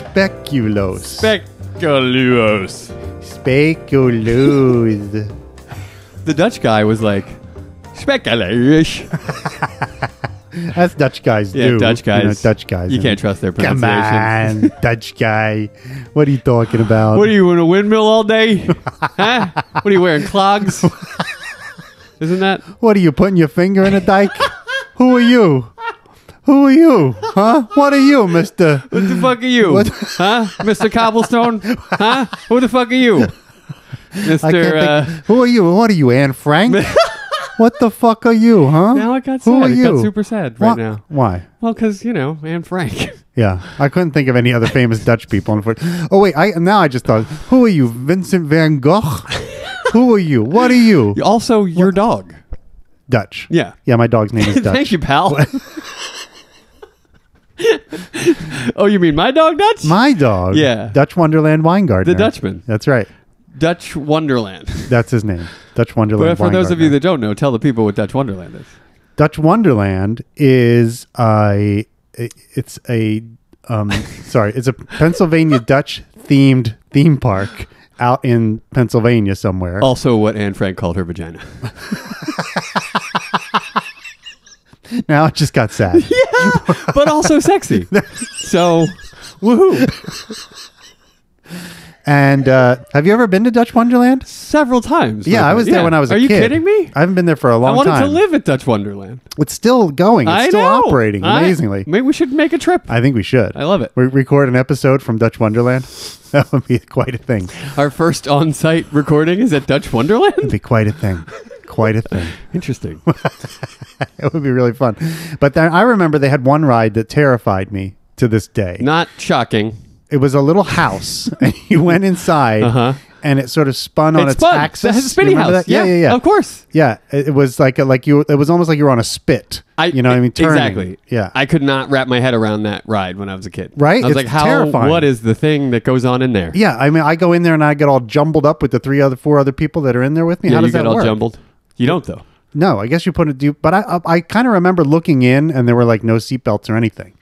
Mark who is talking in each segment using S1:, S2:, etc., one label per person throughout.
S1: Speculoos.
S2: Speculoos.
S1: Speculoos.
S2: The Dutch guy was like, Speculoos.
S1: That's Dutch guys
S2: Yeah,
S1: do.
S2: Dutch guys.
S1: You know, Dutch guys.
S2: You can't trust their
S1: Come
S2: pronunciation.
S1: on, Dutch guy. What are you talking about?
S2: What are you in a windmill all day? huh? What are you wearing clogs? Isn't that?
S1: What are you putting your finger in a dike? Who are you? Who are you? Huh? What are you, Mister?
S2: What the fuck are you?
S1: What-
S2: Huh? Mr. Cobblestone? Huh? Who the fuck are you?
S1: I can't
S2: Mr. Uh,
S1: think. Who are you? What are you, Anne Frank? what the fuck are you? Huh?
S2: now I got sad.
S1: Who are
S2: It
S1: you?
S2: got super sad right
S1: Wha-
S2: now.
S1: Why?
S2: Well, because, you know, Anne Frank.
S1: Yeah, I couldn't think of any other famous Dutch people. unfortunately. Oh wait, I now I just thought, who are you, Vincent van Gogh? who are you? What are you?
S2: Also, your dog.
S1: Dutch.
S2: Yeah.
S1: Yeah, my dog's name is Dutch.
S2: Thank you, pal. oh, you mean my dog Dutch?
S1: My dog.
S2: Yeah.
S1: Dutch Wonderland Weingartner.
S2: The Dutchman.
S1: That's right.
S2: Dutch Wonderland.
S1: That's his name. Dutch Wonderland.
S2: But for those of
S1: Weingartner.
S2: you that don't know, tell the people what Dutch Wonderland is.
S1: Dutch Wonderland is a it's a um sorry, it's a Pennsylvania Dutch themed theme park out in Pennsylvania somewhere.
S2: Also, what Anne Frank called her vagina.
S1: Now it just got sad.
S2: but also sexy. So, woohoo.
S1: And uh, have you ever been to Dutch Wonderland?
S2: Several times.
S1: Yeah, I was there when I was a
S2: Are you
S1: kid.
S2: kidding me?
S1: I haven't been there for a
S2: I
S1: long
S2: wanted
S1: time.
S2: to live at Dutch Wonderland.
S1: It's still going. It's
S2: I
S1: still
S2: know.
S1: operating
S2: I-
S1: amazingly.
S2: maybe we should make a trip.
S1: I think we should.
S2: I love it.
S1: We record an episode from Dutch Wonderland. That would be quite a thing.
S2: Our first on site recording is at Dutch Wonderland?
S1: It'd be quite a thing. Quite a thing.
S2: Interesting.
S1: It would be really fun. But then I remember they had one ride that terrified me to this day.
S2: Not shocking.
S1: It was a little house, and you went inside,
S2: Uh-huh.
S1: and it sort of spun on
S2: it's
S1: its,
S2: fun.
S1: axis.
S2: The
S1: You
S2: spinning
S1: remember
S2: house.
S1: that? Yeah, yeah, yeah.
S2: Of course.
S1: Yeah, it it was like a, like you. It was almost like you were on a spit. you know what I mean? Turning.
S2: Exactly.
S1: Yeah.
S2: I could not wrap my head around that ride when I was a kid.
S1: Right?
S2: I was
S1: It's
S2: like, how?
S1: terrifying.
S2: What is the thing that goes on in there?
S1: yeah, I mean, I go in there and I get all jumbled up with the three other, four other people that are in there with me.
S2: Yeah,
S1: How does
S2: you get
S1: that
S2: all
S1: work?
S2: jumbled. You don't though.
S1: No, I guess you put it. Do but I, I, I kind of remember looking in and there were like no seatbelts or anything.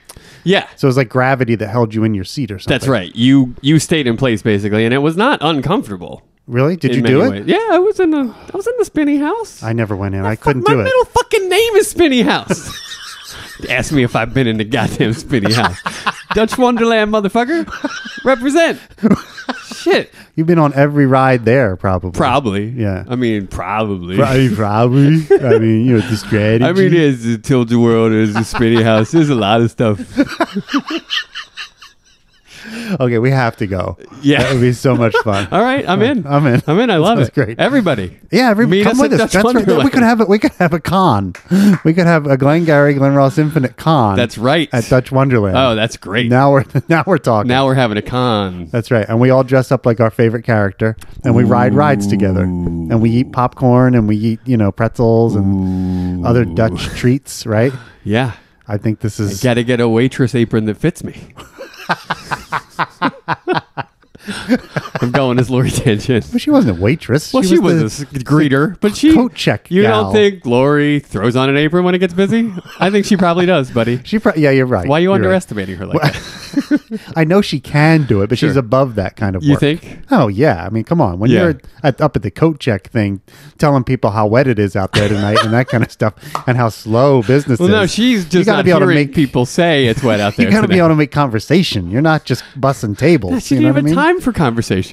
S2: Yeah.
S1: So it was like gravity that held you in your seat or something.
S2: That's right. You you stayed in place basically, and it was not uncomfortable.
S1: Really? Did
S2: in
S1: you
S2: many
S1: do it?
S2: ways. Yeah, I was in the I was in the spinny house.
S1: I never went in. I couldn't
S2: My
S1: do it.
S2: middle fucking name is Spinny House. Ask me if I've been in the goddamn Spinny House. Dutch Wonderland, motherfucker. Represent. Shit.
S1: You've been on every ride there, probably.
S2: Probably.
S1: Yeah.
S2: I mean, probably.
S1: Probably. probably. I mean, you know, the strategy.
S2: I mean, there's the Tilt the World, there's the Spinny House, there's a lot of stuff.
S1: okay, we have to go.
S2: Yeah.
S1: That would be so much fun.
S2: All right, I'm in.
S1: I'm in.
S2: I'm in. I love
S1: Sounds
S2: it.
S1: great.
S2: Everybody.
S1: Yeah, everybody
S2: Meet
S1: come
S2: us
S1: with
S2: at
S1: us.
S2: Dutch
S1: That's right. We
S2: Wonderland.
S1: could have a we could have a con. We could have a Glengarry Glen Ross Infinite con.
S2: That's right.
S1: At Dutch Wonderland.
S2: Oh, that's great. Now,
S1: now we're now we're talking.
S2: we're having a con.
S1: That's right. And we all dress up like our favorite character and we ride rides together. And we eat popcorn and we eat, you know, pretzels and other Dutch treats, right?
S2: Yeah.
S1: I think this is
S2: Gotta get a waitress apron that fits me. I'm going as Lori Tangent.
S1: But she wasn't a waitress.
S2: Well, she, was, a s- greeter, but she
S1: coat check
S2: You
S1: gal.
S2: don't think Lori throws on an apron when it gets busy? I think she probably does, buddy.
S1: she pro- yeah, you're right.
S2: Why are you
S1: You're
S2: underestimating her like that?
S1: right. I know she can do it, but she's
S2: Sure.
S1: above that kind of
S2: You
S1: work.
S2: think?
S1: Oh yeah. I mean, come on. When
S2: Yeah.
S1: you're at, up at the coat check thing, telling people how wet it is out there tonight and that kind of stuff, and how slow business
S2: Well,
S1: is.
S2: no, she's
S1: you
S2: just
S1: gotta
S2: not
S1: be able
S2: hearing
S1: to make
S2: people say it's wet out there.
S1: You got to be
S2: today.
S1: able to make conversation. You're not just bussing tables.
S2: She
S1: you
S2: didn't
S1: know
S2: have
S1: what I mean?
S2: time for conversation.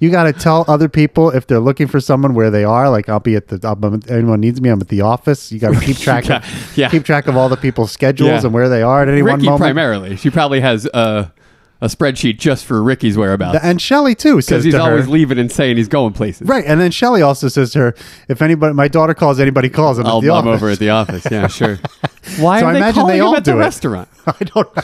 S1: You got to tell other people if they're looking for someone where they are. Like I'll be at the I'm, anyone needs me. I'm at the office. You got to keep track. of,
S2: Yeah.
S1: keep track of all the people's schedules
S2: Yeah.
S1: and where they are at any one
S2: Ricky
S1: moment.
S2: primarily. She probably has a, a spreadsheet just for Ricky's whereabouts
S1: And Shelly too
S2: because
S1: says
S2: he's
S1: to her.
S2: always leaving and saying he's going places.
S1: Right, and then Shelly also says to her, "If anybody, my daughter calls, anybody calls, I'm
S2: I'll
S1: at the
S2: bum
S1: office."
S2: over at the office. Yeah, sure. Why
S1: So
S2: are
S1: I
S2: they
S1: imagine
S2: calling
S1: they
S2: him
S1: all
S2: at
S1: do
S2: the
S1: it.
S2: restaurant?
S1: I don't know.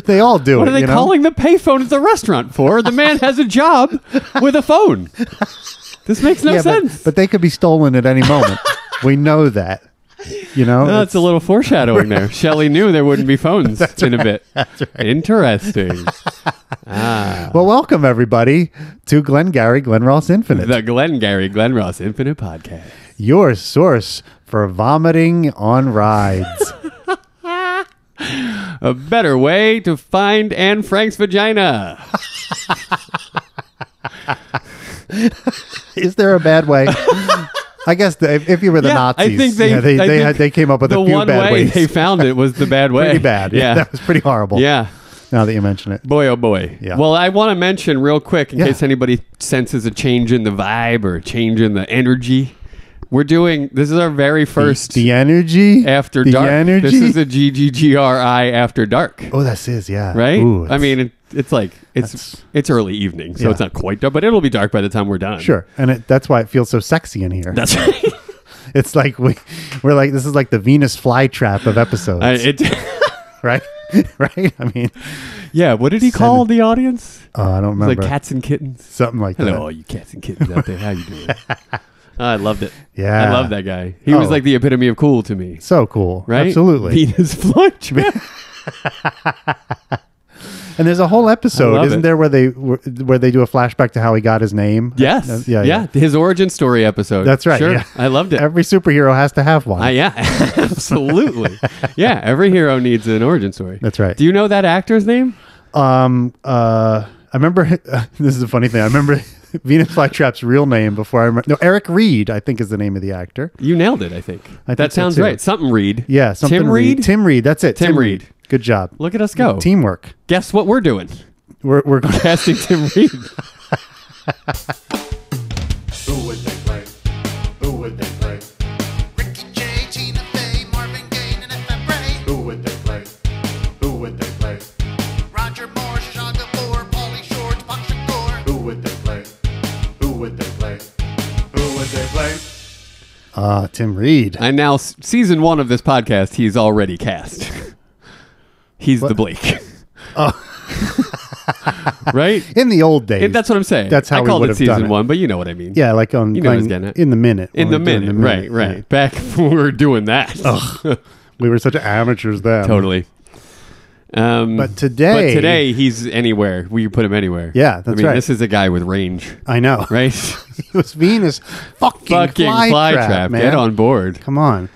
S1: they all do
S2: What
S1: it.
S2: are they
S1: you know?
S2: calling the payphone at the restaurant for? The man has a job with a phone. This makes no
S1: Yeah, but-
S2: sense.
S1: But, they could be stolen at any moment. we know that. You know,
S2: No, that's Oh, a little foreshadowing there. Shelley knew there wouldn't be phones in a bit. Interesting. Ah,
S1: Well, welcome everybody to Glengarry Glen Ross Infinite,
S2: The Glengarry Glen Ross Infinite Podcast.
S1: your source for vomiting on rides.
S2: A better way to find Anne Frank's vagina.
S1: Is there a bad way? I guess the, if, if you were the
S2: Yeah,
S1: Nazis,
S2: I think they-
S1: yeah, they
S2: I
S1: they,
S2: think
S1: had, they came up with
S2: the
S1: a few
S2: one
S1: bad
S2: way
S1: ways.
S2: they found it was the bad way.
S1: pretty bad. Yeah, that was pretty horrible.
S2: yeah.
S1: Now that you mention it,
S2: Boy, oh boy.
S1: Yeah.
S2: Well, I want to mention real quick in
S1: Yeah.
S2: case anybody senses a change in the vibe or a change in the energy. We're doing this is our very first
S1: the energy
S2: after
S1: the
S2: dark.
S1: energy.
S2: This is a GGGRI after dark,
S1: oh, this is yeah.
S2: right?
S1: Ooh,
S2: I
S1: it's-
S2: mean, it, it's like it's
S1: that's-
S2: it's early evening, so
S1: Yeah.
S2: it's not quite dark, but it'll be dark by the time we're done.
S1: sure, and it, that's why it feels so sexy in here.
S2: That's right.
S1: it's like we we're like this is like the Venus flytrap of episodes,
S2: I, it,
S1: right? right? I mean,
S2: yeah. What did he call the audience?
S1: oh, I don't
S2: It's like
S1: remember
S2: cats and kittens.
S1: something like
S2: Hello,
S1: that.
S2: all you cats and kittens out there. How you doing? I loved it.
S1: Yeah.
S2: I love that guy. He was
S1: Oh.
S2: like the epitome of cool to me.
S1: So cool,
S2: Right?
S1: Absolutely.
S2: Venus flytrap.
S1: And there's a whole
S2: I
S1: episode,
S2: love
S1: isn't
S2: it.
S1: there, where they where they do a flashback to how he got his name?
S2: yes.
S1: Uh,
S2: yeah, His origin story episode.
S1: That's right,
S2: Sure.
S1: yeah.
S2: I loved it.
S1: Every superhero has to have one.
S2: Uh, yeah, absolutely. yeah, every hero needs an origin story.
S1: That's right.
S2: Do you know that actor's name?
S1: um, uh, I remember this is a funny thing. I remember Venus Flytrap's real name before I remember. No, Eric Reed, I think, is the name of the actor.
S2: You nailed it, I think.
S1: I think
S2: that
S1: so,
S2: sounds
S1: too.
S2: right. Something Reed.
S1: Yeah, something
S2: Tim Reed?
S1: Tim Reed. That's it.
S2: Tim Reed.
S1: Good job.
S2: Look at us go.
S1: Teamwork.
S2: Guess what we're doing?
S1: We're we're going.
S2: Casting Tim Reed.
S3: Who would they play? Who would they play?
S4: Ricky Jay, Tina Fey, Marvin Gaye, and FM Ray,
S3: Who would they play? Who would they play?
S4: Roger Moore, Shaggy Gabor, Pauly Shore, Tupac Shakur.
S3: Who would they play? Who would they play? Who would they play?
S1: Ah, Tim Reed.
S2: And now, s- season one of this podcast, he's already cast. he's the Blake. Oh. right?
S1: In the old days.
S2: It- that's what I'm saying.
S1: That's how
S2: I
S1: we
S2: called
S1: would
S2: it
S1: have done
S2: season
S1: it.
S2: one, but you know what I mean.
S1: yeah, like on
S2: You know what he's
S1: playing
S2: getting at.
S1: in the minute.
S2: In
S1: when
S2: the
S1: we were doing
S2: minute, right, right.
S1: Yeah.
S2: Back when we were doing that.
S1: We were such amateurs then.
S2: totally. Um,
S1: Mm-hmm. But today-
S2: but today he's anywhere. We can put him anywhere.
S1: Yeah, that's
S2: I mean,
S1: right.
S2: This is a guy with range,
S1: I know.
S2: right?
S1: it was Venus fucking,
S2: Fucking
S1: fly,
S2: fly
S1: trap,
S2: trap.
S1: man.
S2: Get on board.
S1: Come on.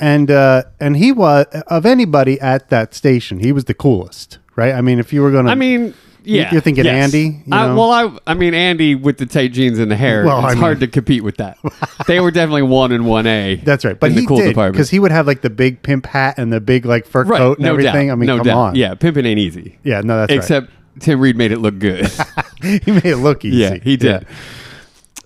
S1: And uh, and he was of anybody at that station, he was the coolest, right? I mean, if you were gonna,
S2: I mean, yeah.
S1: you're thinking
S2: yes.
S1: Andy, you
S2: I,
S1: know?
S2: well, I, I mean, Andy with the tight jeans and the hair.
S1: Well,
S2: it's
S1: I mean-
S2: hard to compete with that. they were definitely one and one A.
S1: that's right. But
S2: in
S1: he
S2: the cool
S1: did
S2: department.
S1: because he would have like the big pimp hat and the big like fur
S2: right,
S1: coat and
S2: no
S1: everything.
S2: Doubt.
S1: I mean,
S2: no
S1: come
S2: doubt.
S1: on,
S2: Yeah, pimping ain't easy.
S1: yeah, no, that's
S2: Except Tim Reed made it look good.
S1: right. he made it look easy.
S2: yeah, he did.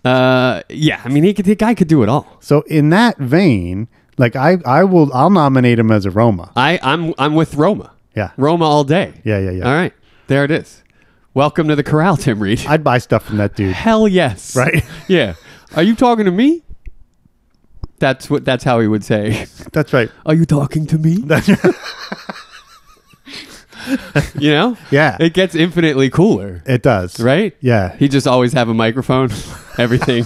S2: Uh, yeah, I mean, he could, the guy could do it all.
S1: So in that vein, like I, I will, I'll nominate him as a Roma.
S2: I, I'm I'm with Roma.
S1: Yeah.
S2: Roma all day.
S1: Yeah, yeah, yeah.
S2: All right. There it is. Welcome to the corral, Tim Reed.
S1: I'd buy stuff from that dude.
S2: Hell yes.
S1: Right.
S2: Yeah. Are you talking to me? That's what that's how he would say.
S1: That's right.
S2: Are you talking to me?
S1: That's right.
S2: You know?
S1: Yeah.
S2: It gets infinitely cooler.
S1: It does.
S2: Right?
S1: Yeah.
S2: He just always have a microphone. everything.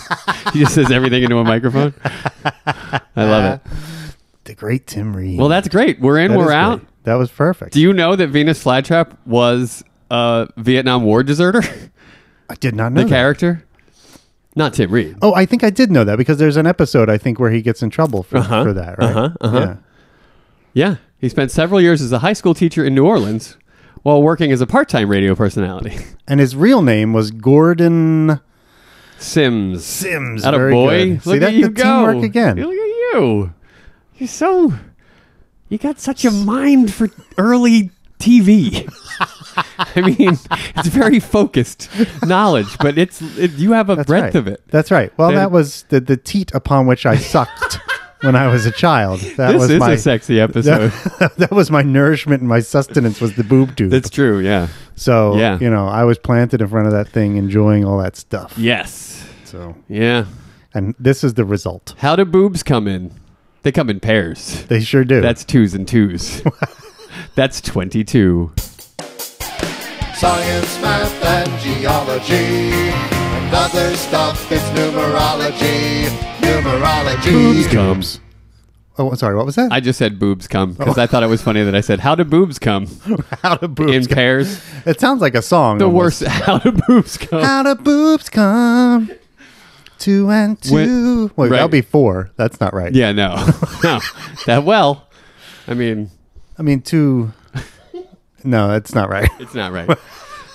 S2: he just says everything into a microphone. I love it.
S1: the great Tim Reed.
S2: Well, that's great. We're in,
S1: That is
S2: we're
S1: great.
S2: out.
S1: That was perfect.
S2: Do you know that Venus Flytrap was a Vietnam War deserter?
S1: I did not know
S2: the
S1: that.
S2: character? Not Tim Reed.
S1: Oh, I think I did know that because there's an episode I think where he gets in trouble for, for that, right?
S2: uh-huh, uh-huh.
S1: Yeah.
S2: Yeah, he spent several years as a high school teacher in New Orleans while working as a part-time radio personality.
S1: And his real name was Gordon
S2: Sims.
S1: Sims.
S2: Out of
S1: Very
S2: boy.
S1: good. See,
S2: Look
S1: that's
S2: at you
S1: the
S2: go.
S1: teamwork again.
S2: Look at you. You're so you got such a mind for early TV. I mean, it's very focused knowledge, but it's it, you have a
S1: That's right.
S2: breadth of it.
S1: That's right. Well,
S2: Then-
S1: that was the, the teat upon which I sucked when I was a child. That
S2: This
S1: was
S2: is
S1: my
S2: a sexy episode.
S1: that, that was my nourishment and my sustenance was the boob tube.
S2: That's true, yeah.
S1: so
S2: yeah.
S1: you know, I was planted in front of that thing, enjoying all that stuff.
S2: Yes.
S1: So,
S2: Yeah.
S1: and this is the result.
S2: How do boobs come in? They come in pairs.
S1: They sure do.
S2: That's twos and twos. That's 22.
S3: Science, math, and geology. And other stuff that's numerology.
S1: boobs
S3: Numerology.
S2: Comes.
S1: Oh, sorry. What was that?
S2: Um, I just said boobs come because I thought it was funny that I said, How do boobs come
S1: How do
S2: in
S1: boobs? come-
S2: pairs?
S1: It sounds like a song.
S2: The
S1: almost.
S2: worst, How do boobs come?
S1: How do boobs come? Two and two.
S2: When-
S1: Wait,
S2: right.
S1: that'll be four. That's not right.
S2: Yeah, no. No. That well, I mean,
S1: I mean, two. No, that's not right.
S2: It's not right.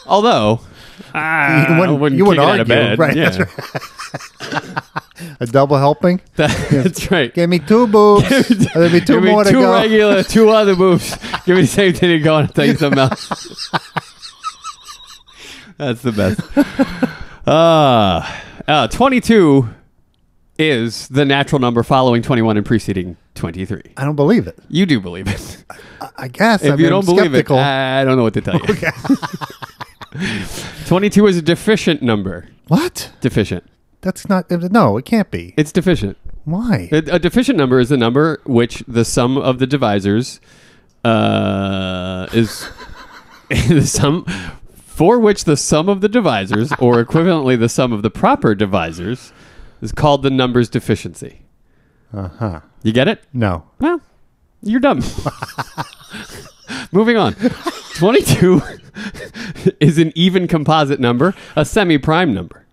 S2: Although, ah,
S1: You wouldn't-
S2: I wouldn't
S1: you would
S2: kick it out of
S1: argue,
S2: bed.
S1: right,
S2: Yeah.
S1: that's A double helping.
S2: That- that's right.
S1: Give me two boobs. There'll be two
S2: Give me
S1: more to
S2: two
S1: go.
S2: regular, two other moves. Give me the same thing to go and I'll tell you something else. That's the best. Uh, uh, 22 is the natural number following 21 and preceding 23.
S1: I don't believe it.
S2: You do believe it.
S1: I- I guess
S2: If
S1: I mean,
S2: you don't
S1: I'm
S2: believe
S1: skeptical.
S2: it, I don't know what to tell you. 22 is a deficient number.
S1: what?
S2: Deficient.
S1: That's not. No, it can't be.
S2: It's deficient.
S1: Why?
S2: A, a deficient number is a number which the sum of the divisors uh, is the sum for which the sum of the divisors, or equivalently the sum of the proper divisors, is called the number's deficiency.
S1: Uh huh.
S2: You get it?
S1: No.
S2: Well, you're dumb. Moving on. 22 is an even composite number, a semi prime number.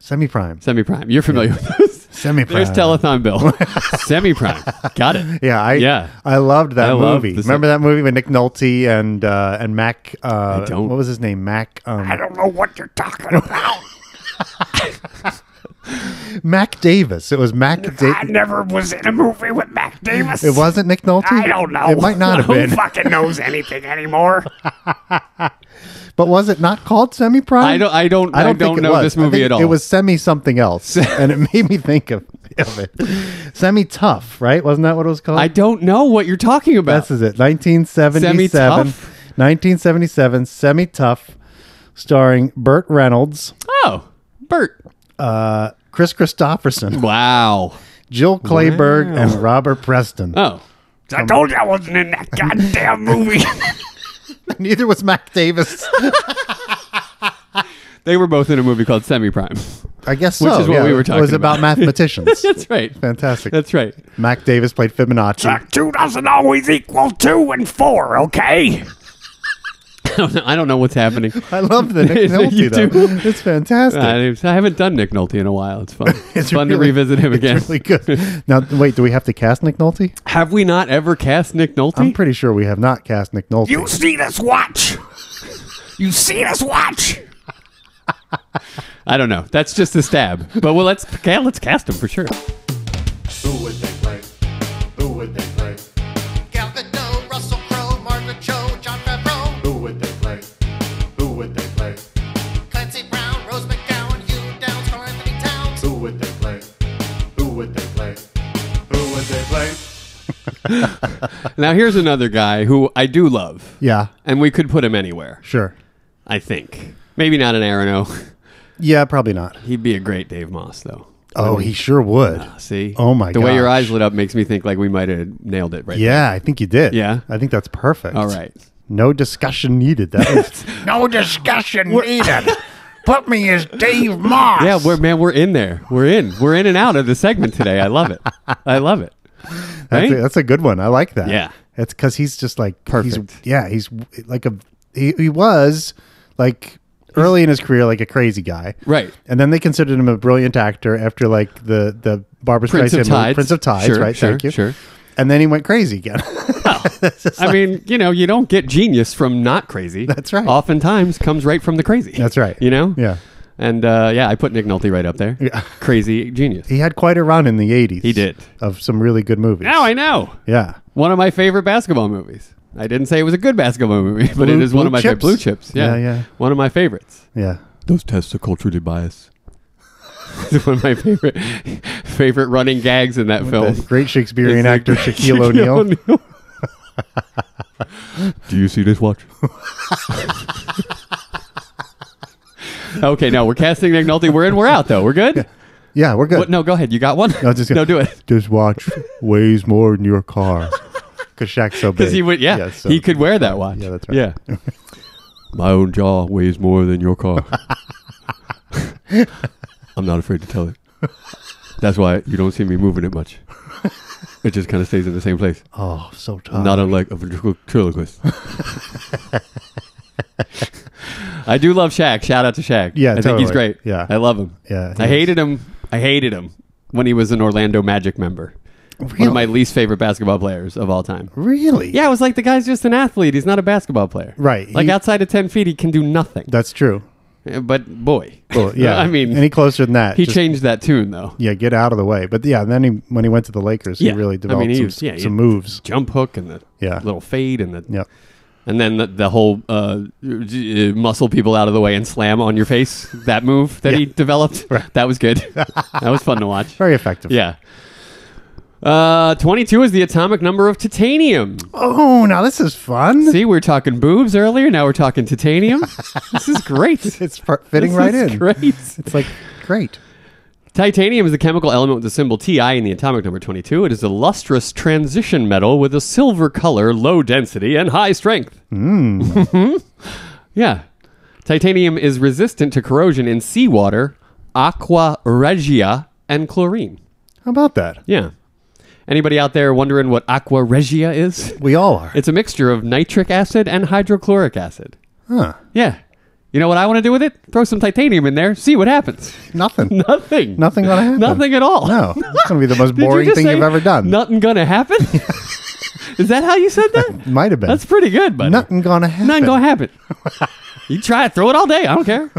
S1: Semi prime.
S2: Semi prime. You're familiar with those.
S1: Semi prime.
S2: There's telethon bill. semi prime. Got it.
S1: Yeah, I
S2: Yeah.
S1: I loved that
S2: I loved
S1: movie.
S2: the se-
S1: Remember that movie with Nick Nolte and uh, and Mac? Uh,
S2: I don't.
S1: What was his name? Mac. Um, I don't know what you're talking about. Mac Davis. It was Mac. Da-
S5: I never was in a movie with Mac Davis.
S1: it wasn't Nick Nolte.
S5: I don't know.
S1: It might not have
S5: Who
S1: been.
S5: fucking knows anything anymore?
S1: But was it not called Semi Prime?
S2: I don't. I don't. I don't,
S1: think it
S2: know
S1: was.
S2: this
S1: I
S2: movie
S1: think
S2: at all.
S1: It was semi something else, and it made me think of, of it. Semi tough, right? Wasn't that what it was called?
S2: I don't know what you're talking about.
S1: This is it. 1977.
S2: Semi-Tough?
S1: 1977. Semi Tough, starring Burt Reynolds,
S2: oh, Bert.
S1: uh, Chris Christopherson,
S2: Wow.
S1: Jill Clayburgh, and Robert Preston.
S2: Oh,
S5: I told you I wasn't in that goddamn movie.
S1: Neither was Mac Davis.
S2: they were both in a movie called Semi Prime.
S1: I guess
S2: Which
S1: so.
S2: is what
S1: yeah.
S2: we were
S1: It
S2: talking
S1: was about,
S2: about.
S1: mathematicians.
S2: That's right.
S1: Fantastic.
S2: That's right.
S1: Mac Davis played Fibonacci.
S5: two doesn't always equal two and four, okay?
S2: I don't know, I don't know what's happening.
S1: I love the Nick
S2: You
S1: Nolte
S2: do?
S1: though. It's fantastic.
S2: I, I haven't done Nick Nolte in a while. It's fun. It's fun to
S1: really-
S2: revisit him again.
S1: It's really good. Now, wait, do we have to cast Nick Nolte?
S2: Have we not ever cast Nick Nolte?
S1: I'm pretty sure we have not cast Nick Nolte.
S5: You see this watch? You see this watch?
S2: I don't know. That's just a stab. But well, let's okay, let's cast him for sure.
S3: Who would they play? Who would they play?
S4: Gal Gadot, Russell Crowe, Margaret Cho, John Favreau,
S3: Who would they play? Who would they play?
S4: Clancy Brown, Rose McGowan, Hugh Downs, Carl Anthony Towns.
S3: Who would they play? Who would they play? Who would they play?
S2: Now here's another guy who I do love.
S1: Yeah,
S2: And we could put him anywhere.
S1: sure.
S2: I think. Maybe not an Arono.
S1: Yeah, probably not.
S2: He'd be a great Dave Moss though.
S1: Oh, he sure would.
S2: Ah, See?
S1: Oh my
S2: The way your
S1: gosh.
S2: eyes lit up makes me think like we might have nailed it right
S1: Yeah, I think you did.
S2: Yeah?
S1: I think that's perfect.
S2: there. All right.
S1: No discussion needed. That was,
S5: No discussion needed. Put me as Dave Moss.
S2: Yeah, we're man, we're in there. We're in. We're in and out of the segment today. I love it. I love it.
S1: that's, a,
S2: Right?
S1: that's a good one. I like that.
S2: Yeah.
S1: It's because he's just like he's-
S2: Perfect.
S1: yeah, he's like a he, he was like early in his career like a crazy guy.
S2: Right.
S1: And then they considered him a brilliant actor after like the the Barbara
S2: Prince
S1: Streisand
S2: of
S1: movie,
S2: Tides.
S1: Prince of Tides,
S2: Sure,
S1: right?
S2: sure,
S1: Thank you.
S2: sure.
S1: And then he went crazy again.
S2: I mean, you know, you don't get genius from not crazy.
S1: That's right.
S2: Oftentimes comes right from the crazy.
S1: That's right.
S2: You know?
S1: Yeah.
S2: And uh, yeah, I put Nick Nolte right up there.
S1: Yeah.
S2: Crazy genius.
S1: he had quite a run in the 80s.
S2: He did.
S1: Of some really good movies.
S2: Now I know.
S1: yeah.
S2: One of my favorite basketball movies. I didn't say it was a good basketball movie, but it
S1: Blue-
S2: is one
S1: Blue
S2: of my
S1: Chips?
S2: favorite. Blue Chips. Yeah.
S1: Yeah, yeah.
S2: One of my favorites.
S1: Yeah.
S2: Those tests are culturally biased. it's one of my favorite favorite running gags in that film.
S1: The great Shakespearean actor Shaquille O'Neal.
S2: Do you see this watch? okay, no, we're casting Nick Nolte. We're in, we're out though. We're good.
S1: Yeah, we're good.
S2: What, no, go ahead. You got one.
S1: I was just
S2: no,
S1: gonna-
S2: do it.
S1: This watch weighs more than your car. Because Shaq's so big.
S2: Because he would, yeah,
S1: so-
S2: he could wear that watch.
S1: Yeah, that's right.
S2: Yeah. My own jaw weighs more than your car. I'm not afraid to tell it. That's why you don't see me moving it much. It just kind of stays in the same place.
S1: Oh, so tough.
S2: Not unlike a ventrilo- ventriloquist. I do love Shaq. Shout out to Shaq.
S1: Yeah,
S2: I think he's
S1: totally.
S2: great.
S1: Yeah.
S2: I love him.
S1: Yeah, he
S2: I
S1: is.
S2: hated him. I hated him when he was an Orlando Magic member. One of my least favorite basketball players of all time.
S1: Really?
S2: Yeah, it was like the guy's just an athlete. He's not a basketball player.
S1: Right.
S2: Like
S1: He-
S2: outside of 10 feet, he can do nothing.
S1: That's true.
S2: Yeah, but boy.
S1: Yeah.
S2: I mean,
S1: any closer than that?
S2: he
S1: just-
S2: changed that tune, though.
S1: Yeah, get out of the way. But yeah, and then he, when he went to the Lakers,
S2: Yeah.
S1: he really
S2: I mean,
S1: developed
S2: he
S1: some,
S2: was- yeah, he-
S1: some moves.
S2: Jump hook and the
S1: Yeah.
S2: little fade and the.
S1: Yep.
S2: And then the, the whole uh, uh, muscle people out of the way and slam on your face. That move that he developed. That was good. that was fun to watch.
S1: Very effective.
S2: Yeah. Uh, 22 is the atomic number of titanium.
S1: Oh, now this is fun.
S2: See, we were talking boobs earlier. Now we're talking titanium. this is great.
S1: it's per- fitting
S2: This
S1: right
S2: is
S1: in.
S2: Great.
S1: It's like great.
S2: Titanium is the chemical element with the symbol Ti in the atomic number 22. It is a lustrous transition metal with a silver color, low density, and high strength.
S1: Hmm.
S2: yeah. Titanium is resistant to corrosion in seawater, aqua regia, and chlorine.
S1: How about that?
S2: Yeah. Anybody out there wondering what aqua regia is?
S1: We all are.
S2: It's a mixture of nitric acid and hydrochloric acid.
S1: Huh.
S2: Yeah. You know what I want to do with it? Throw some titanium in there, see what happens.
S1: Nothing.
S2: Nothing.
S1: Nothing gonna happen.
S2: Nothing at all.
S1: No. It's gonna be the most
S2: Did you
S1: boring
S2: just
S1: thing
S2: say
S1: you've ever done.
S2: Nothing gonna happen. Is that how you said that?
S1: Might have been.
S2: That's pretty good, buddy.
S1: Nothing gonna happen.
S2: Nothing gonna happen. you try it, throw it all day. I don't care.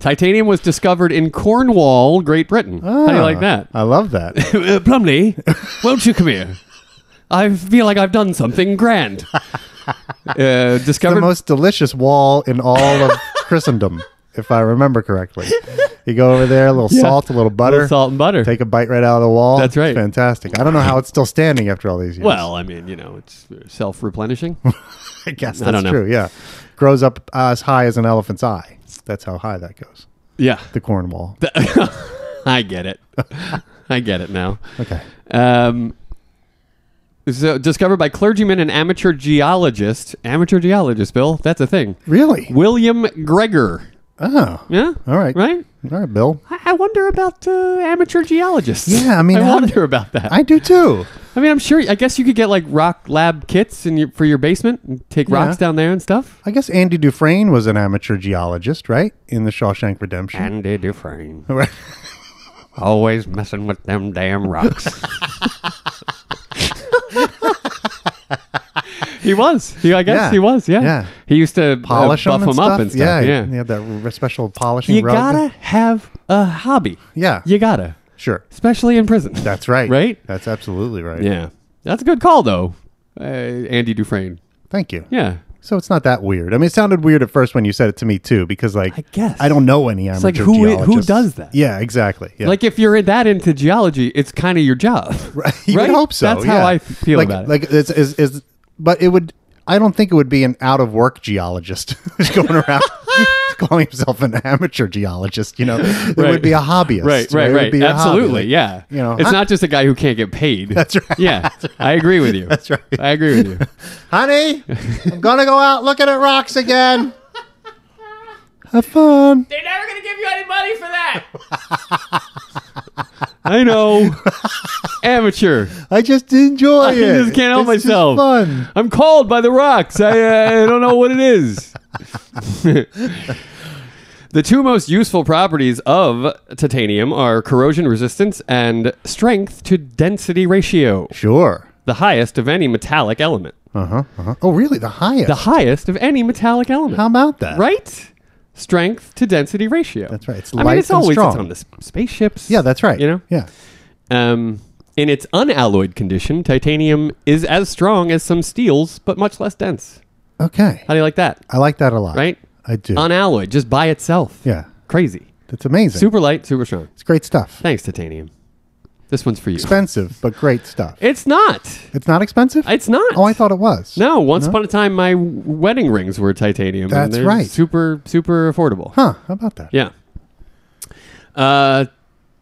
S2: Titanium was discovered in Cornwall, Great Britain. How do you
S1: Ah,
S2: like that?
S1: I love that.
S2: Uh, Plumley, won't you come here? I feel like I've done something grand. Uh,
S1: the
S2: discovered
S1: most delicious wall in all of Christendom, if I remember correctly. You go over there, a little
S2: Yeah.
S1: salt, a little butter,
S2: Little salt and butter.
S1: take a bite right out of the wall.
S2: That's right.
S1: It's fantastic. I don't know how it's still standing after all these years.
S2: well, I mean, you know, it's self replenishing.
S1: I guess
S2: I
S1: that's
S2: don't know.
S1: true. Yeah, grows up as high as an elephant's eye. That's how high that goes.
S2: yeah,
S1: The corn wall.
S2: I get it. I get it now.
S1: okay.
S2: Um, so discovered by clergyman and amateur geologist. Amateur geologist, Bill. That's a thing.
S1: Really?
S2: William Gregor.
S1: Oh.
S2: Yeah.
S1: All right.
S2: Right.
S1: All right, Bill.
S2: I I wonder about uh, amateur geologists.
S1: Yeah, I mean,
S2: I
S1: how
S2: wonder
S1: do-
S2: about that. I,
S1: I do too.
S2: mean, I'm sure. I guess you could get like rock lab kits in your, for your basement and take rocks
S1: Yeah.
S2: down there and stuff.
S1: I guess Andy Dufresne was an amateur geologist, right? In the Shawshank Redemption.
S2: Andy Dufresne,
S1: Right.
S2: always messing with them damn rocks. he was. He, I guess
S1: Yeah.
S2: he was. Yeah.
S1: Yeah.
S2: He used to
S1: Polish
S2: uh, buff
S1: them and
S2: him
S1: stuff.
S2: up and stuff. Yeah.
S1: Yeah, He had that r- special polishing.
S2: You
S1: rug.
S2: gotta have a hobby.
S1: Yeah.
S2: You gotta,
S1: Sure.
S2: especially in prison.
S1: That's right.
S2: Right?
S1: That's absolutely right.
S2: Yeah. That's a good call though, uh, Andy Dufresne.
S1: Thank you.
S2: Yeah.
S1: So it's not that weird. I mean, it sounded weird at first when you said it to me too, because like
S2: I guess.
S1: I don't know any amateur
S2: like, who i- who
S1: geologists.
S2: does that?
S1: Yeah, exactly. Yeah.
S2: Like if you're that into geology, it's kind of your job.
S1: you
S2: right?
S1: would hope so.
S2: That's how
S1: yeah.
S2: I feel
S1: like,
S2: about it.
S1: Like it's is is, but it would. I don't think it would be an out of work geologist who's going around calling himself an amateur geologist. You know, it
S2: Right.
S1: would be a hobbyist.
S2: Right,
S1: It
S2: right,
S1: would
S2: right.
S1: be a hobby.
S2: Absolutely,
S1: Like,
S2: yeah.
S1: you know,
S2: it's
S1: huh?
S2: not just a guy who can't get paid.
S1: That's right.
S2: Yeah, I agree with you. That's
S1: right.
S2: I agree with you.
S1: Honey, I'm gonna go out looking at rocks again. Have fun.
S6: They're never gonna give you any money for that.
S2: I know, amateur.
S1: I just enjoy
S2: I
S1: it.
S2: just can't help
S1: It's just
S2: myself.
S1: fun.
S2: I'm called by the rocks. I, uh, I don't know what it is. the two most useful properties of titanium are corrosion resistance and strength to density ratio,
S1: Sure.
S2: the highest of any metallic element.
S1: Uh huh. Uh-huh. Oh, really? The highest?
S2: The highest of any metallic element.
S1: How about that?
S2: right? Strength to density ratio.
S1: That's right. It's
S2: I mean,
S1: light
S2: it's
S1: and
S2: always It's
S1: strong.
S2: on the s- spaceships.
S1: Yeah, that's right.
S2: You know,
S1: Yeah.
S2: um, in its unalloyed condition, titanium is as strong as some steels, but much less dense.
S1: Okay.
S2: How do you like that?
S1: I like that a lot.
S2: Right?
S1: I do.
S2: Unalloyed, just by itself.
S1: yeah.
S2: crazy.
S1: That's amazing.
S2: Super light, super strong.
S1: It's great stuff.
S2: Thanks, titanium. This one's for you.
S1: Expensive, but great stuff.
S2: It's not.
S1: It's not expensive?
S2: It's not.
S1: oh, I thought it was.
S2: No, once upon a time, my w- wedding rings were titanium. and
S1: That's
S2: they're
S1: right.
S2: Super, super affordable.
S1: Huh. How about that?
S2: Yeah. Uh,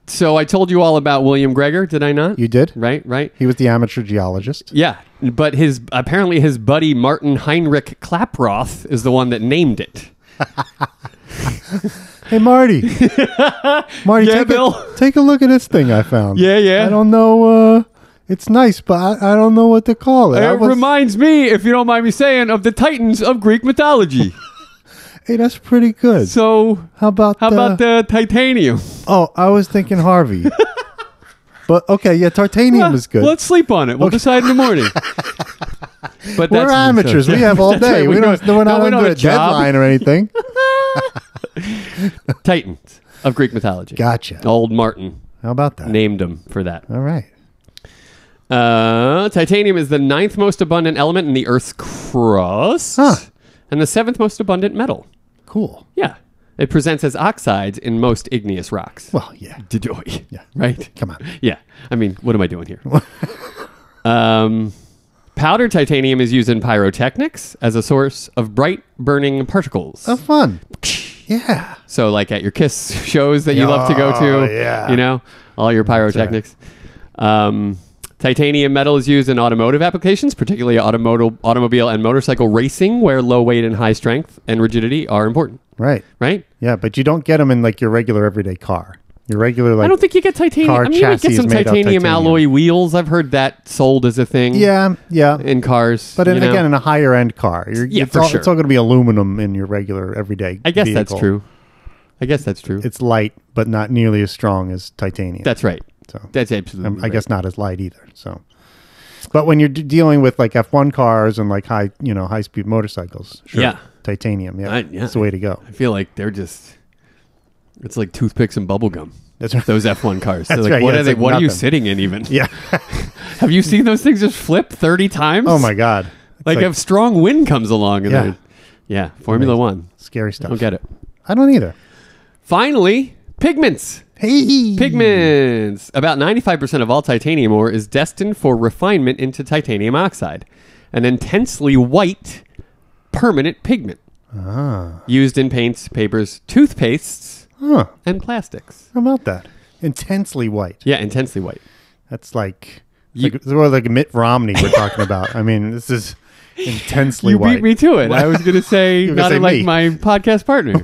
S2: so I told you all about William Gregor, did I not?
S1: You did?
S2: Right, right.
S1: He was the amateur geologist.
S2: Yeah, but his apparently his buddy Martin Heinrich Klaproth is the one that named it.
S1: Hey, Marty. Marty,
S2: Yeah,
S1: take,
S2: Bill?
S1: A, take a look at this thing I found.
S2: Yeah, yeah.
S1: I don't know. Uh, it's nice, but I, I don't know what to call it. I
S2: it
S1: was-
S2: reminds me, if you don't mind me saying, of the Titans of Greek mythology.
S1: hey, that's pretty good.
S2: so
S1: how about uh,
S2: how about the titanium?
S1: Oh, I was thinking Harvey. But okay, yeah, Tartanium
S2: Well,
S1: is good.
S2: Ah, Let's sleep on it. We'll decide in the morning. But
S1: we're
S2: that's-
S1: amateurs. we have all
S2: That's
S1: day.
S2: right.
S1: We, don't, we're not
S2: no, we don't
S1: under a
S2: have job.
S1: deadline or anything.
S2: Titans of Greek mythology.
S1: Gotcha.
S2: Old Martin
S1: How about that?
S2: named him for that.
S1: All right.
S2: Uh, titanium is the ninth most abundant element in the Earth's crust,
S1: Huh.
S2: and the seventh most abundant metal.
S1: Cool.
S2: Yeah, it presents as oxides in most igneous rocks.
S1: Well, yeah.
S2: Didoy.
S1: Yeah.
S2: Right.
S1: Come on.
S2: Yeah. I mean, what am I doing here? um, powdered titanium is used in pyrotechnics as a source of bright burning particles.
S1: Have fun. Yeah.
S2: So, like at your Kiss shows that you love to go
S1: Oh,
S2: to,
S1: yeah.
S2: you know, all your pyrotechnics. Um, titanium metal is used in automotive applications, particularly automotive, automobile and motorcycle racing, where low weight and high strength and rigidity are important.
S1: Right.
S2: Right?
S1: Yeah, but you don't get them in like your regular everyday car. Your regular like
S2: I don't think you get titanium.
S1: car
S2: I mean, you might get
S1: chassis is
S2: some
S1: made out of
S2: titanium,
S1: titanium.
S2: alloy wheels. I've heard that sold as a thing.
S1: Yeah, yeah.
S2: in cars.
S1: but in,
S2: you know?
S1: again, in a higher end car, you're,
S2: Yeah,
S1: it's
S2: for
S1: all,
S2: sure.
S1: It's all going to be aluminum in your regular everyday.
S2: I guess that's
S1: vehicle.
S2: true. I guess that's true.
S1: It's light, but not nearly as strong as titanium.
S2: that's right.
S1: So-
S2: That's absolutely.
S1: Um, I
S2: right.
S1: guess not as light either. So, but when you're d- dealing with like F1 cars and like high, you know, high speed motorcycles, sure.
S2: Yeah.
S1: titanium, yeah,
S2: I-
S1: it's
S2: yeah.
S1: the way to go.
S2: I feel like they're just. It's like toothpicks and bubble gum.
S1: That's right.
S2: Those F one cars. They're
S1: That's
S2: like,
S1: right,
S2: what
S1: yeah,
S2: are
S1: it's
S2: they?
S1: like
S2: what are you
S1: nothing.
S2: sitting in? Even
S1: Yeah.
S2: have you seen those things just flip thirty times?
S1: oh my god. It's
S2: Like, a strong wind comes along and
S1: Yeah.
S2: yeah, yeah. Formula One.
S1: scary stuff.
S2: Don't get it.
S1: I don't either.
S2: Finally, pigments.
S1: Hey,
S2: Pigments. About 95% of all titanium ore is destined for refinement into titanium oxide, an intensely white permanent pigment used in paints, papers, toothpastes,
S1: Huh.
S2: and plastics.
S1: How about that? Intensely white.
S2: Yeah, intensely white.
S1: That's like
S2: You-
S1: like, well, like Mitt Romney we're talking about. I mean, this is intensely
S2: You
S1: white.
S2: beat me to it. I was going to say,
S1: were
S2: not
S1: gonna say
S2: unlike
S1: me.
S2: my podcast partner.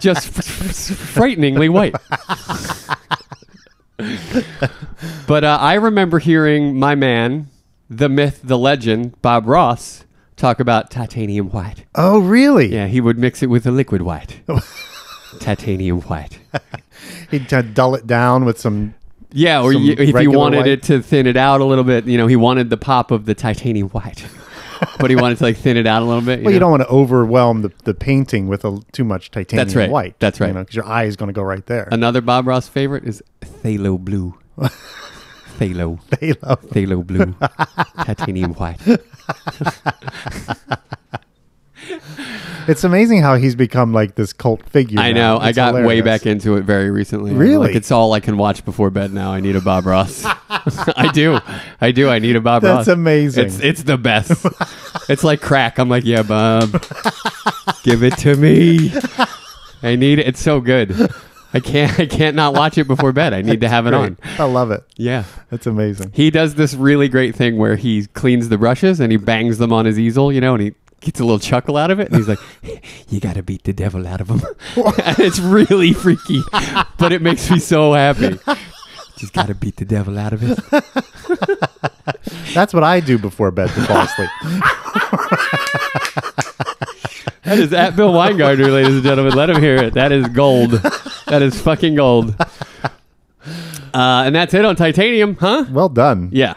S2: Just f- f- frighteningly white. but uh, I remember hearing my man, the myth, the legend, Bob Ross, talk about titanium white.
S1: Oh, really?
S2: Yeah, he would mix it with a liquid white. titanium white.
S1: He'd t- dull it down with some.
S2: Yeah, or
S1: Some
S2: you, if you
S1: regular
S2: wanted
S1: white?
S2: it to thin it out a little bit, you know, he wanted the pop of the titanium white. but he wanted to like thin it out a little bit.
S1: Well,
S2: know?
S1: you don't want to overwhelm the, the painting with a, too much titanium
S2: That's right.
S1: white.
S2: That's right.
S1: You know, because your eye is going to go right there.
S2: Another Bob Ross favorite is Thalo Blue. Thalo.
S1: Halo.
S2: Thalo Blue. Titanium White.
S1: It's amazing how he's become like this cult figure.
S2: I
S1: now.
S2: know. I
S1: It's
S2: got way
S1: hilarious.
S2: back into it very recently. I'm
S1: Really?
S2: Like, it's all I can watch before bed now. I need a Bob Ross. I do. I do. I need a Bob Ross.
S1: That's amazing.
S2: It's, it's the best. it's like crack. I'm like, yeah, Bob, give it to me. I need it. It's so good. I can't. I can't not watch it before bed. I need to have it
S1: Great.
S2: on.
S1: I love it.
S2: Yeah.
S1: That's amazing.
S2: he does this really great thing where he cleans the brushes and he bangs them on his easel, you know, and he gets a little chuckle out of it. And he's like, "You got to beat the devil out of him." and it's really freaky, but it makes me so happy. Just got to beat the devil out of it.
S1: That's what I do before bed to fall asleep.
S2: That is at Bill Weingartner, ladies and gentlemen. Let him hear it. That is gold. That is fucking gold. Uh, and that's it on titanium, huh?
S1: well done.
S2: Yeah.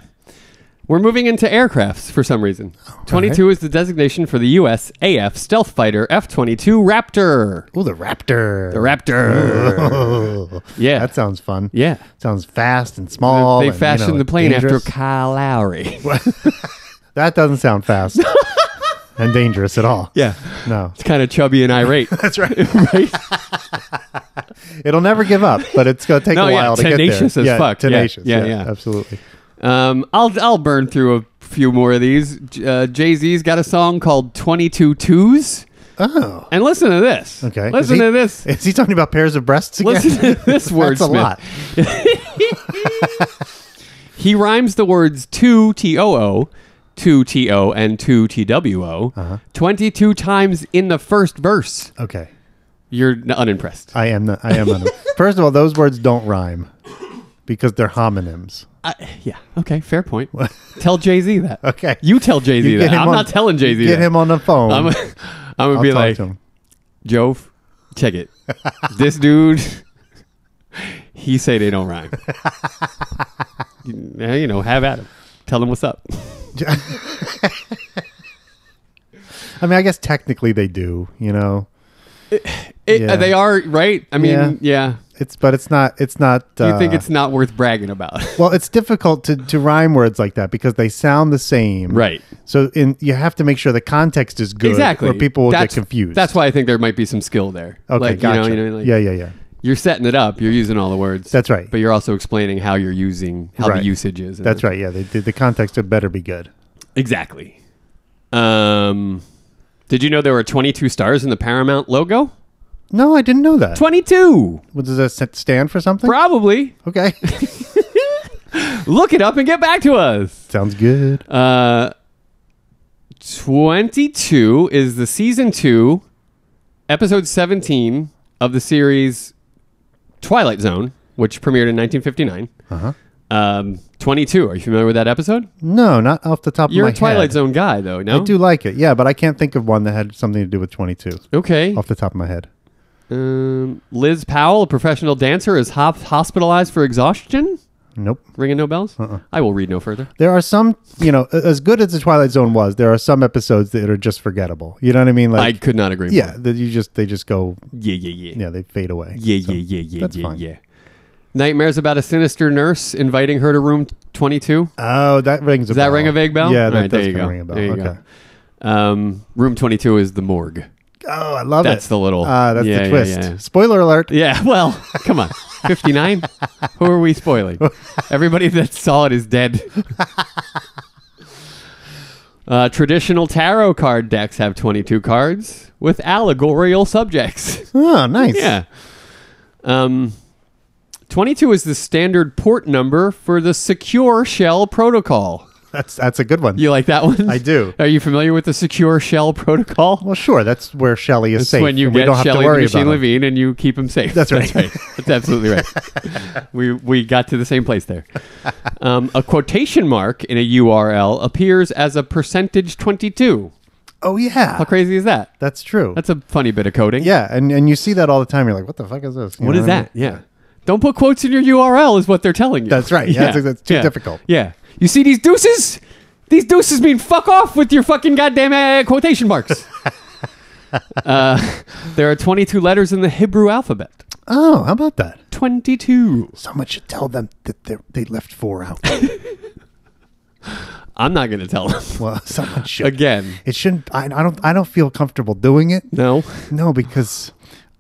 S2: We're moving into aircrafts for some reason. 22 is the designation for the U.S. AF stealth fighter F 22 Raptor.
S1: Oh, the raptor.
S2: The Raptor.
S1: Oh,
S2: Yeah.
S1: that sounds fun.
S2: yeah.
S1: Sounds fast and small.
S2: they
S1: and, you
S2: fashioned
S1: know,
S2: the plane
S1: dangerous.
S2: after Kyle Lowry.
S1: That doesn't sound fast and dangerous at all.
S2: yeah.
S1: No,
S2: It's kind of chubby and irate. That's right. right?
S1: it'll never give up, but it's going to take
S2: No,
S1: a
S2: yeah,
S1: while to get there.
S2: tenacious as
S1: yeah,
S2: fuck. Yeah,
S1: Tenacious.
S2: yeah,
S1: Yeah,
S2: yeah.
S1: absolutely.
S2: Um, I'll, I'll burn through a few more of these. J- Uh, Jay Z's got a song called 22 Twos.
S1: Oh,
S2: And listen to this.
S1: okay. Is
S2: Listen
S1: he-
S2: to this.
S1: Is he talking about pairs of breasts again?
S2: Listen to this wordsmith.
S1: That's a lot.
S2: He rhymes the words two T O O, two T O, and two T W
S1: Uh-huh.
S2: O 22 times in the first verse.
S1: Okay,
S2: You're n- unimpressed.
S1: I am. Not, I am. Not, first of all, those words don't rhyme because they're homonyms.
S2: I, yeah. Okay. Fair point. tell Jay Z that.
S1: Okay.
S2: You tell Jay Z
S1: You get
S2: that.
S1: him
S2: I'm
S1: on-
S2: not telling Jay Z
S1: Get
S2: that.
S1: him on the phone.
S2: I'm, I'm going to
S1: I'll
S2: be
S1: talk
S2: like,
S1: to him.
S2: Jove, check it. this dude, He say they don't rhyme. you, eh, you know, have at him. Tell him what's up.
S1: I mean, I guess technically they do. You know,
S2: It,
S1: Yeah.
S2: They are right. I mean,
S1: Yeah.
S2: yeah.
S1: it's but it's not. It's not. Uh,
S2: You think it's not worth bragging about,
S1: well? It's difficult to to rhyme words like that because they sound the same,
S2: right?
S1: So in you have to make sure the context is good,
S2: exactly.
S1: or people will
S2: that's,
S1: get confused.
S2: That's why I think there might be some skill there.
S1: Okay,
S2: like,
S1: gotcha.
S2: You know, you know, like,
S1: yeah, yeah, yeah.
S2: You're setting it up. You're using all the words.
S1: That's right.
S2: But you're also explaining how you're using how
S1: Right.
S2: the usage is. and
S1: That's right. Yeah, the, the, the context would better be good.
S2: Exactly. Um, did you know there were 22 stars in the Paramount logo?
S1: No, I didn't know that.
S2: 22,
S1: What, Does that s- stand for something?
S2: probably.
S1: Okay,
S2: Look it up and get back to us.
S1: sounds good.
S2: Uh, 22 is the season two, episode 17 of the series Twilight Zone, which premiered in 1959.
S1: Uh-huh.
S2: Um, 22. Are you familiar with that episode?
S1: No, not off the top
S2: You're
S1: of
S2: a
S1: my
S2: Twilight
S1: head.
S2: Zone guy, though. No.
S1: I do like it. Yeah, but I can't think of one that had something to do with 22
S2: Okay.
S1: off the top of my head.
S2: Um, Liz Powell, a professional dancer, is hop- hospitalized for exhaustion.
S1: Nope.
S2: Ringing no bells?
S1: Uh-uh.
S2: I will read no further.
S1: There are some, you know, a- as good as the Twilight Zone was, there are some episodes that are just forgettable. You know what I mean?
S2: I
S1: Like,
S2: could not agree
S1: yeah,
S2: more.
S1: that you just they just go,
S2: Yeah, yeah, yeah.
S1: yeah, they fade away.
S2: Yeah, yeah, yeah, yeah,
S1: that's
S2: yeah,
S1: fine.
S2: yeah. Nightmares about a sinister nurse inviting her to room 22.
S1: Oh, that rings a
S2: Does that
S1: bell.
S2: ring a vague bell?
S1: Yeah,
S2: All
S1: that
S2: right,
S1: does
S2: there you
S1: kinda
S2: go.
S1: ring a bell.
S2: There you
S1: okay.
S2: go. Um, room 22 is the morgue.
S1: Oh, I love it.
S2: That's the little-
S1: Ah, that's
S2: Yeah,
S1: the
S2: yeah,
S1: twist.
S2: yeah.
S1: Spoiler alert.
S2: Yeah, well, come on. 59? Who are we spoiling? Everybody that saw it is dead. Uh, traditional tarot card decks have 22 cards with allegorical subjects.
S1: Oh, nice.
S2: yeah. Um, 22 is the standard port number for the Secure Shell Protocol.
S1: That's that's a good one.
S2: You like that one?
S1: I do.
S2: Are you familiar with the Secure Shell Protocol?
S1: Well, sure. That's where Shelley is
S2: That's
S1: safe.
S2: when you
S1: and we
S2: get
S1: don't have
S2: Shelly
S1: to
S2: the
S1: worry
S2: Machine
S1: about it.
S2: Levine and you keep him safe.
S1: That's right.
S2: That's, That's absolutely right. we we got to the same place there. Um, a quotation mark in a URL appears as a percentage twenty two.
S1: Oh yeah,
S2: How crazy is that?
S1: that's true.
S2: That's a funny bit of coding.
S1: yeah, and and you see that all the time. You're like, what the fuck is this? You
S2: What
S1: know
S2: is
S1: I mean?
S2: that? Yeah. Don't put quotes in your URL is what they're telling you.
S1: That's right. Yeah, it's- it's too difficult.
S2: Yeah. You see these deuces? These deuces mean fuck off with your fucking goddamn uh, quotation marks. uh, there are 22 letters in the Hebrew alphabet.
S1: Oh, how about that?
S2: 22.
S1: Someone should tell them that they they left four out.
S2: I'm not going to tell them.
S1: well, someone should.
S2: Again.
S1: It shouldn't. I, I don't. I don't feel comfortable doing it.
S2: No.
S1: No, because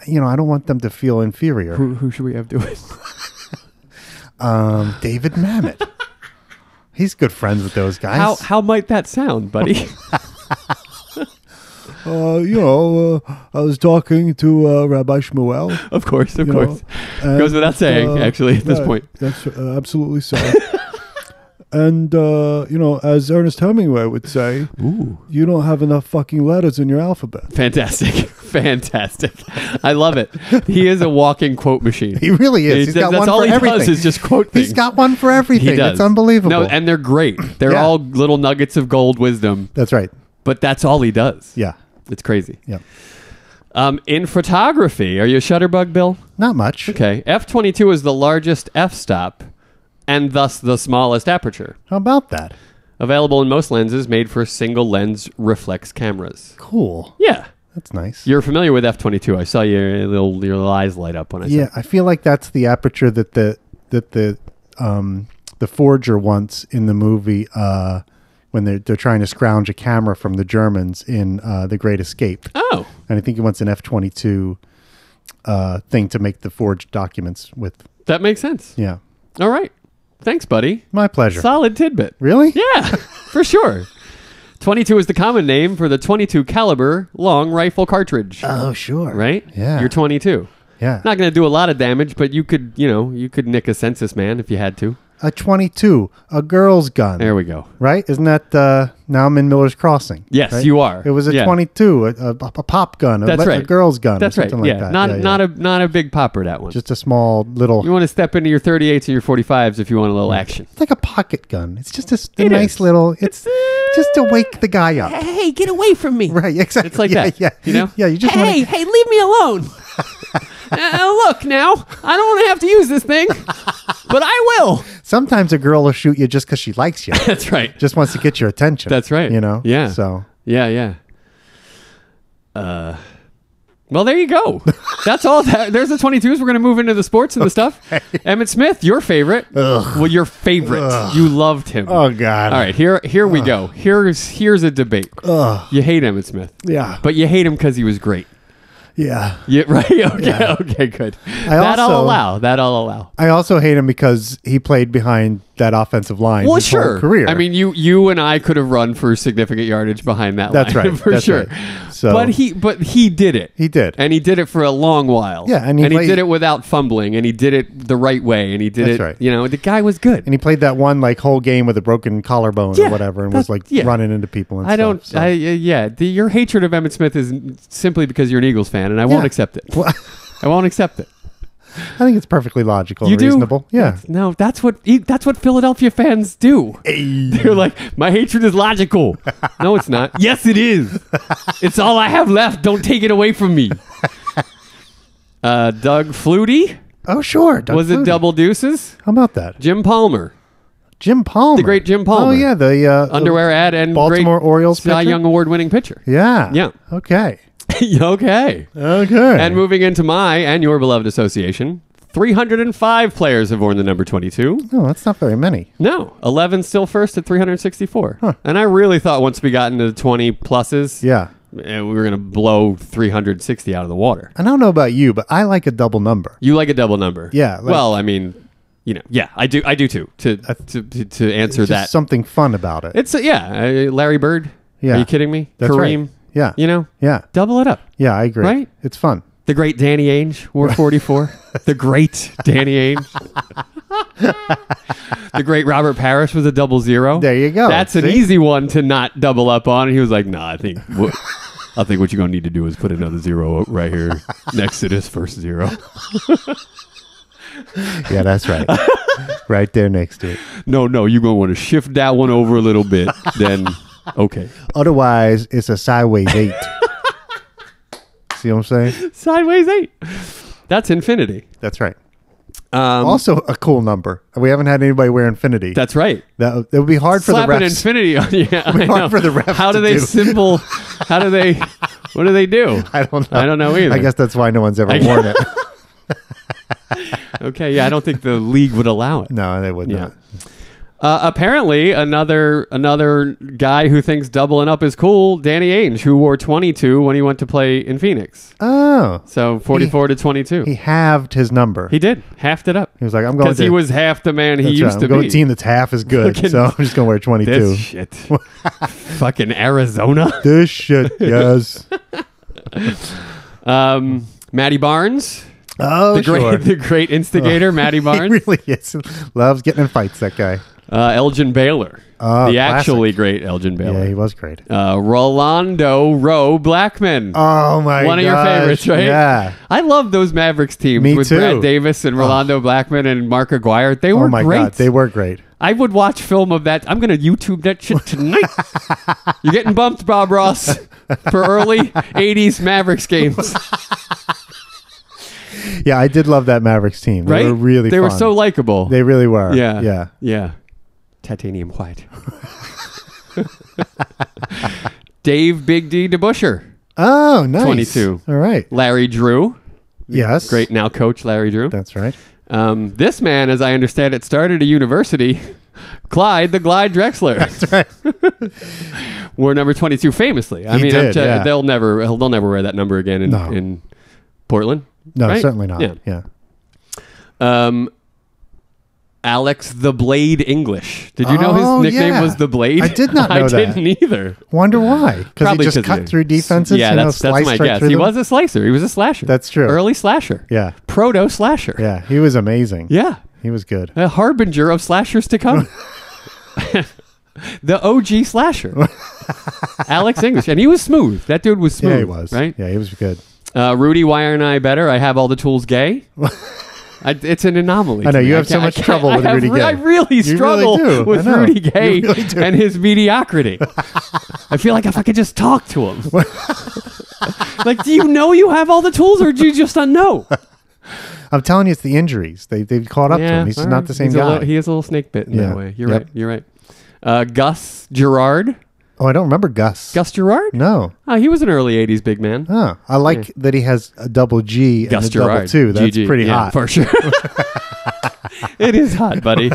S1: you know I don't want them to feel inferior.
S2: Who, who should we have do it?
S1: Um, David Mamet. He's good friends with those guys.
S2: How, how might that sound, buddy?
S1: uh, you know, uh, I was talking to uh, Rabbi Shmuel.
S2: of course, of
S1: you know,
S2: course.
S1: and,
S2: Goes without saying,
S1: uh,
S2: actually, at this
S1: yeah,
S2: point.
S1: That's uh, absolutely so. and, uh, you know, as Ernest Hemingway would say,
S2: Ooh.
S1: you don't have enough fucking letters in your alphabet.
S2: Fantastic. Fantastic. I love it. He is a walking quote machine.
S1: He really is. He's
S2: That-
S1: got
S2: that's
S1: one
S2: all
S1: for
S2: he
S1: everything.
S2: does is just quote things.
S1: He's got one for
S2: He
S1: everything.
S2: does.
S1: It's unbelievable.
S2: No, and they're great. They're
S1: Yeah.
S2: all little nuggets of gold wisdom,
S1: that's right.
S2: but that's all he does.
S1: Yeah.
S2: It's crazy.
S1: Yeah.
S2: Um, in photography, are you a shutterbug, Bill?
S1: Not much.
S2: Okay. F22 is the largest f stop and thus the smallest aperture.
S1: How about that?
S2: Available in most lenses made for single lens reflex cameras.
S1: Cool.
S2: Yeah.
S1: That's nice.
S2: You're familiar with F22. I saw your little your eyes light up when I
S1: Yeah,
S2: said
S1: I feel like that's the aperture that the that the um the forger wants in the movie uh when they're they're trying to scrounge a camera from the Germans in uh The Great Escape.
S2: Oh.
S1: And I think he wants an F twenty two uh thing to make the forged documents with.
S2: That makes sense.
S1: Yeah.
S2: All right. Thanks, buddy.
S1: My pleasure.
S2: Solid tidbit.
S1: really?
S2: Yeah, for sure. 22 is the common name for the 22 caliber long rifle cartridge,
S1: Oh sure.
S2: right?
S1: Yeah.
S2: You're 22.
S1: Yeah.
S2: Not going to do a lot of damage, but you could, you know, you could nick a census man if you had to.
S1: a 22, a girl's gun.
S2: There we go.
S1: right? Isn't that uh, now I'm in Miller's Crossing?
S2: Yes,
S1: right?
S2: you are.
S1: It was a
S2: Yeah.
S1: 22, a, a, a pop gun, a,
S2: That's
S1: le-
S2: right.
S1: a girl's gun,
S2: That's
S1: or
S2: right.
S1: something
S2: yeah.
S1: like that.
S2: Not
S1: Yeah, yeah.
S2: not a not a big popper that one.
S1: just a small little.
S2: you want to step into your 38s or your 45s if you want a little action.
S1: it's like a pocket gun. It's just a, s- a
S2: It
S1: nice
S2: is.
S1: little. It's just to wake the guy up,
S2: Hey, get away from me.
S1: right? Exactly.
S2: It's like
S1: yeah,
S2: that.
S1: Yeah,
S2: You know?
S1: Yeah, you just
S2: Hey,
S1: want.
S2: hey, leave me alone. Uh, look now, I don't want to have to use this thing, but I will.
S1: Sometimes a girl will shoot you just because she likes you,
S2: That's right.
S1: just wants to get your attention.
S2: That's right.
S1: You know.
S2: Yeah.
S1: So
S2: Yeah, yeah. Uh, well, there you go. That's all. That, there's the 22s. We're going to move into the sports and the stuff. Emmett Smith, your favorite. Well, your favorite. You loved him.
S1: Oh, God.
S2: All right, here here we go. Here's here's a debate. You hate Emmett Smith,
S1: yeah,
S2: but you hate him because he was great.
S1: yeah.
S2: Yeah, right. Okay. Okay. Good. that I'll
S1: also-
S2: allow. That I'll allow.
S1: I also hate him because he played behind that offensive line.
S2: Well,
S1: his whole
S2: sure.
S1: Career.
S2: I mean, you you and I could have run for significant yardage behind that
S1: That's
S2: line.
S1: right.
S2: for
S1: That's
S2: sure.
S1: right. So-
S2: but he but he did it.
S1: He did.
S2: and he did it for a long while.
S1: Yeah, and he played-
S2: did it without fumbling, and he did it the right way, and he did
S1: That's
S2: it.
S1: right.
S2: You know, the guy was good.
S1: And he played that one like whole game with a broken collarbone
S2: Yeah,
S1: or whatever, and
S2: that-
S1: was like
S2: yeah.
S1: running into people. And
S2: I don't.
S1: Stuff, so.
S2: I uh, yeah. The, your hatred of Emmett Smith is simply because you're an Eagles fan, and I won't
S1: Yeah.
S2: accept it.
S1: Well,
S2: I won't accept it.
S1: I think it's perfectly logical,
S2: You
S1: and
S2: do
S1: reasonable. Yeah,
S2: That's- No, that's what e- that's what Philadelphia fans do. They're like, my hatred is logical. no, it's not. Yes, it is. it's all I have left. Don't take it away from me. Uh, Doug Flutie
S1: Oh sure. Doug
S2: was
S1: Flutie.
S2: it double deuces?
S1: How about that?
S2: Jim Palmer.
S1: Jim Palmer, the
S2: great Jim Palmer.
S1: Oh yeah, the uh,
S2: underwear ad and
S1: Baltimore
S2: great
S1: Orioles
S2: Cy
S1: pitcher?
S2: Young Award winning pitcher.
S1: Yeah.
S2: Yeah.
S1: Okay.
S2: okay.
S1: Okay.
S2: And moving into my and your beloved association, 305 players have worn the number 22.
S1: no, that's not very many.
S2: No, 11 still first at 364. And I really thought once we got into the 20 pluses,
S1: Yeah.
S2: eh, we were going to blow 360 out of the water.
S1: And I don't know about you, but I like a double number.
S2: You like a double number?
S1: Yeah, like-
S2: well, I mean, you know, yeah, I do. I do too. To to, to, to answer
S1: There's
S2: that,
S1: just something fun about it.
S2: it's a, yeah, uh, Larry Bird.
S1: Yeah.
S2: Are you kidding me?
S1: That's right.
S2: Kareem.
S1: Yeah.
S2: You know.
S1: yeah.
S2: Double it up.
S1: Yeah, I agree.
S2: Right?
S1: It's fun.
S2: The great Danny Ainge wore 44. the great Danny Ainge. the great Robert Parrish was a double zero.
S1: There you go.
S2: That's an
S1: See?
S2: easy one to not double up on. And he was like, nah, I think. wha- I think what you're gonna need to do is put another zero right here next to this first zero.
S1: Yeah, that's right. right there next to it.
S2: No, no, you're gonna want to shift that one over a little bit. Then, okay,
S1: Otherwise, it's a sideways eight. See what I'm saying?
S2: sideways eight. That's infinity.
S1: That's right.
S2: Um,
S1: Also, a cool number. We haven't had anybody wear infinity.
S2: that's right.
S1: that it would be hard for
S2: slapping
S1: the refs.
S2: infinity on you. Yeah, I
S1: Hard
S2: know.
S1: for the refs
S2: How do
S1: to
S2: they
S1: do.
S2: symbol? How do they? What do they do?
S1: I don't know.
S2: I don't know either.
S1: I guess that's why no one's ever
S2: I guess-
S1: worn it.
S2: Okay, yeah, I don't think the league would allow it.
S1: No, they would
S2: Yeah.
S1: not.
S2: Uh, apparently, another another guy who thinks doubling up is cool, Danny Ainge, who wore 22 when he went to play in Phoenix.
S1: Oh,
S2: So 44 to 22.
S1: he
S2: He,
S1: halved his number. He,
S2: did halved it up. He
S1: was like, "I'm going
S2: because he
S1: to-
S2: was half the man he
S1: that's
S2: used
S1: right.
S2: to
S1: I'm going
S2: be.
S1: a team that's half as good,
S2: Fucking-
S1: so I'm just going to wear 22."
S2: this shit, fucking Arizona.
S1: This shit, yes.
S2: Um, Matty Barnes,
S1: Oh,
S2: the great
S1: sure.
S2: the great instigator, Matty
S1: he
S2: Barnes.
S1: really is. Loves getting in fights. That guy.
S2: Uh, Elgin Baylor.
S1: Ah,
S2: the
S1: classic.
S2: actually great Elgin
S1: Yeah,
S2: Baylor.
S1: he was great.
S2: uh, Rolando Rowe Blackman. one
S1: Oh my!
S2: of your
S1: gosh,
S2: favorites, right?
S1: Yeah.
S2: I love those Mavericks teams
S1: Me
S2: with
S1: too. Ah.
S2: Brad Davis and Rolando Blackman and Mark Aguirre. They were
S1: Oh my
S2: great.
S1: god, they were great.
S2: I would watch film of that. I'm going to YouTube that shit tonight. You're getting bumped, Bob Ross, for early 80s Mavericks games,
S1: Yeah, I did love that Mavericks team. They
S2: right?
S1: were really
S2: They were
S1: fun.
S2: so likable.
S1: They really were.
S2: Yeah.
S1: Yeah.
S2: Yeah. Titanium white. Dave Big D DeBuscher.
S1: Oh, nice.
S2: 22.
S1: All right.
S2: Larry Drew.
S1: Yes.
S2: Great now coach Larry Drew.
S1: That's right.
S2: Um, this man, as I understand it, started a university. Clyde the Glide Drexler. That's right. Wore number 22 famously. I
S1: He
S2: mean, I'm
S1: did,
S2: ju-
S1: yeah.
S2: they'll never they'll never wear that number again in,
S1: No.
S2: in Portland.
S1: No,
S2: right?
S1: certainly not.
S2: Yeah.
S1: Yeah.
S2: Um, Alex the Blade English. Did you know
S1: Oh,
S2: his nickname
S1: yeah.
S2: was the Blade?
S1: I did not
S2: I
S1: know that.
S2: didn't either.
S1: Wonder why? Because he just cut
S2: of-
S1: through defenses.
S2: Yeah,
S1: you know,
S2: that's, that's
S1: sliced
S2: my
S1: right
S2: guess.
S1: through
S2: He
S1: them.
S2: was a slicer. He was a slasher.
S1: That's true.
S2: Early slasher.
S1: Yeah.
S2: Proto slasher.
S1: Yeah, he was amazing.
S2: Yeah.
S1: He was good.
S2: a harbinger of slashers to come. the OG slasher, Alex English, and he was smooth. That dude was smooth.
S1: Yeah, he was.
S2: right.
S1: Yeah, he was good.
S2: Uh, Rudy, why aren't I better? I have all the tools. Gay. I, it's an anomaly.
S1: I
S2: to
S1: know,
S2: me.
S1: you have so
S2: can't-
S1: much
S2: can't-
S1: trouble
S2: I
S1: with
S2: have
S1: Rudy
S2: re-
S1: Gay.
S2: I really
S1: You really
S2: struggle
S1: do.
S2: with
S1: I know.
S2: Rudy
S1: You
S2: Gay
S1: really do.
S2: and his mediocrity. I feel like if I could just talk to him. like, do you know you have all the tools, or do you just not know?
S1: I'm telling you, it's the injuries. They they've caught up to him. He's just
S2: all
S1: not
S2: right.
S1: the same
S2: He's a
S1: guy.
S2: little- he is a little snake bit in
S1: Yeah.
S2: that way. You're
S1: Yep.
S2: right. You're right. Uh, Gus Gerard.
S1: oh, I don't remember Gus.
S2: Gus Gerard?
S1: No. Oh,
S2: Oh, he was an early 80s big man.
S1: Huh. I like that he has a double G and
S2: Gus
S1: a double
S2: Gerard.
S1: two. That's
S2: GG.
S1: pretty
S2: Yeah,
S1: hot.
S2: For sure. it is hot, buddy.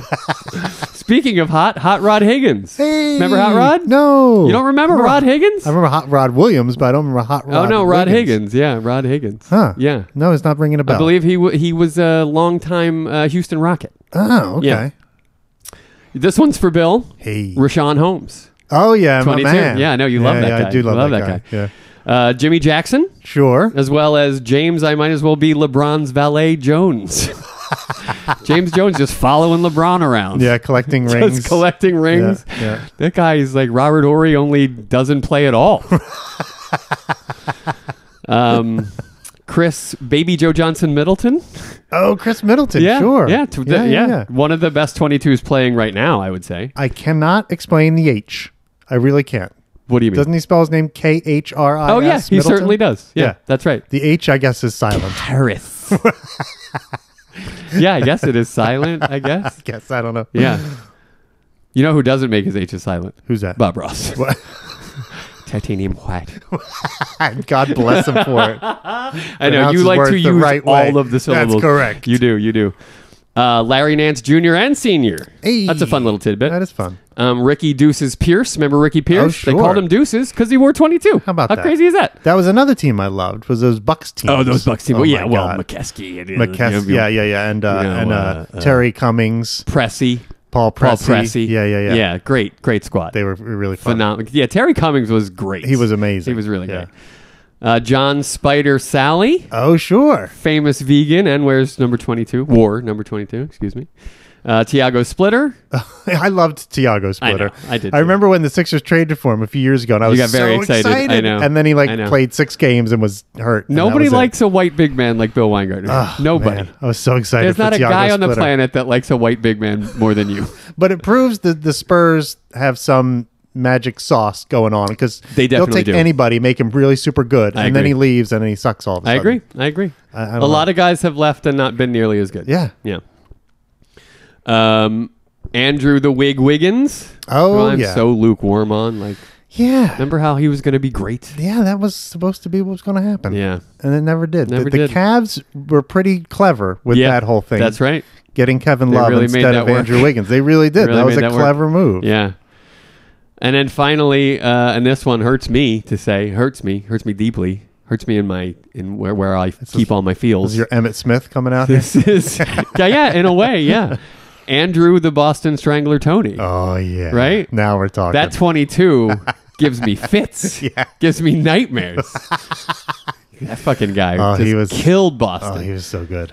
S2: Speaking of hot, Hot Rod Higgins.
S1: Hey,
S2: Remember Hot Rod?
S1: No.
S2: You don't remember Rod Higgins?
S1: I remember Hot Rod Williams, but I don't remember Hot Rod.
S2: oh, no, Rod Higgins. Yeah, Rod Higgins.
S1: Huh.
S2: Yeah.
S1: No, it's not ringing a bell.
S2: I believe he, w- he was a longtime uh, Houston Rocket.
S1: Oh, okay.
S2: Yeah. This one's for Bill.
S1: Hey.
S2: Rashawn Holmes.
S1: oh yeah, my
S2: 22.
S1: man.
S2: Yeah, I know, you love that
S1: yeah,
S2: guy.
S1: I do love,
S2: Love
S1: that,
S2: that
S1: guy.
S2: guy.
S1: Yeah.
S2: Uh, Jimmy Jackson.
S1: Sure.
S2: as well as James. I might as well be LeBron's valet, Jones. James Jones just following LeBron around.
S1: Yeah, collecting
S2: Just
S1: rings.
S2: collecting rings.
S1: Yeah, yeah.
S2: That guy is like Robert Ory, only doesn't play at all. um, Chris, baby Joe Johnson Middleton.
S1: Oh, Chris Middleton.
S2: Yeah,
S1: Sure.
S2: Yeah, to- yeah, One of the best 22s playing right now, I would say.
S1: I cannot explain the H. I really can't.
S2: What do you mean?
S1: Doesn't he spell his name K H R I?
S2: oh, yeah, he certainly does. Yeah,
S1: Yeah.
S2: that's right.
S1: The H, I guess, is silent.
S2: Harris. yeah, I guess it is silent, I guess.
S1: guess I don't know.
S2: Yeah. You know who doesn't make his H's silent?
S1: Who's that?
S2: Bob Ross.
S1: What?
S2: Titanium white.
S1: God bless him for it.
S2: I know
S1: Pronounces
S2: you like to
S1: words the
S2: use
S1: right
S2: all
S1: way.
S2: of the
S1: That's
S2: syllables.
S1: correct.
S2: You do. You do. Uh, Larry Nance Jr. and Senior.
S1: Hey.
S2: That's a fun little tidbit.
S1: That is fun. Oh,
S2: um, Ricky Deuces Pierce. Remember Ricky Pierce? They
S1: sure.
S2: called him Deuces because he wore 22.
S1: How about
S2: How
S1: that?
S2: crazy is that?
S1: That was another team I loved. Was those Bucks teams?
S2: Oh, those Bucks team.
S1: Oh,
S2: well,
S1: my
S2: yeah, well,
S1: God.
S2: McKeskey. and- uh,
S1: McKess.
S2: you know,
S1: Yeah, yeah, yeah, and uh,
S2: you know,
S1: and uh,
S2: uh, uh,
S1: Terry Cummings,
S2: Pressy.
S1: Paul Pressey.
S2: Paul Pressy.
S1: Yeah, yeah, yeah,
S2: Yeah, great, great squad.
S1: They were really fun.
S2: phenomenal. Yeah, Terry Cummings was great.
S1: He was amazing.
S2: He was really
S1: Yeah.
S2: great. Uh, John Spider Sally,
S1: Oh, sure.
S2: famous vegan, and wears number 22, wore number 22, excuse me. Uh, Tiago Splitter.
S1: I loved Tiago Splitter.
S2: know. I did
S1: I
S2: too.
S1: remember when the Sixers traded for him a few years ago, and I was
S2: got very
S1: so
S2: excited.
S1: excited.
S2: I know.
S1: And then he
S2: I
S1: like
S2: know.
S1: played six games and was hurt. and that
S2: Nobody
S1: was it.
S2: likes a white big man like Bill Weingartner.
S1: Ah,
S2: Nobody.
S1: man, I was so excited.
S2: There's
S1: for
S2: not a
S1: Tiago
S2: guy on the
S1: Splitter.
S2: planet that likes a white big man more than you.
S1: but it proves that the Spurs have some magic sauce going on because
S2: They
S1: will
S2: definitely
S1: take
S2: do.
S1: anybody, make him really super good, and
S2: I
S1: then
S2: agree.
S1: he leaves and then he sucks all of a
S2: I
S1: sudden.
S2: agree. I agree.
S1: I- I
S2: A
S1: don't know.
S2: lot of guys have left and not been nearly as good.
S1: Yeah.
S2: Yeah. Um, Andrew the Wig Wiggins.
S1: Oh,
S2: who I'm
S1: yeah.
S2: so lukewarm on. Like,
S1: Yeah.
S2: remember how he was going to be great?
S1: yeah, that was supposed to be what was going to happen.
S2: Yeah.
S1: And it never did.
S2: Never
S1: the, the
S2: did.
S1: Cavs were pretty clever with
S2: Yeah,
S1: that whole thing.
S2: That's right.
S1: Getting Kevin
S2: They
S1: Love
S2: really made
S1: instead
S2: that
S1: of
S2: work.
S1: Andrew Wiggins. They really did.
S2: really
S1: that was a
S2: made that work.
S1: clever move.
S2: Yeah. And then finally, uh, and this one hurts me to say, hurts me, hurts me deeply, hurts me in my in where where I keep all my feels.
S1: Is your Emmett Smith coming out here?
S2: this is yeah, yeah, in a way, yeah. Andrew the Boston Strangler Tony.
S1: Oh, yeah.
S2: Right?
S1: Now we're talking.
S2: that 22 gives me fits.
S1: Yeah.
S2: Gives me nightmares. that fucking guy
S1: Oh,
S2: just
S1: he was-
S2: killed
S1: oh,
S2: Boston.
S1: he was so good.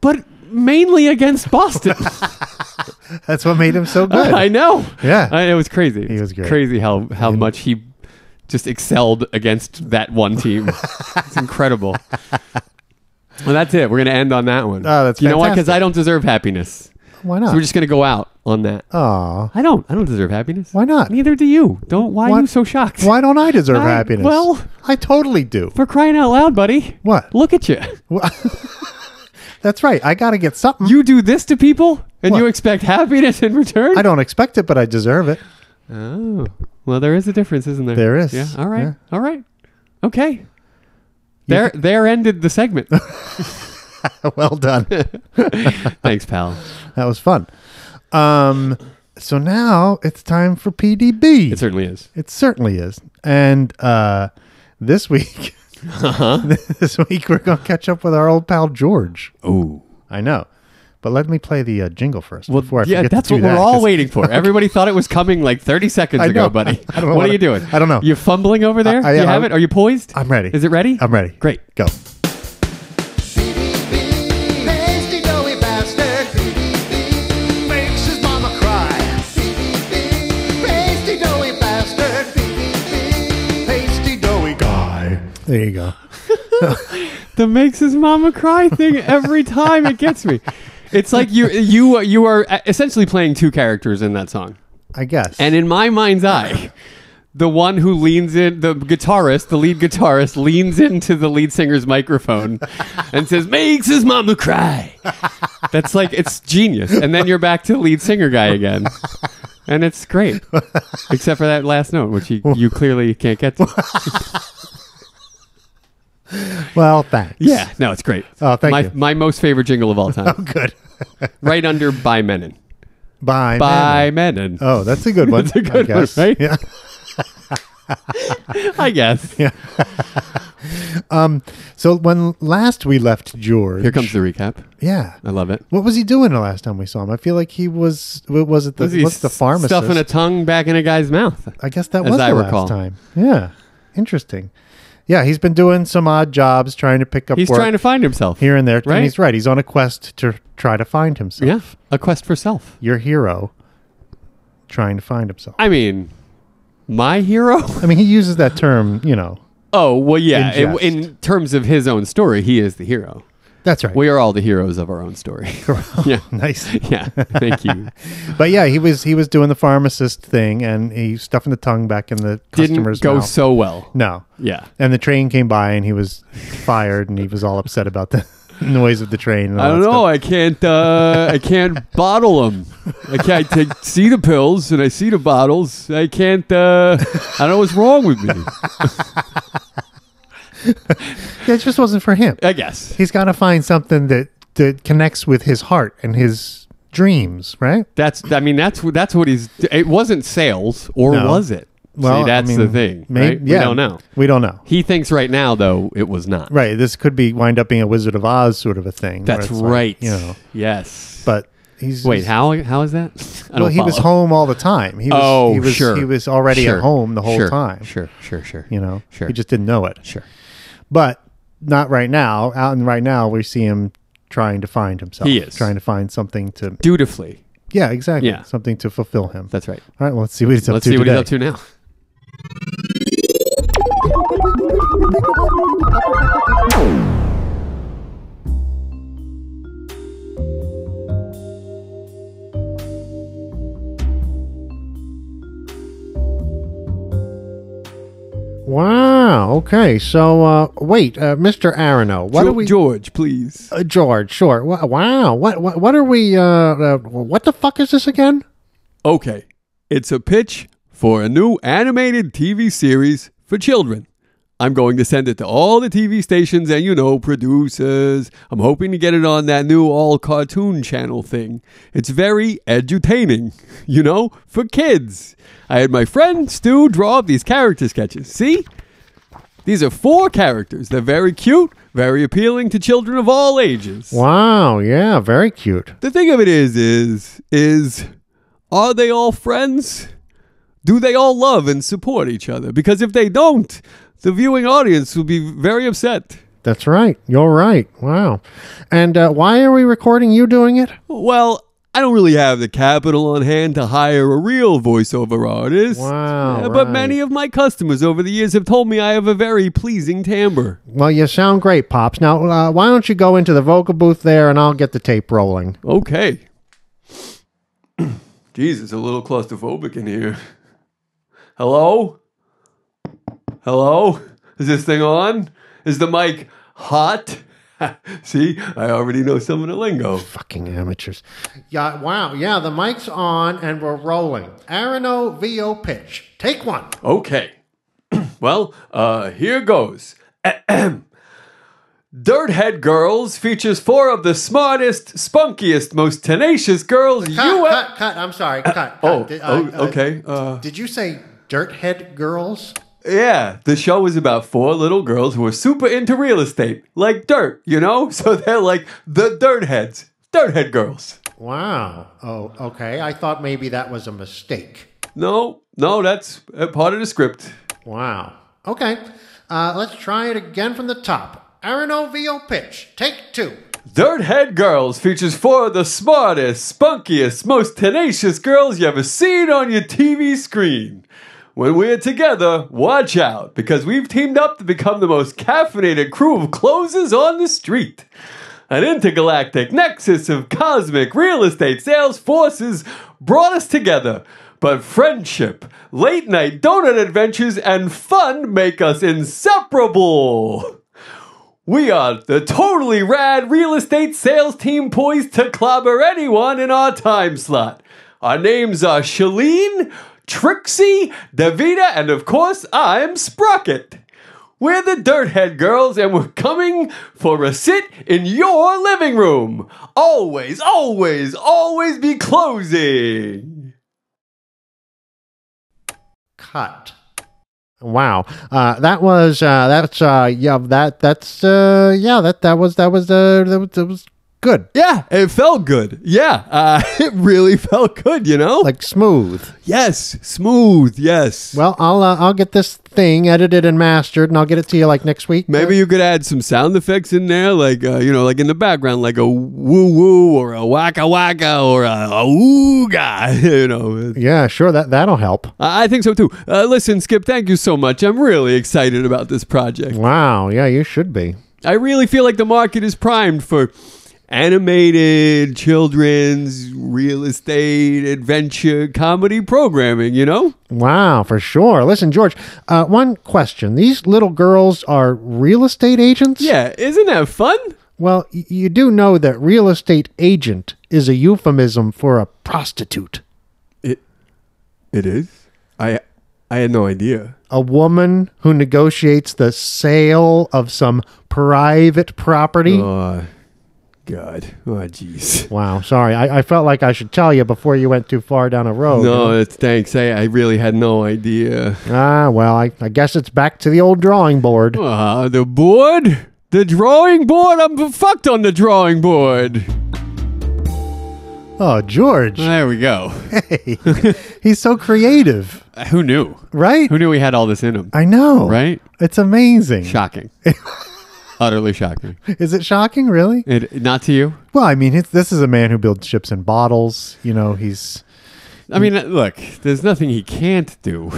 S2: but mainly against Boston.
S1: That's what made him so good.
S2: I know.
S1: Yeah.
S2: I, it was crazy.
S1: He was great.
S2: Crazy how how much he just excelled against that one team. it's incredible. Well, that's it. We're gonna end on that one.
S1: Oh, that's
S2: you know why? Because
S1: fantastic.
S2: I don't deserve happiness.
S1: Why not?
S2: So we're just gonna go out on that.
S1: Aw.
S2: I don't. I don't deserve happiness.
S1: Oh. Why not?
S2: Neither do you. Don't. Why are
S1: Why-
S2: you so shocked?
S1: Why don't I deserve
S2: I-
S1: happiness?
S2: well-
S1: I totally do.
S2: For crying out loud, buddy.
S1: What?
S2: Look at you.
S1: That's right. I got to get something.
S2: You do this to people, and
S1: What?
S2: you expect happiness in return.
S1: I don't expect it, but I deserve it.
S2: Oh, well, there is a difference, isn't there?
S1: There is,
S2: Yeah. All right.
S1: yeah.
S2: All right. Okay. There, there ended the segment.
S1: well done. that
S2: Thanks, pal.
S1: was fun. Um, so now it's time for PDB.
S2: It certainly is.
S1: It certainly is. And uh, this week,
S2: Uh-huh.
S1: this week we're gonna catch up with our old pal George.
S2: Oh,
S1: I know, but let me play the uh, jingle first. Well, before I
S2: yeah.
S1: forget to
S2: That's
S1: do
S2: what we're
S1: that,
S2: all
S1: 'cause-
S2: waiting for. Everybody thought it was coming like 30 seconds
S1: I
S2: ago,
S1: know.
S2: buddy.
S1: I don't know
S2: what,
S1: what
S2: are
S1: I-
S2: you doing?
S1: I don't know.
S2: You fumbling over there?
S1: I-
S2: Do you
S1: I-
S2: have
S1: I-
S2: it? Are you poised?
S1: I'm ready.
S2: Is it ready?
S1: I'm ready.
S2: Great.
S1: Go.
S3: PDB, nasty doughy bastard. PDB,
S2: the makes his mama cry thing every time it gets me. It's like you you you are uh, essentially playing two characters in that song.
S1: I guess.
S2: And in my mind's eye, the one who leans in, the guitarist, the lead guitarist, leans into the lead singer's microphone and says, Makes his mama cry. That's like, it's genius. And then you're back to the lead singer guy again. And it's great. Except for that last note, which you, you clearly can't get to.
S1: well, thanks.
S2: Yeah, no, it's great.
S1: Oh, thank
S2: my,
S1: you.
S2: My most favorite jingle of all time.
S1: Good.
S2: right under By Menon.
S1: Bye.
S2: By
S1: man.
S2: Menon.
S1: Oh, that's a good one.
S2: That's a
S1: I
S2: good one,
S1: guess.
S2: right?
S1: Yeah. Oh.
S2: I guess.
S1: So when last we left George,
S2: Here comes the Oh. recap.
S1: yeah.
S2: I love it.
S1: What was he doing the last time we saw him? I feel like he was. What was it? The,
S2: Was he
S1: what's the
S2: s-
S1: pharmacist?
S2: Stuffing a tongue back in a guy's mouth.
S1: I guess that
S2: as
S1: was
S2: I
S1: the
S2: recall.
S1: last time. Yeah. Interesting. Yeah, he's been doing some odd jobs, trying to pick up
S2: He's
S1: work
S2: trying to find himself.
S1: here and there.
S2: Right?
S1: And he's right. He's on a quest to try to find himself.
S2: Yeah, a quest for self.
S1: Your hero trying to find himself.
S2: I mean, my hero.
S1: I mean, he uses that term, you know.
S2: Oh well, yeah. In,
S1: jest.
S2: in terms of his own story, he is the hero.
S1: That's right.
S2: We are all the heroes of our own story. yeah,
S1: nice.
S2: yeah. Thank you.
S1: But yeah, he was he was doing the pharmacist thing and he stuffing the tongue back in the
S2: Didn't
S1: customer's
S2: go
S1: mouth.
S2: so well.
S1: no.
S2: Yeah.
S1: And the train came by and he was fired and he was all upset about the noise of the train. and all
S2: I don't
S1: that
S2: know. I can't. Uh, I can't bottle them. I can't take, see the pills and I see the bottles. I can't. Uh, I don't know what's wrong with me.
S1: stuff. It just wasn't for him.
S2: I guess
S1: He's got to find something that that connects with his heart and his dreams, right?
S2: that's. I mean, that's that's what he's. It wasn't sales, or
S1: No.
S2: was it? See,
S1: I
S2: that's the
S1: mean,
S2: thing.
S1: may-
S2: right?
S1: yeah,
S2: We don't know.
S1: We don't know.
S2: He thinks right now, though, it was not.
S1: Right. This could be wind up being a Wizard of Oz sort of a thing. where
S2: That's
S1: it's like,
S2: right.
S1: you know,
S2: Yes.
S1: but he's
S2: wait,
S1: he's-
S2: how how is that? I
S1: Well,
S2: don't
S1: he was
S2: follow.
S1: home all the time. He was,
S2: Oh,
S1: he was,
S2: sure.
S1: He was already
S2: Sure.
S1: at home the whole
S2: Sure.
S1: time.
S2: Sure, sure, sure.
S1: You know,
S2: Sure.
S1: he just didn't know it.
S2: sure.
S1: But not right now. Out and right now, we see him trying to find himself.
S2: He is.
S1: trying to find something to.
S2: Dutifully.
S1: Yeah, exactly.
S2: Yeah.
S1: Something to fulfill him.
S2: That's right.
S1: all right. Well, let's see what he's up
S2: Let's
S1: to
S2: see what
S1: today.
S2: he's up to now.
S1: Wow. Okay. So, uh, wait, uh, Mr. Arano, what
S2: Jo-
S1: are we?
S2: George, please.
S1: uh, George, sure. Wha- Wow. What, what? What are we? Uh, uh, what the fuck is this again?
S2: Okay. It's a pitch for a new animated TV series for children. I'm going to send it to all the TV stations and, you know, producers. I'm hoping to get it on that new all cartoon channel thing. It's very edutaining, you know, for kids. I had my friend Stu draw up these character sketches. See? These are four characters. They're very cute, very appealing to children of all ages.
S1: Wow. Yeah. Very cute.
S2: The thing of it is, is, is, are they all friends? Do they all love and support each other? Because if they don't, the viewing audience will be very upset.
S1: That's right. You're right. Wow. And uh, why are we recording you doing it?
S2: Well, I don't really have the capital on hand to hire a real voiceover artist.
S1: Wow,
S2: Uh, But
S1: right.
S2: many of my customers over the years have told me I have a very pleasing timbre.
S1: Well, you sound great, Pops. Now, uh, why don't you go into the vocal booth there and I'll get the tape rolling?
S2: Okay. Jesus, a little claustrophobic in here. Hello? Hello? Is this thing on? Is the mic hot? See, I already know some of the lingo.
S1: Fucking amateurs. Yeah, wow. Yeah, the mic's on and we're rolling. Arano VO pitch. Take one.
S2: Okay. well, uh, here goes. Dirthead Girls features four of the smartest, spunkiest, most tenacious girls you
S1: Cut,
S2: ever.
S1: cut, cut. I'm sorry. Cut. cut.
S2: Oh,
S1: Did-
S2: oh,
S1: uh, uh,
S2: okay. Uh,
S1: Did you say dirthead girls?
S2: Yeah, the show was about four little girls who are super into real estate, like dirt, you know? So they're like the dirt heads, dirt head girls.
S1: Wow. Oh, okay. I thought maybe that was a mistake.
S2: No, no, that's a part of the script.
S1: Wow. Okay. Uh, let's try it again from the top. Aaron Ovio pitch. Take two.
S2: Dirt Head Girls features four of the smartest, spunkiest, most tenacious girls you ever seen on your TV screen. When we're together, watch out, because we've teamed up to become the most caffeinated crew of closes on the street. An intergalactic nexus of cosmic real estate sales forces brought us together. But friendship, late night donut adventures, and fun make us inseparable. We are the totally rad real estate sales team poised to clobber anyone in our time slot. Our names are Shalene, Trixie, Davita, and of course, I'm Sprocket. We're the Dirthead Girls, and we're coming for a sit in your living room. Always, always, always be closing.
S7: cut. Wow, uh, that was uh, that's uh, yeah that that's uh, yeah that that was that was uh, that was, that was good
S2: Yeah, it felt good. Yeah, uh, it really felt good, you know?
S7: like smooth.
S2: yes, smooth, yes.
S7: Well, I'll uh, I'll get this thing edited and mastered, and I'll get it to you like next week.
S2: Maybe you could add some sound effects in there, like uh, you know, like in the background, like a woo woo or a waka waka or a, a ooga. You know,
S7: Yeah, sure. That that'll help.
S2: I I think so too. Uh, listen, Skip, thank you so much. I'm really excited about this project.
S7: Wow. Yeah, you should be.
S2: I really feel like the market is primed for animated children's real estate adventure comedy programming. You know,
S7: Wow, for sure. Listen, George. Uh, one question: These little girls are real estate agents.
S2: yeah, isn't that fun?
S7: Well, y- you do know that real estate agent is a euphemism for a prostitute,
S2: It is. I I had no idea.
S7: a woman who negotiates the sale of some private property.
S2: Oh, God. Oh, jeez.
S7: Wow, sorry. I, I felt like I should tell you before you went too far down a road.
S2: No, it's thanks. I, I really had no idea.
S7: Ah, well, I, I guess it's back to the old drawing board.
S2: Uh, the board? The drawing board? I'm fucked on the drawing board.
S1: Oh, George.
S2: There we go.
S1: He's so creative,
S2: Who knew?
S1: right?
S2: Who knew we had all this in him?
S1: I know.
S2: Right?
S1: It's amazing.
S2: Shocking. Utterly shocking.
S1: Is it shocking, really?
S2: It, not to you?
S1: Well, I mean, it's, this is a man who builds ships in bottles. You know, he's.
S2: I mean, uh, look, there's nothing he can't do,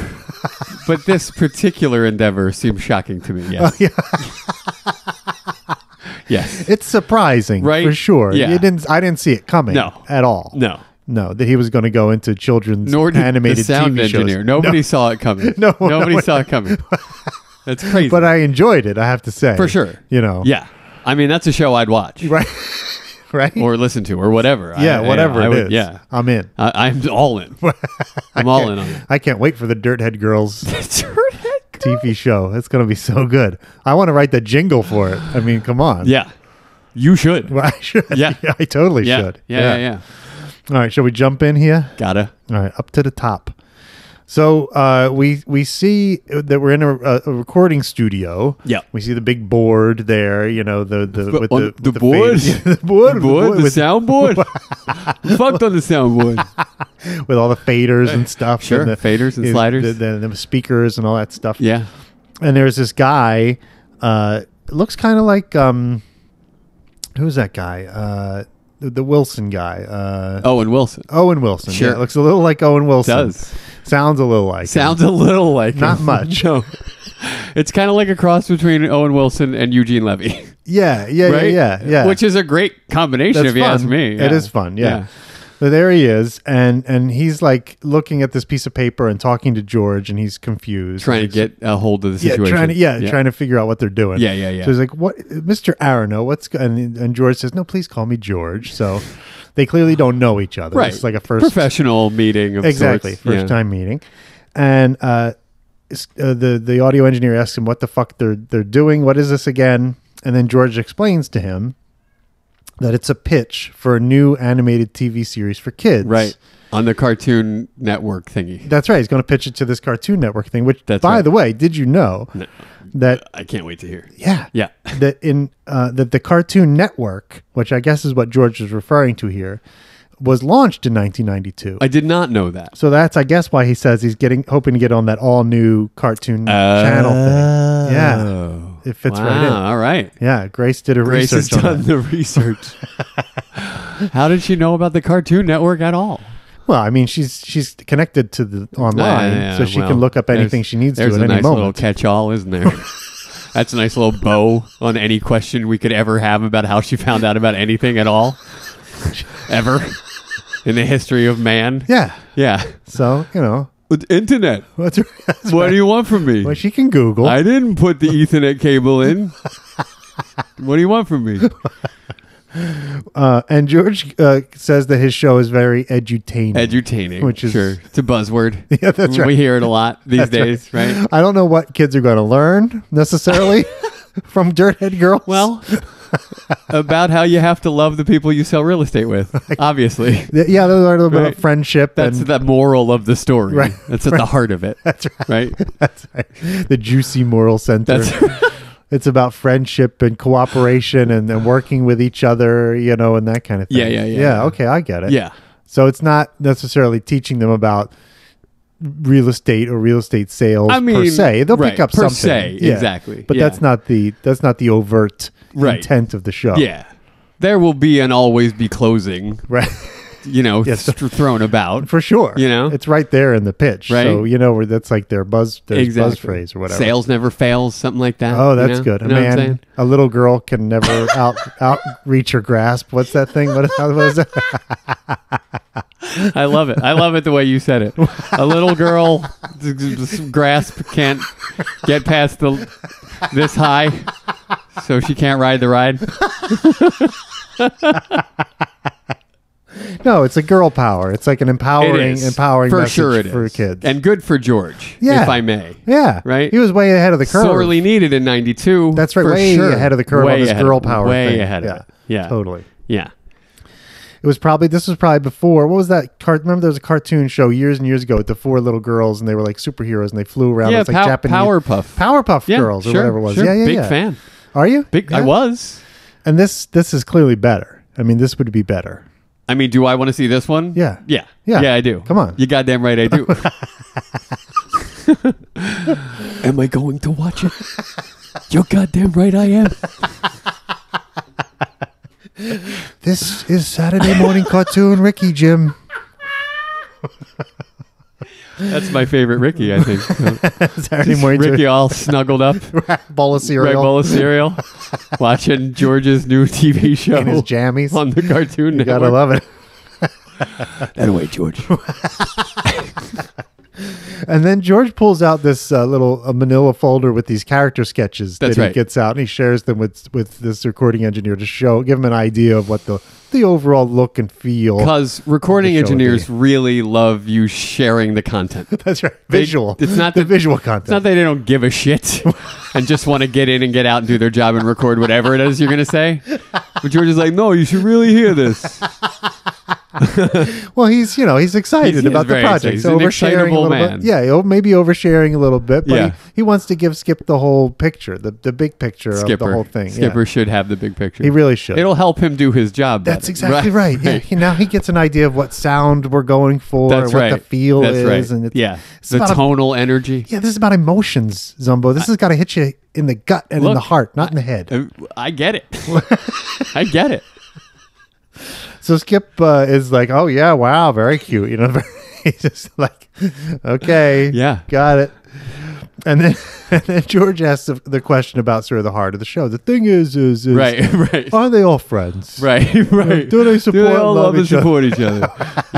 S2: but this particular endeavor seems shocking to me. Yes. Oh, yes.
S1: It's surprising,
S2: Right?
S1: For sure.
S2: Yeah.
S1: You didn't. I didn't see it coming.
S2: No.
S1: At all.
S2: No.
S1: No, that he was going to go into children's
S2: Nor did
S1: animated
S2: the sound
S1: TV shows.
S2: engineer. Nobody saw it coming.
S1: No,
S2: Nobody
S1: no.
S2: saw it coming. That's crazy.
S1: But I enjoyed it. I have to say,
S2: For sure.
S1: You know.
S2: Yeah. I mean, that's a show I'd watch
S1: Right. right.
S2: or listen to or whatever. I-
S1: yeah.
S2: I-
S1: whatever
S2: I,
S1: it
S2: would-
S1: is.
S2: Yeah.
S1: I'm in.
S2: I, I'm all in. I'm all in on it.
S1: I can't wait for the Dirthead Girls
S2: Turthead?
S1: TV show. It's going to be so good. I want to write the jingle for it. I mean, come on.
S2: Yeah. You should.
S1: Well, I should.
S2: Yeah.
S1: I totally
S2: yeah.
S1: should.
S2: Yeah, yeah, yeah.
S1: All right. Shall we jump in here?
S2: Gotta.
S1: All right. Up to the top. So uh, we we see that we're in a, a a recording studio.
S2: Yeah.
S1: We see the big board there. You know the the
S2: But
S1: with
S2: on
S1: the,
S2: the
S1: with the
S2: board?
S1: faded- Yeah, the board,
S2: The board, the
S1: with,
S2: soundboard. We fucked on the soundboard.
S1: with all the faders and stuff.
S2: Sure,
S1: and the,
S2: faders and
S1: the-
S2: sliders.
S1: The, the, the speakers and all that stuff.
S2: Yeah.
S1: and there's this guy uh looks kind of like um who's that guy uh the, the wilson guy uh
S2: Owen Oh, Wilson.
S1: owen wilson
S2: Sure.
S1: yeah, looks a little like owen wilson
S2: Does.
S1: sounds a little like him.
S2: Sounds a little like him.
S1: Not much.
S2: no. It's kind of like a cross between Owen Wilson and Eugene Levy,
S1: yeah yeah
S2: right?
S1: yeah yeah, yeah.
S2: Which is a great combination,
S1: That's
S2: if you
S1: fun.
S2: ask me.
S1: It
S2: Yeah.
S1: is fun, yeah. But there he is, and and he's like looking at this piece of paper and talking to George, and he's confused,
S2: Trying to
S1: He's-
S2: get a hold of the
S1: yeah,
S2: situation.
S1: trying to yeah, trying to figure out what they're doing.
S2: Yeah, yeah, yeah.
S1: So he's like, "What, Mister Arano? What's go-" and and George says, "No, please call me George." So they clearly don't know each other.
S2: right.
S1: It's like a first
S2: professional meeting of
S1: exactly
S2: sorts.
S1: first
S2: Yeah.
S1: time meeting, and uh, s- uh, the the audio engineer asks him what the fuck they're they're doing. What is this again? And then George explains to him that it's a pitch for a new animated TV series for kids.
S2: Right. On the Cartoon Network thingy.
S1: That's right. He's going to pitch it to this Cartoon Network thing. Which,
S2: That's
S1: by
S2: right.
S1: the way, did you know that?
S2: I can't wait to hear.
S1: Yeah,
S2: Yeah.
S1: that in uh, that the Cartoon Network, which I guess is what George is referring to here, was launched in 1992.
S2: I did not know that.
S1: so that's, I guess, why he says he's getting hoping to get on that all new Cartoon Channel thing. Yeah, it Oh, fits
S2: Oh. wow.
S1: right in.
S2: All right.
S1: Yeah, Grace did her
S2: Grace has
S1: research on
S2: done
S1: that.
S2: the research. How did she know about the Cartoon Network at all?
S1: Well, I mean, she's she's connected to the online,
S2: Yeah,
S1: so she
S2: well,
S1: can look up
S2: there's-
S1: anything she needs to at
S2: There's a
S1: any
S2: nice little
S1: moment.
S2: catch-all, isn't there? That's a nice little bow on any question we could ever have about how she found out about anything at all, ever in the history of man.
S1: yeah.
S2: Yeah.
S1: So you know,
S2: It's internet.
S1: that's, that's
S2: What do you want from me?
S1: well, she can Google.
S2: I didn't put the Ethernet cable in. what do you want from me?
S1: Uh, and George uh, says that his show is very edutaining.
S2: Edutaining,
S1: Which is-
S2: sure. It's a buzzword.
S1: Yeah, that's right.
S2: We hear it a lot these days, right?
S1: I don't know what kids are going to learn necessarily from Dirthead Girls.
S2: Well, about how you have to love the people you sell real estate with. Obviously,
S1: Th- yeah, they'll learn a little bit
S2: Right.
S1: of friendship
S2: that's
S1: and
S2: the moral of the story.
S1: Right,
S2: That's at the heart of it. That's right.
S1: that's right. the juicy moral center.
S2: That's
S1: it's about friendship and cooperation and, and working with each other, you know, and that kind of thing.
S2: Yeah, yeah, yeah,
S1: Yeah,
S2: yeah.
S1: okay, I get it.
S2: yeah.
S1: So it's not necessarily teaching them about real estate or real estate sales
S2: I
S1: per
S2: mean,
S1: se. They'll
S2: right,
S1: pick up
S2: per
S1: something.
S2: se, exactly,
S1: But
S2: yeah.
S1: that's not the that's not the overt
S2: Right.
S1: intent of the show.
S2: Yeah. There will be an always be closing,
S1: Right.
S2: you know,
S1: Yes.
S2: th- thrown about.
S1: For sure.
S2: You know?
S1: It's right there in the pitch.
S2: Right.
S1: So you know where that's like their buzz their buzz phrase or whatever.
S2: Sales never fails, something like that.
S1: Oh,
S2: you
S1: that's
S2: know?
S1: good. A
S2: You know what I'm
S1: man,
S2: saying?
S1: a little girl can never out outreach or grasp. What's that thing? What, how- what is that?
S2: I love it. I love it the way you said it. A little girl d- d- d- grasp can't get past the this high, so she can't ride the ride.
S1: No, it's a girl power. It's like an empowering, empowering
S2: for
S1: message
S2: sure it is
S1: for kids.
S2: and good for George,
S1: Yeah.
S2: if I may.
S1: yeah,
S2: right?
S1: He was way ahead of the curve.
S2: Sorely needed in '92.
S1: That's right,
S2: for
S1: way
S2: sure.
S1: ahead of the curve on
S2: Way
S1: this
S2: ahead
S1: girl
S2: of-
S1: power
S2: Way
S1: thing.
S2: ahead of
S1: Yeah.
S2: it. Yeah,
S1: Totally.
S2: Yeah,
S1: It was probably this was probably before. What was that? Cart? Remember there was a cartoon show years and years ago with the four little girls and they were like superheroes and they flew around.
S2: yeah.
S1: it was like
S2: Pow-
S1: Japanese
S2: Powerpuff.
S1: Powerpuff
S2: yeah,
S1: Girls or
S2: sure,
S1: whatever it was.
S2: Sure.
S1: Yeah, yeah,
S2: Big
S1: yeah.
S2: fan.
S1: Are you?
S2: Big. I
S1: Yeah.
S2: was.
S1: And this this is clearly better. I mean, this would be better.
S2: I mean, do I want to see this one?
S1: Yeah.
S2: Yeah.
S1: Yeah.
S2: I do.
S1: Come on.
S2: You goddamn right I do. am I going to watch it? You're goddamn right I am.
S1: This is Saturday morning cartoon, Ricky Jim.
S2: That's my favorite Ricky, I think.
S1: Saturday morning
S2: Ricky all snuggled up,
S1: bowl of
S2: Greg
S1: cereal
S2: bowl of cereal, watching George's new TV show
S1: in his jammies.
S2: on the Cartoon Network.
S1: Gotta love it.
S2: That way, George.
S1: And then George pulls out this uh, little uh, Manila folder with these character sketches
S2: That's
S1: that he
S2: right.
S1: gets out, and he shares them with with this recording engineer to show, give him an idea of what the the overall look and feel.
S2: Because recording
S1: The show would
S2: engineers
S1: be-
S2: really love you sharing the content.
S1: That's right,
S2: They-
S1: visual.
S2: it's not
S1: the
S2: that-
S1: visual
S2: It's not
S1: content.
S2: that they don't give a shit and just want to get in and get out and do their job and record whatever it is you're going to say. But George is like, no, you should really hear this.
S1: well, he's you know he's excited
S2: He's- he is
S1: about the
S2: very
S1: project,
S2: excited. He's
S1: so
S2: an
S1: oversharing a
S2: excitable
S1: little
S2: man.
S1: bit. Yeah, he'll- maybe oversharing a little bit, but
S2: Yeah.
S1: he, he wants to give Skip the whole picture, the the big picture of
S2: Skipper.
S1: the whole thing. yeah.
S2: Skipper should have the big picture.
S1: He really should.
S2: It'll help him do his job.
S1: That's
S2: better.
S1: exactly right. Yeah, he, now he gets an idea of what sound we're going for,
S2: That's
S1: and what
S2: right.
S1: the feel
S2: That's
S1: is,
S2: right.
S1: and it's,
S2: yeah,
S1: it's
S2: the
S1: about a-
S2: tonal energy.
S1: yeah, this is about emotions, Zumbo. This has got to hit you in the gut and in the
S2: Look,
S1: heart, not in the head.
S2: Uh, I get it. I get it.
S1: so Skip uh, is like, "Oh yeah, wow, very cute," you know. He's just like, "Okay,
S2: Yeah.
S1: got it." And then, and then George asks the, the question about sort of the heart of the show. The thing is, is, is
S2: Right, right.
S1: Are they all friends?
S2: Right, right.
S1: Do they support and
S2: all
S1: love
S2: love and
S1: each other?
S2: support each other?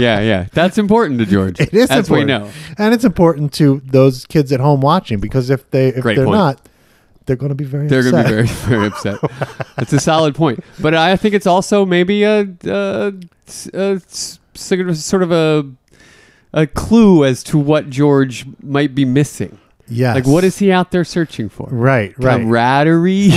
S2: yeah, yeah. That's important to George.
S1: It is
S2: As
S1: important.
S2: we know.
S1: and it's important to those kids at home watching because if they if
S2: Great
S1: they're
S2: point.
S1: not, they're going to be very
S2: They're going
S1: upset.
S2: to be very, very upset. It's a solid point, but I think it's also maybe a, uh s- a s- sig- sort of a a clue as to what George might be missing.
S1: yes.
S2: Like, what is he out there searching for?
S1: right right?
S2: Camaraderie.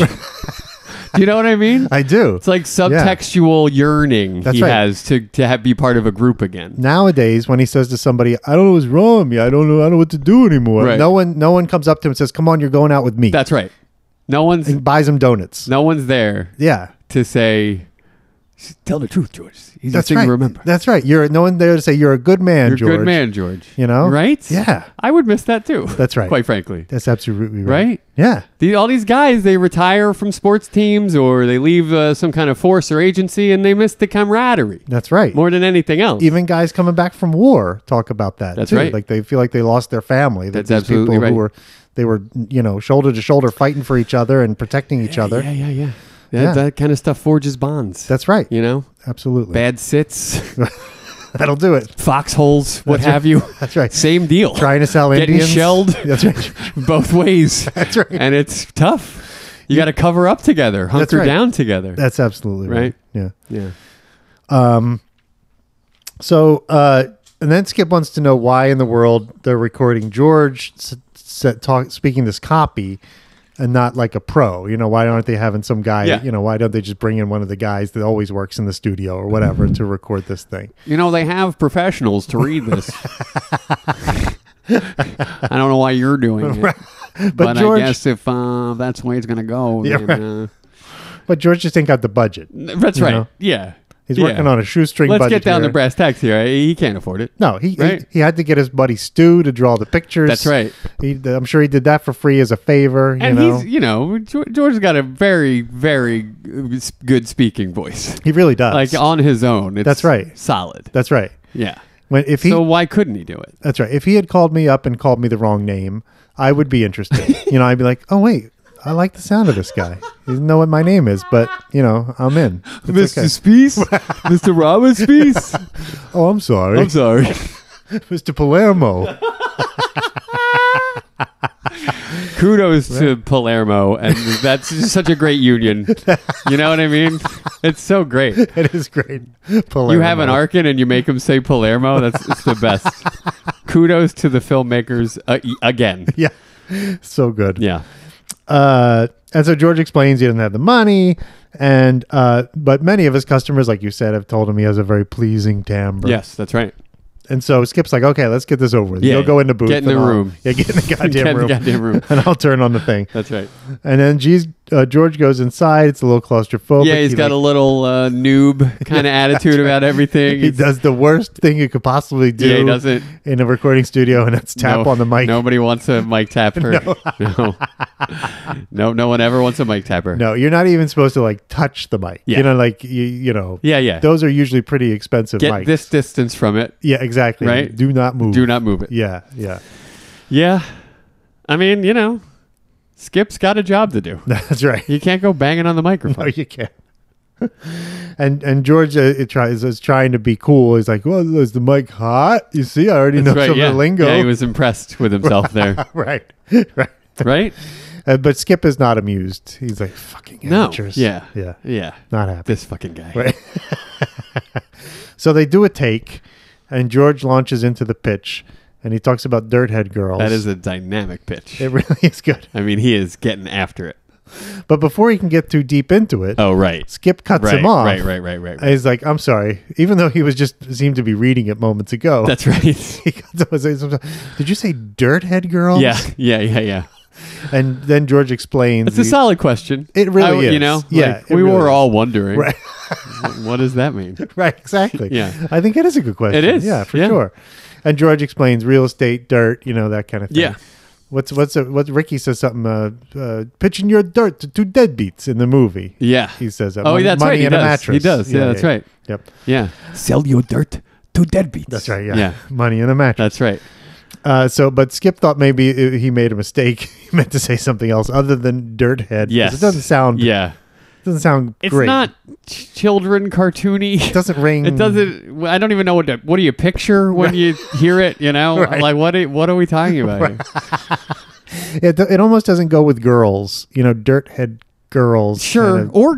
S2: Do you know what I mean?
S1: I do.
S2: It's like subtextual yearning
S1: That's
S2: he
S1: right.
S2: has to to have, be part of a group again.
S1: Nowadays, when he says to somebody, "I don't know what's wrong with me. I don't know. I don't know what to do anymore."
S2: Right.
S1: No one, no one comes up to him and says, "Come on, you're going out with me."
S2: That's right. No one's
S1: and buys him donuts.
S2: no one's there
S1: Yeah,
S2: to say Just Tell the truth, George. He's
S1: That's
S2: a thing
S1: right.
S2: to remember.
S1: That's right. You're no one there to say you're a good man,
S2: You're a
S1: George.
S2: good man, George.
S1: You know?
S2: Right?
S1: Yeah.
S2: I would miss that too.
S1: That's right.
S2: Quite frankly.
S1: That's absolutely right.
S2: Right?
S1: Yeah.
S2: The, all these guys, they retire from sports teams or they leave uh, some kind of force or agency and they miss the camaraderie
S1: That's right.
S2: more than anything else.
S1: even guys coming back from war talk about that.
S2: That's
S1: too.
S2: right.
S1: Like they feel like they lost their family. That
S2: That's
S1: these
S2: absolutely
S1: people
S2: right.
S1: who were they were you know shoulder to shoulder fighting for each other and protecting each other.
S2: yeah, yeah, yeah. That,
S1: Yeah.
S2: that kind of stuff forges bonds.
S1: That's right.
S2: you know,
S1: Absolutely.
S2: bad sits,
S1: That'll do it.
S2: foxholes, what
S1: That's right.
S2: have you.
S1: That's right.
S2: Same deal.
S1: Trying to sell
S2: Getting
S1: Indians.
S2: shelled.
S1: That's right.
S2: both ways. That's
S1: right.
S2: And it's tough. You got to cover up together, hunker
S1: right.
S2: down together.
S1: That's absolutely right.
S2: Right.
S1: Yeah. Um,
S2: yeah.
S1: So, uh, and then Skip wants to know why in the world they're recording George s- s- talk, speaking this copy and not like a pro. You know, why aren't they having some guy?
S2: Yeah.
S1: You know, why don't they just bring in one of the guys that always works in the studio or whatever to record this thing?
S2: You know, they have professionals to read this. I don't know why you're doing it. But,
S1: George-
S2: I guess if uh, that's the way it's going to go,
S1: Yeah,
S2: then, uh,
S1: But George just ain't got the budget.
S2: that's right.
S1: know?
S2: Yeah.
S1: He's
S2: Yeah.
S1: working on a shoestring
S2: Let's
S1: budget.
S2: get down
S1: here.
S2: to brass tacks here. He can't afford it.
S1: No, he,
S2: Right.
S1: he he had to get his buddy Stu to draw the pictures.
S2: That's right.
S1: He, I'm sure he did that for free as a favor. You
S2: And
S1: know,
S2: he's, you know, Geo- George's got a very, very uh, s- good speaking voice.
S1: he really does.
S2: Like on his own. It's
S1: That's right.
S2: Solid.
S1: that's right.
S2: yeah.
S1: When if he
S2: so why couldn't he do it?
S1: That's right. If he had called me up and called me the wrong name, I would be interested. you know, I'd be like, oh, wait, I like the sound of this guy. He doesn't know what my name is, but, you know, I'm in. It's
S2: Mr.
S1: okay.
S2: Spies? Mr. Robin Spies?
S1: Oh, I'm sorry.
S2: I'm sorry.
S1: Mr. Palermo.
S2: Kudos to Palermo. And that's just such a great union. You know what I mean? It's so great.
S1: That is great. Palermo.
S2: You have an Arkin and you make him say Palermo. That's it's the best. Kudos to the filmmakers uh, e- again.
S1: Yeah. So good.
S2: Yeah.
S1: Uh, and so George explains he doesn't have the money. And, uh, but many of his customers, like you said, have told him he has a very pleasing timbre.
S2: Yes, that's right.
S1: And so Skip's like, okay, let's get this over with.
S2: Yeah.
S1: You'll go in the booth.
S2: Get in
S1: and
S2: the
S1: I'll-
S2: room.
S1: Yeah, get in the goddamn
S2: Get in the
S1: room.
S2: goddamn room.
S1: and I'll turn on the thing.
S2: That's right.
S1: And then geez, uh, George goes inside. It's a little claustrophobic.
S2: yeah, he's
S1: He,
S2: got
S1: like,
S2: a little uh, noob kind of attitude about everything.
S1: He does the worst thing you could possibly do.
S2: Yeah, he doesn't-
S1: in a recording studio, and that's tap
S2: No,
S1: on the mic.
S2: Nobody wants a mic tapper. no. no. no, one ever wants a mic tapper.
S1: No, you're not even supposed to like touch the mic.
S2: Yeah.
S1: You know, like you, you know.
S2: Yeah, yeah.
S1: Those are usually pretty expensive
S2: Get
S1: mics.
S2: this distance from it.
S1: yeah, exactly.
S2: Right?
S1: Do not move.
S2: Do not move it.
S1: Yeah, yeah.
S2: Yeah. I mean, you know, Skip's got a job to do.
S1: That's right.
S2: You can't go banging on the
S1: No,
S2: microphone.
S1: Oh, you can't. and and George uh, it tries is trying to be cool. He's like, "Well, is the mic hot? You see, I already know
S2: That's
S1: some
S2: yeah.
S1: of the lingo."
S2: Yeah, he was impressed with himself there.
S1: right, right.
S2: Right?
S1: Uh, but Skip is not amused. He's like, fucking
S2: No.
S1: amateurs.
S2: Yeah.
S1: Yeah.
S2: Yeah.
S1: Not happy.
S2: This fucking guy.
S1: Right. So they do a take, and George launches into the pitch, and he talks about Dirthead Girls.
S2: That is a dynamic pitch.
S1: It really is good.
S2: I mean, he is getting after it.
S1: But before he can get too deep into it,
S2: Oh, right.
S1: Skip cuts
S2: Right,
S1: him off.
S2: right, right, right, right,
S1: And
S2: right.
S1: he's like, I'm sorry. Even though he was just seemed to be reading it moments ago.
S2: That's right.
S1: he cuts him off and says, Did you say Dirthead Girls?
S2: yeah, yeah, yeah, yeah.
S1: And then George explains.
S2: It's a
S1: the-
S2: solid question.
S1: It really
S2: You
S1: is.
S2: know,
S1: Yeah,
S2: like,
S1: it
S2: we
S1: really
S2: were
S1: is.
S2: all wondering.
S1: Right.
S2: what does that mean?
S1: Right, exactly.
S2: Yeah.
S1: I think it is a good question.
S2: It is,
S1: Yeah, for
S2: yeah.
S1: sure. And George explains real estate, dirt, you know, that kind of thing.
S2: Yeah.
S1: What's what's a, what Ricky says something uh, uh, pitching your dirt to two deadbeats in the movie.
S2: Yeah.
S1: He says that.
S2: Oh,
S1: Money-
S2: that's right.
S1: money
S2: He
S1: and a
S2: does.
S1: mattress.
S2: He does. Yeah, that's right.
S1: Yep.
S2: Yeah. Sell your dirt to deadbeats.
S1: That's right. Yeah.
S2: Yeah.
S1: Money in a mattress.
S2: That's right.
S1: Uh, so, but Skip thought maybe it, he made a mistake. he meant to say something else other than dirt head. 'cause
S2: Yes.
S1: It doesn't sound.
S2: Yeah.
S1: It doesn't sound
S2: It's
S1: great.
S2: not ch- children cartoony.
S1: It doesn't ring.
S2: It doesn't. I don't even know what. To, what do you picture when you hear it? You know,
S1: Right.
S2: like what? Are, what are we talking about? here?
S1: It, it almost doesn't go with girls. You know, dirt head girls.
S2: Sure,
S1: kinda-
S2: or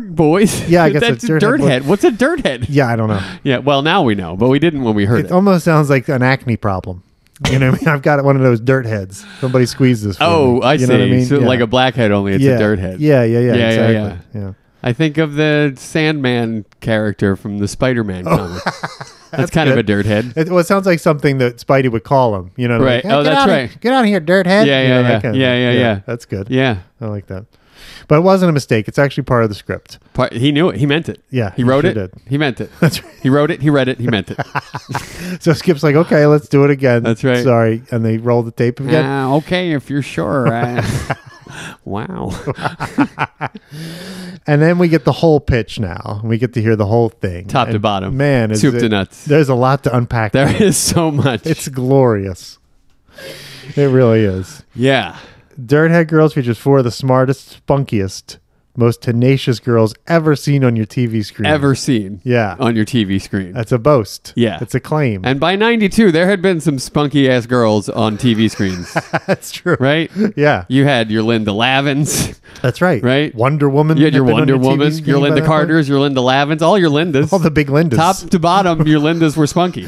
S2: boys.
S1: Yeah, I guess a
S2: that's a
S1: dirthead
S2: dirthead.
S1: would-
S2: What's a dirthead?
S1: yeah, I don't know.
S2: Yeah. Well, now we know, but we didn't when we heard
S1: It
S2: it.
S1: almost sounds like an acne problem. You know what I mean? I've got one of those dirt heads. Somebody squeezed this. For
S2: Oh,
S1: me.
S2: I
S1: you
S2: see.
S1: Know what I mean?
S2: So
S1: Yeah.
S2: like a blackhead, only it's
S1: yeah.
S2: a dirthead.
S1: Yeah, yeah, yeah.
S2: Yeah, yeah,
S1: exactly.
S2: yeah. I think of the Sandman character from the Spider-Man comic. that's, kind of a
S1: Oh. good.
S2: dirthead.
S1: It, well, it sounds like something that Spidey would call him. You know,
S2: Right.
S1: Like, "Hey,
S2: Oh,
S1: get
S2: that's
S1: out of-
S2: right.
S1: get out of here, dirt head.
S2: Yeah,
S1: You know,
S2: yeah,
S1: that
S2: yeah.
S1: kind of
S2: Yeah,
S1: thing.
S2: yeah, yeah.
S1: That's good.
S2: Yeah.
S1: I like that. But it wasn't a mistake. It's actually part of the script.
S2: Part- He knew it. He meant it.
S1: Yeah,
S2: He
S1: he
S2: wrote
S1: sure
S2: it.
S1: did.
S2: He meant it.
S1: That's right.
S2: He wrote it. He read it. He meant it.
S1: So Skip's like, okay, let's do it again.
S2: That's right.
S1: Sorry. And they roll the tape again.
S2: Ah, okay, if you're sure. I- wow.
S1: And then we get the whole pitch now. We get to hear the whole thing.
S2: Top to
S1: And
S2: bottom.
S1: Man, is
S2: Soup
S1: it-
S2: to nuts.
S1: There's a lot to unpack.
S2: There is so much.
S1: It's glorious. It really is.
S2: yeah.
S1: Dirthead Girls features four of the smartest, spunkiest, most tenacious girls ever seen on your TV screen.
S2: Ever seen
S1: Yeah.
S2: on your TV screen.
S1: That's a boast.
S2: Yeah.
S1: It's a claim.
S2: and by 92, there had been some spunky ass girls on TV screens,
S1: That's true.
S2: right?
S1: Yeah.
S2: You had your Linda Lavins,
S1: That's right.
S2: Right?
S1: Wonder Woman.
S2: you had your
S1: had been on
S2: Wonder
S1: TV
S2: Woman,
S1: screen
S2: your
S1: by
S2: Linda
S1: that point.
S2: Carters, your Linda Lavins, all your Lindas.
S1: All the big Lindas.
S2: Top to bottom, your Lindas were spunky.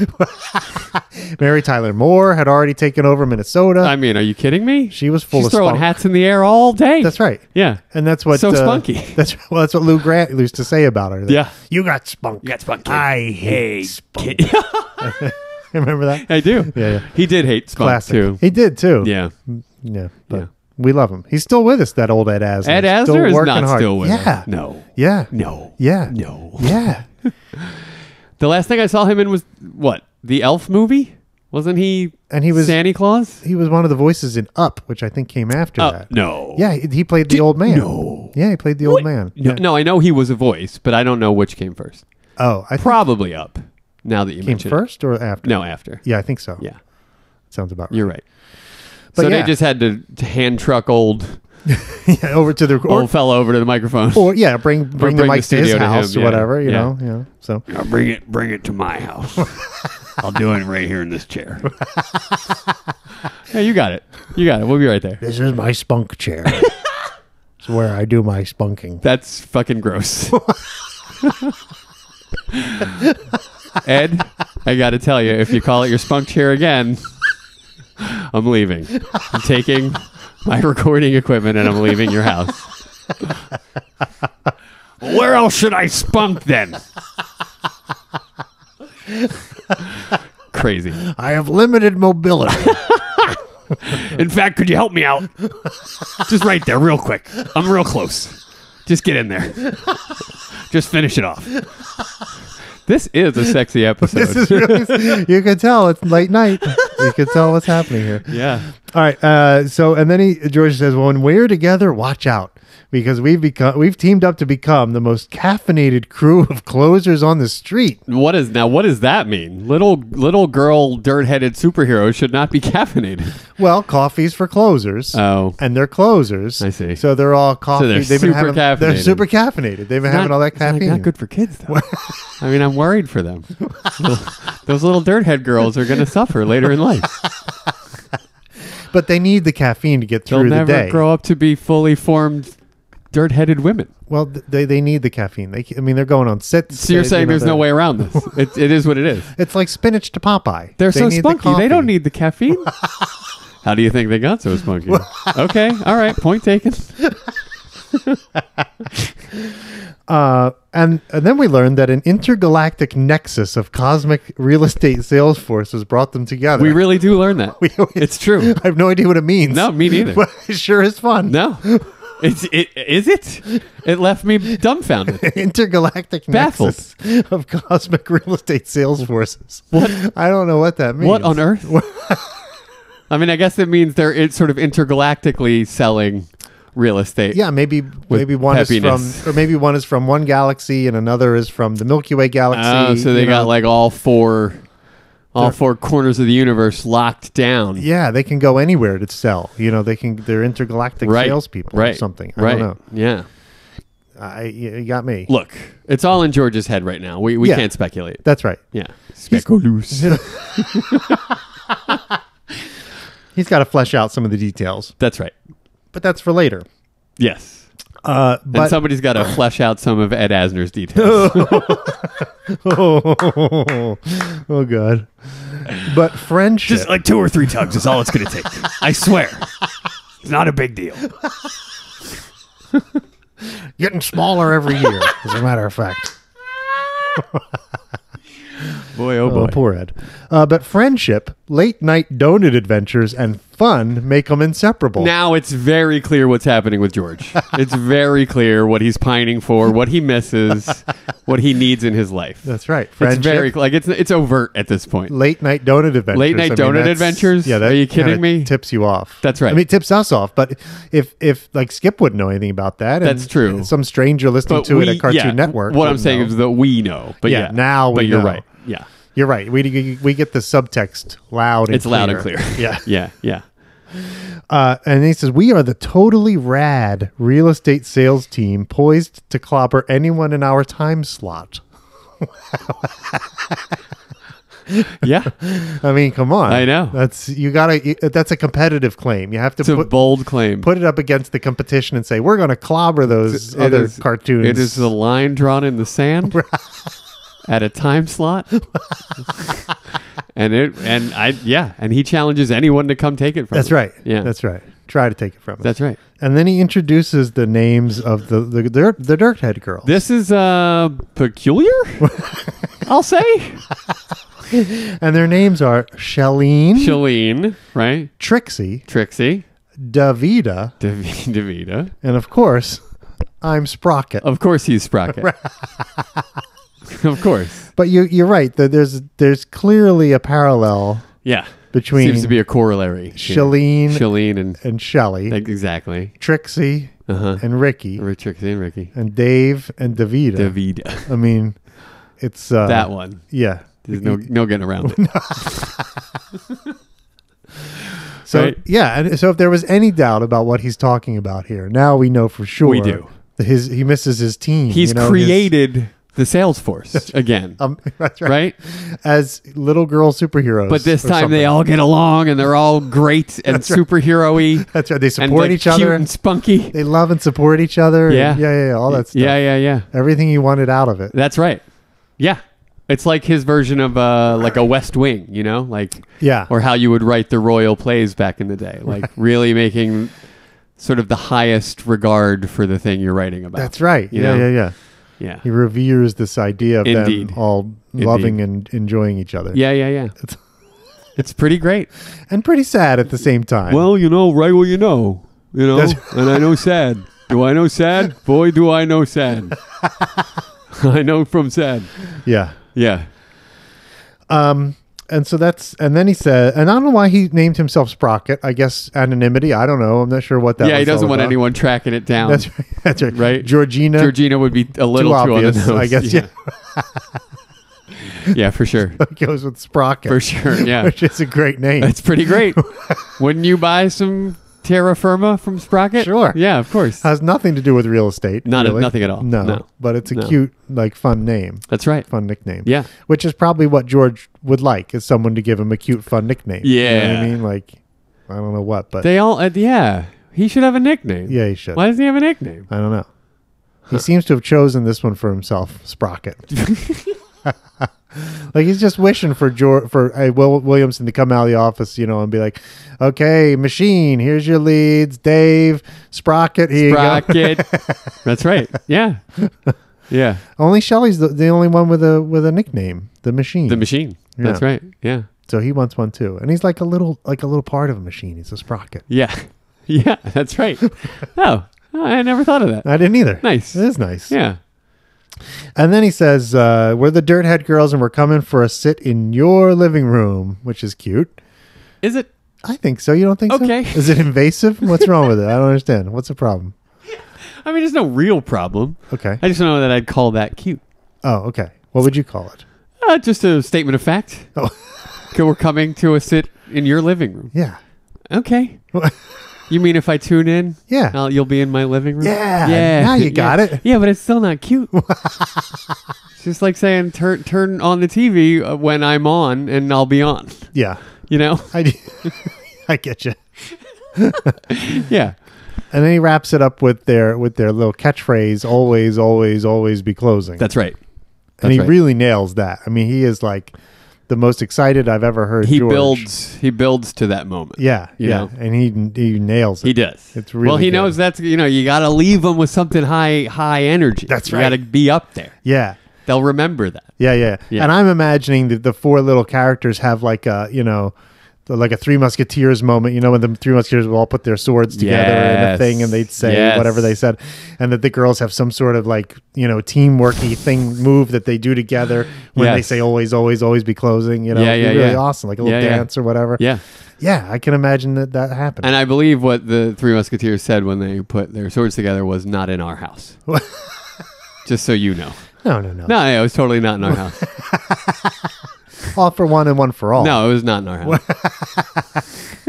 S1: Mary Tyler Moore had already taken over Minnesota.
S2: I mean, are you kidding me?
S1: She was full
S2: She's
S1: of
S2: throwing
S1: spunk.
S2: hats in the air all day.
S1: that's right.
S2: Yeah.
S1: And that's what uh,
S2: So spunky.
S1: That's well. That's what Lou Grant used to say about her. that,
S2: Yeah.
S1: you got spunk. You got spunk. I hate spunk. Remember that?
S2: I do.
S1: Yeah, yeah.
S2: He did hate spunk
S1: Classic.
S2: too.
S1: He did too.
S2: Yeah.
S1: Yeah. But
S2: Yeah.
S1: we love him. He's still with us, that old Ed Asner.
S2: Ed
S1: He's
S2: Asner is not
S1: hard.
S2: still with
S1: yeah.
S2: us. No.
S1: Yeah.
S2: No.
S1: Yeah.
S2: No.
S1: Yeah.
S2: The last thing I saw him in was what? The Elf movie? Wasn't he?
S1: And he was-
S2: Santa Claus.
S1: He was one of the voices in Up, which I think came after
S2: Oh
S1: that.
S2: no.
S1: Yeah, he he played the old man.
S2: no.
S1: Yeah, he played the old man.
S2: No,
S1: Yeah.
S2: no, I know he was a voice, but I don't know which came first.
S1: Oh, I think
S2: Probably up. Now that you
S1: came
S2: mention it.
S1: first or after?
S2: No, after.
S1: Yeah, I think so.
S2: Yeah.
S1: Sounds about right.
S2: You're right.
S1: But
S2: so
S1: yeah.
S2: they just had to, to hand truck old
S1: Yeah, over to the or,
S2: old fellow over to the microphone.
S1: or yeah, bring bring, the
S2: bring the
S1: mics to his
S2: studio to him,
S1: house or
S2: yeah,
S1: whatever, you
S2: yeah.
S1: know. Yeah. So
S8: Now bring it, bring it to my house. I'll do it right here in this chair.
S2: yeah, you got it. You got it. We'll be right there.
S7: This is my spunk chair. it's where I do my spunking.
S2: That's fucking gross. Ed, I got to tell you, if you call it your spunk chair again, I'm leaving. I'm taking my recording equipment and I'm leaving your house.
S8: Where else should I spunk then?
S2: Crazy.
S7: I have limited mobility.
S8: In fact, could you help me out? Just right there, real quick. I'm real close. Just get in there. Just finish it off.
S2: This is a sexy episode.
S1: this is really you can tell it's late night. You can tell what's happening here.
S2: yeah.
S1: All right. Uh, so and then he George says, "Well, when we're together, watch out because we've become we've teamed up to become the most caffeinated crew of closers on the street."
S2: What is now? What does that mean? Little little girl, dirt-headed superheroes should not be caffeinated.
S1: Well, coffee's for closers.
S2: Oh.
S1: And they're closers.
S2: I see.
S1: So they're all coffee.
S2: they're
S1: they've been having,
S2: super
S1: They're
S2: caffeinated.
S1: super caffeinated. They've been having
S2: Not-
S1: all that
S2: it's, like,
S1: caffeine.
S2: Not good for kids, though. I mean, I'm worried for them. Those little dirthead girls are going to suffer later in life.
S1: But they need the caffeine to get
S2: They'll
S1: through the
S2: never
S1: day.
S2: grow up to be fully formed, dirt-headed women.
S1: Well, th- they, they need the caffeine. They, ca- I mean, they're going on sits.
S2: So you're
S1: They- you
S2: saying
S1: know,
S2: there's no
S1: they're-
S2: way around this? It, it is what it is.
S1: It's like spinach to Popeye.
S2: They're so
S1: need the
S2: spunky. they don't
S1: coffee.
S2: need the caffeine. How do you think they got so spunky? okay, all right. Point taken.
S1: Uh, and, and then we learned that an intergalactic nexus of cosmic real estate sales forces brought them together.
S2: We really do learn that. it's true.
S1: I have no idea what it means.
S2: No, me neither.
S1: But it sure is fun.
S2: No. It's, it, is it? It left me dumbfounded.
S1: intergalactic
S2: Baffled.
S1: nexus of cosmic real estate sales forces. What? I don't know what that means.
S2: What on earth? I mean, I guess it means they're in- sort of intergalactically selling real estate.
S1: Yeah, maybe maybe one is
S2: peppiness.
S1: from, or maybe one is from one galaxy and another is from the Milky Way galaxy.
S2: Oh, so they
S1: you
S2: got
S1: know.
S2: like all four, all four corners of the universe locked down.
S1: yeah, they can go anywhere to sell. You know, they can they're intergalactic
S2: Right.
S1: salespeople
S2: right.
S1: or something. I
S2: right.
S1: don't know.
S2: Yeah.
S1: I, you you got me.
S2: Look, it's all in George's head right now. We we
S1: Yeah.
S2: can't speculate.
S1: That's right.
S2: Yeah. Speculous.
S1: He's got to flesh out some of the details,
S2: That's right.
S1: but that's for later.
S2: Yes.
S1: Uh,
S2: and
S1: but
S2: somebody's got to flesh out some of Ed Asner's details.
S1: oh, god, but friendship.
S8: Just like two or three tugs is all it's going to take. I swear. It's not a big deal.
S7: Getting smaller every year, as a matter of fact.
S2: boy, oh boy. Oh,
S1: Oh, poor Ed. Uh, but friendship, late night donut adventures, and fun make them inseparable.
S2: Now it's very clear what's happening with George. It's very clear what he's pining for, what he misses, what he needs in his life.
S1: That's right.
S2: It's
S1: Friendship,
S2: very like it's it's overt at this point.
S1: late night donut adventures.
S2: Late night donut
S1: that's-
S2: adventures?
S1: Yeah, that
S2: Are you kidding
S1: kinda
S2: me?
S1: Tips you off.
S2: That's right.
S1: I mean, it tips us off. But if if like Skip wouldn't know anything about that, and
S2: That's true.
S1: Some stranger listening to it
S2: we-
S1: at Cartoon
S2: yeah,
S1: Network.
S2: What I'm
S1: wouldn't
S2: saying
S1: know.
S2: is that we know. But
S1: Yeah,
S2: yeah,
S1: now we
S2: But you're
S1: know.
S2: right. Yeah,
S1: you're right. We we get the subtext loud. And
S2: it's loud and clear.
S1: Yeah.
S2: yeah, yeah.
S1: Uh, and he says, We are the totally rad real estate sales team poised to clobber anyone in our time slot.
S2: Yeah,
S1: I mean, come on.
S2: I know.
S1: That's you gotta that's a competitive claim. You have to
S2: it's a
S1: put,
S2: bold claim.
S1: put it up against the competition and say, We're gonna clobber those
S2: It
S1: other
S2: is-
S1: cartoons.
S2: It is a line drawn in the sand at a time slot. and it and I yeah, and he challenges anyone to come take it from.
S1: that's
S2: him.
S1: right.
S2: Yeah.
S1: That's right. Try to take it from us.
S2: That's right.
S1: And then he introduces the names of the the, the, the dirthead girl.
S2: This is uh peculiar. I'll say
S1: and their names are Shalene,
S2: Shalene, right?
S1: Trixie,
S2: Trixie,
S1: Davida,
S2: Dav- Davida.
S1: and of course, I'm Sprocket.
S2: Of course he's Sprocket. of course.
S1: But you, you're right. That there's there's clearly a parallel
S2: Yeah.
S1: Between
S2: seems to be a corollary. here.
S1: Shalene-
S2: Shalene and
S1: in Shelley,
S2: exactly.
S1: Trixie,
S2: Uh-huh.
S1: and Ricky,
S2: Rick- Trixie and Ricky.
S1: and Dave and Davida.
S2: Davida.
S1: I mean, it's uh,
S2: That one.
S1: Yeah.
S2: There's no no getting around it.
S1: So
S2: right.
S1: yeah, and so if there was any doubt about what he's talking about here, now we know for sure.
S2: We do.
S1: that His he misses his team.
S2: He's
S1: you know, his-
S2: created the sales force again,
S1: um, that's right.
S2: right?
S1: As little girl superheroes.
S2: But this
S1: or
S2: time they
S1: something.
S2: all get along and they're all great and superhero-y
S1: That's right. They
S2: and
S1: support
S2: like,
S1: each
S2: cute
S1: other.
S2: and spunky.
S1: they love and support each other.
S2: Yeah.
S1: and yeah, yeah, yeah, all that stuff.
S2: Yeah, yeah, yeah.
S1: Everything you wanted out of it.
S2: That's right. Yeah. It's like his version of uh, like a West Wing, you know, like
S1: Yeah.
S2: or how you would write the royal plays back in the day, like really making sort of the highest regard for the thing you're writing about.
S1: That's right.
S2: You
S1: yeah,
S2: know?
S1: yeah, yeah.
S2: Yeah,
S1: He reveres this idea of
S2: Indeed.
S1: them all loving and enjoying each other.
S2: yeah, yeah, yeah. It's pretty great.
S1: And pretty sad at the same time.
S2: Well, you know, right where you know, you know,
S1: That's-
S2: and I know sad. Do I know sad? Boy, do I know sad. I know from sad.
S1: yeah. Um,
S2: Yeah.
S1: And so that's and then he said and I don't know why he named himself Sprocket. I guess anonymity. I don't know. I'm not sure what that
S2: yeah, he
S1: was all
S2: doesn't want
S1: about.
S2: anyone tracking it down.
S1: That's right. That's right.
S2: Right?
S1: Georgina.
S2: Georgina would be a little too,
S1: obvious,
S2: on the nose.
S1: I guess. Yeah.
S2: Yeah, Yeah, for sure.
S1: Goes with Sprocket.
S2: For sure. Yeah.
S1: Which is a great name.
S2: It's pretty great. Wouldn't you buy some terra firma from Sprocket?
S1: Sure.
S2: Yeah, of course.
S1: Has nothing to do with real estate.
S2: Not-
S1: really.
S2: nothing at all.
S1: No.
S2: No.
S1: But it's a
S2: No.
S1: cute, like fun name.
S2: That's right.
S1: Fun nickname.
S2: Yeah.
S1: Which is probably what George would like is someone to give him a cute, fun nickname. You know what I
S2: Yeah.
S1: mean? Like I don't know what, but
S2: They all, uh, yeah. He should have a nickname.
S1: Yeah, he should.
S2: Why doesn't he have a nickname?
S1: I don't know. He seems to have chosen this one for himself, Sprocket. like he's just wishing for George, for uh, Will Williamson to come out of the office, you know, and be like, "Okay, machine, here's your leads, Dave Sprocket." Here You go.
S2: Sprocket. That's right. Yeah. Yeah.
S1: Only Shelley's the, the only one with a with a nickname, the machine.
S2: The machine. That's
S1: Yeah.
S2: right. Yeah.
S1: so he wants one too, and he's like a little like a little part of a machine. He's a sprocket.
S2: Yeah. Yeah. That's right. oh, I never thought of that.
S1: I didn't either.
S2: Nice.
S1: It is nice.
S2: Yeah.
S1: And then he says, uh, "We're the Dirthead Girls, and we're coming for a sit in your living room," which is cute.
S2: Is it?
S1: I think so. You don't think
S2: Okay.
S1: so? Is it invasive? What's wrong with it? I don't understand. What's the problem?
S2: I mean, there's no real problem.
S1: Okay.
S2: I just don't know that I'd call that cute.
S1: Oh, okay. What would you call it?
S2: Uh, just a statement of fact.
S1: Oh.
S2: Okay, We're coming to a sit in your living room.
S1: Yeah.
S2: Okay. You mean if I tune in?
S1: Yeah.
S2: I'll- you'll be in my living room?
S1: Yeah, now you got
S2: yeah.
S1: it.
S2: Yeah, but it's still not cute. it's just like saying, turn, turn on the TV uh, when I'm on and I'll be on.
S1: Yeah.
S2: You know?
S1: I, I get you.
S2: Yeah.
S1: And then he wraps it up with their with their little catchphrase: "Always, always, always be closing."
S2: That's right.
S1: and he
S2: right.
S1: really nails that. I mean, he is like the most excited I've ever heard.
S2: He
S1: George.
S2: builds he builds to that moment.
S1: Yeah.
S2: You
S1: yeah.
S2: know?
S1: And he he nails it.
S2: He does.
S1: It's really
S2: well. He
S1: good.
S2: knows that's you know you got to leave them with something high high energy.
S1: That's
S2: You got to
S1: right.
S2: be up there.
S1: Yeah.
S2: They'll remember that.
S1: Yeah, yeah.
S2: Yeah.
S1: And I'm imagining that the four little characters have like a, you know, like a Three Musketeers moment, you know, when the Three Musketeers would all put their swords together in a
S2: Yes.
S1: thing and they'd say
S2: Yes.
S1: whatever they said, and that the girls have some sort of like you know teamworky thing move that they do together when they
S2: Yes.
S1: say always, always, always be closing. You know,
S2: Yeah,
S1: It'd
S2: yeah,
S1: be really
S2: yeah.
S1: awesome, like a little
S2: Yeah, yeah.
S1: dance or whatever.
S2: Yeah.
S1: yeah, I can imagine that that happened.
S2: And I believe what the Three Musketeers said when they put their swords together was not in our house. Just so you know.
S1: no, no, no,
S2: No, no, it was totally not in our house.
S1: all for one and one for all.
S2: No, it was not in our house.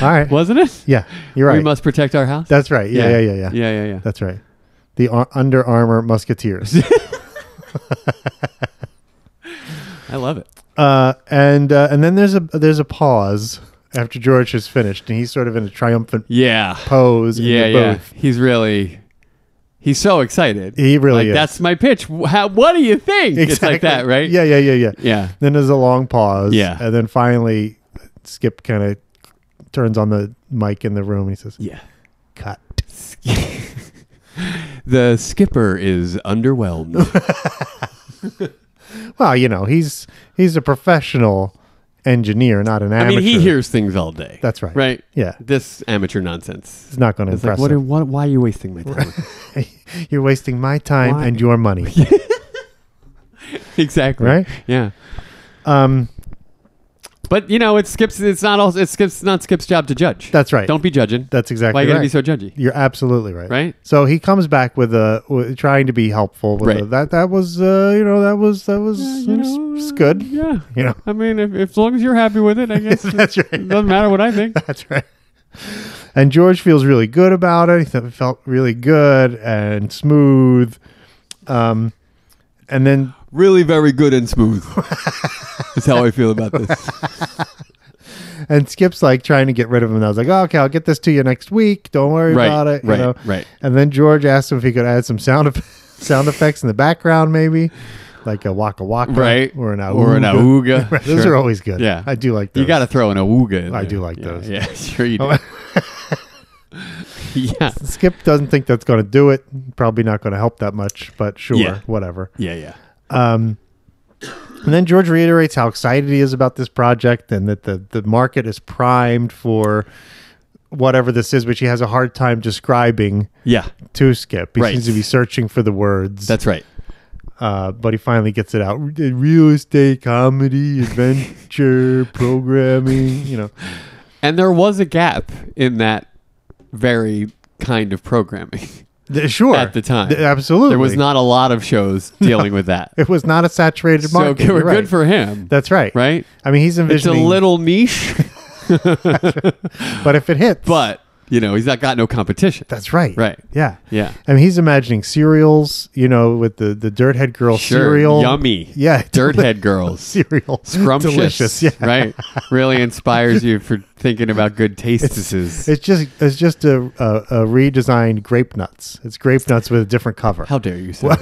S1: all right,
S2: Wasn't it?
S1: yeah, you're right.
S2: We must protect our house.
S1: That's right. Yeah, yeah, yeah, yeah.
S2: Yeah, yeah, yeah.
S1: That's right. The Ar- Under Armour Musketeers.
S2: I love it.
S1: uh, and uh, and then there's a there's a pause after George has finished, and he's sort of in a triumphant
S2: Yeah.
S1: pose. in
S2: Yeah,
S1: the
S2: yeah.
S1: booth.
S2: He's really, he's so excited.
S1: He really
S2: like,
S1: is.
S2: That's my pitch. Wh- How, what do you think? It's like
S1: Exactly.
S2: that, right?
S1: Yeah, yeah, yeah, yeah.
S2: Yeah.
S1: Then there's a long pause.
S2: Yeah.
S1: and then finally, Skip kind of turns on the mic in the room. And he says,
S2: Yeah.
S1: "Cut."
S2: The skipper is underwhelmed.
S1: Well, you know, he's he's a professional engineer, not an
S2: I
S1: amateur.
S2: mean, he hears things all day.
S1: That's right.
S2: Right?
S1: Yeah.
S2: This amateur nonsense.
S1: It's not going to
S2: It's like,
S1: impress
S2: what,
S1: him.
S2: what, why are you wasting my time?
S1: You're wasting my time
S2: Why?
S1: and your money.
S2: exactly.
S1: Right?
S2: Yeah.
S1: Um,
S2: But you know, it skips. It's not all. It skips. Not skips job to judge.
S1: That's right.
S2: Don't be judging.
S1: that's exactly
S2: why you gotta
S1: right.
S2: be so judgy.
S1: You're absolutely right.
S2: Right?
S1: So he comes back with a with, trying to be helpful. With
S2: Right.
S1: a- that that was uh, you know that was that was it's- it's
S2: uh,
S1: good.
S2: Yeah.
S1: You know
S2: I mean, if, if, as long as you're happy with it, I guess it
S1: that's right.
S2: doesn't matter what I think.
S1: That's right. And George feels really good about it. He th- felt really good and smooth. Um, and then
S2: Really, very good and smooth. That's how I feel about this.
S1: and Skip's like trying to get rid of him. And I was like, oh, okay, I'll get this to you next week. Don't worry
S2: Right,
S1: about it. you
S2: right,
S1: know?
S2: right.
S1: And then George asked him if he could add some sound eff- sound effects in the background, maybe like a waka waka,
S2: Right.
S1: or an auga.
S2: Or an auga.
S1: Right, Those
S2: Sure.
S1: are always good.
S2: Yeah.
S1: I do like. Those.
S2: You got to throw an awooga. in
S1: I
S2: there.
S1: do like
S2: Yeah,
S1: those.
S2: Yeah, sure you do. yeah,
S1: Skip doesn't think that's going to do it. Probably not going to help that much, but sure,
S2: Yeah.
S1: whatever.
S2: yeah, yeah.
S1: And then George reiterates how excited he is about this project and that the, the market is primed for whatever this is, which he has a hard time describing
S2: Yeah,
S1: to Skip. He
S2: Right.
S1: seems to be searching for the words,
S2: that's right.
S1: uh, but he finally gets it out. Re- Real estate, comedy, adventure, programming, you know.
S2: And there was a gap in that very kind of programming
S1: Th- Sure.
S2: at the time.
S1: Th- absolutely.
S2: There was not a lot of shows dealing with that.
S1: It was not a saturated
S2: So
S1: market.
S2: we're
S1: you're
S2: good
S1: right.
S2: for him,
S1: That's right.
S2: right?
S1: I mean, he's
S2: It's a
S1: envisioning,
S2: little niche,
S1: but if it hits,
S2: but you know he's not got no competition.
S1: that's right.
S2: Right.
S1: Yeah.
S2: Yeah.
S1: I mean, he's imagining cereals, you know, with the the Dirthead Girl
S2: Sure.
S1: cereal.
S2: Yummy.
S1: Yeah.
S2: Dirthead girls.
S1: cereal.
S2: Scrumptious.
S1: Delicious. Yeah.
S2: Right. Really inspires you for thinking about good tasteses.
S1: It's just it's just a, a, a redesigned grape nuts. It's grape nuts with a different cover.
S2: How dare you, sir?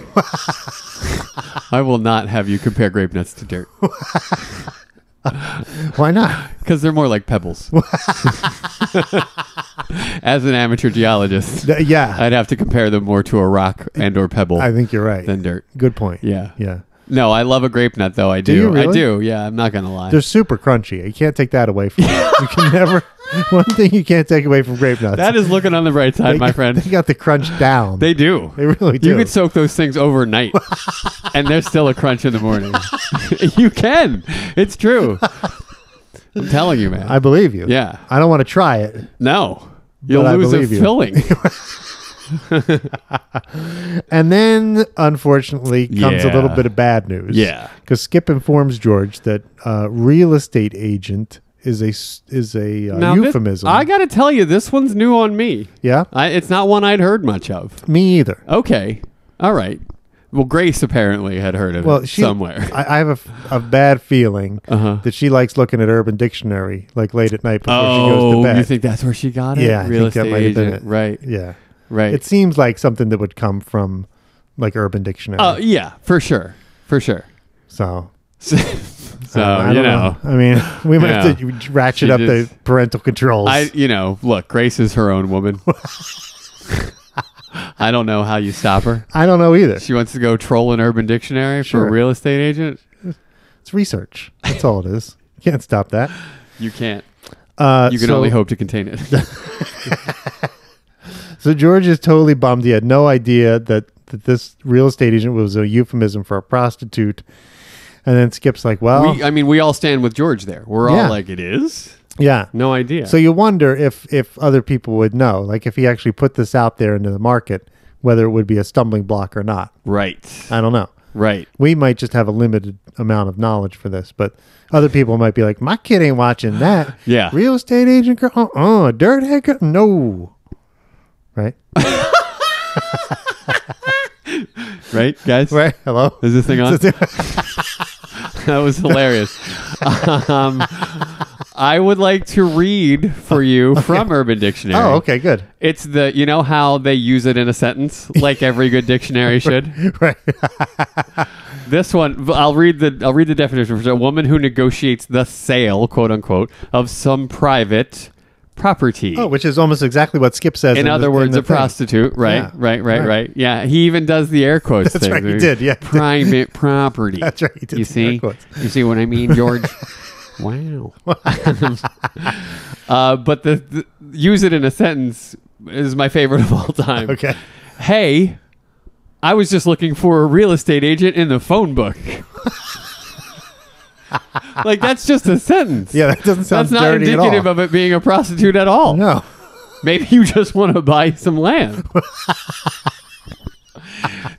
S2: I will not have you compare grape nuts to dirt
S1: Why not?
S2: because they're more like pebbles. As an amateur geologist,
S1: Th- yeah.
S2: I'd have to compare them more to a rock and or pebble
S1: I, think you're right.
S2: than dirt.
S1: Good point.
S2: Yeah.
S1: Yeah.
S2: No, I love a grape nut though. I do.
S1: you
S2: I
S1: really?
S2: do. Yeah, I'm not gonna lie.
S1: They're super crunchy. You can't take that away from them. You can never. One thing you can't take away from grape nuts.
S2: that is looking on the bright side,
S1: They
S2: my
S1: got-
S2: friend.
S1: They got the crunch down.
S2: They do.
S1: They really do.
S2: You could soak those things overnight, and there's still a crunch in the morning. you can. It's true. I'm telling you, man.
S1: I believe you.
S2: Yeah.
S1: I don't want to try it.
S2: no, you'll
S1: I
S2: lose a
S1: believe you.
S2: filling.
S1: And then, unfortunately, comes a
S2: Yeah.
S1: little bit of bad news.
S2: Yeah.
S1: because Skip informs George that uh, real estate agent is a s- is a uh,
S2: Now, this-
S1: euphemism.
S2: I got to tell you, this one's new on me.
S1: yeah,
S2: I, it's not one I'd heard much of.
S1: me either.
S2: Okay, all right. Well, Grace apparently had heard of
S1: Well,
S2: it
S1: she,
S2: somewhere. Uh-huh.
S1: I, I have a, f- a bad feeling that she likes looking at Urban Dictionary like late at night before she goes to
S2: Oh,
S1: bed.
S2: you think that's where she got it?
S1: yeah, I
S2: real
S1: think that
S2: estate
S1: might have been
S2: agent.
S1: it.
S2: Right,
S1: Yeah,
S2: right.
S1: it seems like something that would come from like Urban Dictionary.
S2: uh, yeah, for sure, for sure.
S1: so
S2: So,
S1: Uh, I
S2: you
S1: don't
S2: know,
S1: I mean, we might have
S2: Yeah.
S1: to ratchet
S2: She
S1: up the
S2: just-
S1: parental controls.
S2: I, you know, look, Grace is her own woman. I don't know how you stop her.
S1: I don't know either.
S2: She wants to go troll an Urban Dictionary for
S1: Sure.
S2: a real estate agent.
S1: It's research. That's all it is. Can't stop that.
S2: You can't.
S1: Uh,
S2: You can
S1: so-
S2: only hope to contain it.
S1: So George is totally bummed. He had no idea that, that this real estate agent was a euphemism for a prostitute. And then Skip's like, well,
S2: we, I mean, we all stand with George there. We're
S1: Oh. Yeah.
S2: all like, it is?
S1: yeah.
S2: No idea.
S1: So you wonder if if other people would know, like if he actually put this out there into the market, whether it would be a stumbling block or not.
S2: right.
S1: I don't know.
S2: Right.
S1: We might just have a limited amount of knowledge for this, but other people might be like, "My kid ain't watching that."
S2: Yeah.
S1: real estate agent girl, uh, uh dirt head girl, no, right,
S2: Right, guys?
S1: right. Hello,
S2: Is this thing on? that was hilarious. um, I would like to read for you from Urban Dictionary.
S1: oh, okay, good,
S2: It's the, you know how they use it in a sentence like every good dictionary should?
S1: right.
S2: This one, v- I'll read the I'll read the definition. It's A woman who negotiates the sale, quote unquote, of some private property.
S1: Oh, which is almost exactly what Skip says.
S2: in
S1: the-
S2: other words,
S1: the
S2: a
S1: thing.
S2: prostitute. Right,
S1: Yeah.
S2: right, right,
S1: Right.
S2: right, Yeah, he even does the air quotes.
S1: That's
S2: thing.
S1: right, he did, yeah.
S2: private property.
S1: That's right, he did
S2: you
S1: the air
S2: see,
S1: quotes.
S2: you see what I mean, George? wow. uh, but the, the use it in a sentence is my favorite of all time.
S1: Okay,
S2: Hey, I was just looking for a real estate agent in the phone book. like that's just a sentence.
S1: yeah, that doesn't sound
S2: That's not
S1: dirty at all.
S2: indicative of it being a prostitute at all.
S1: no,
S2: Maybe you just want to buy some land.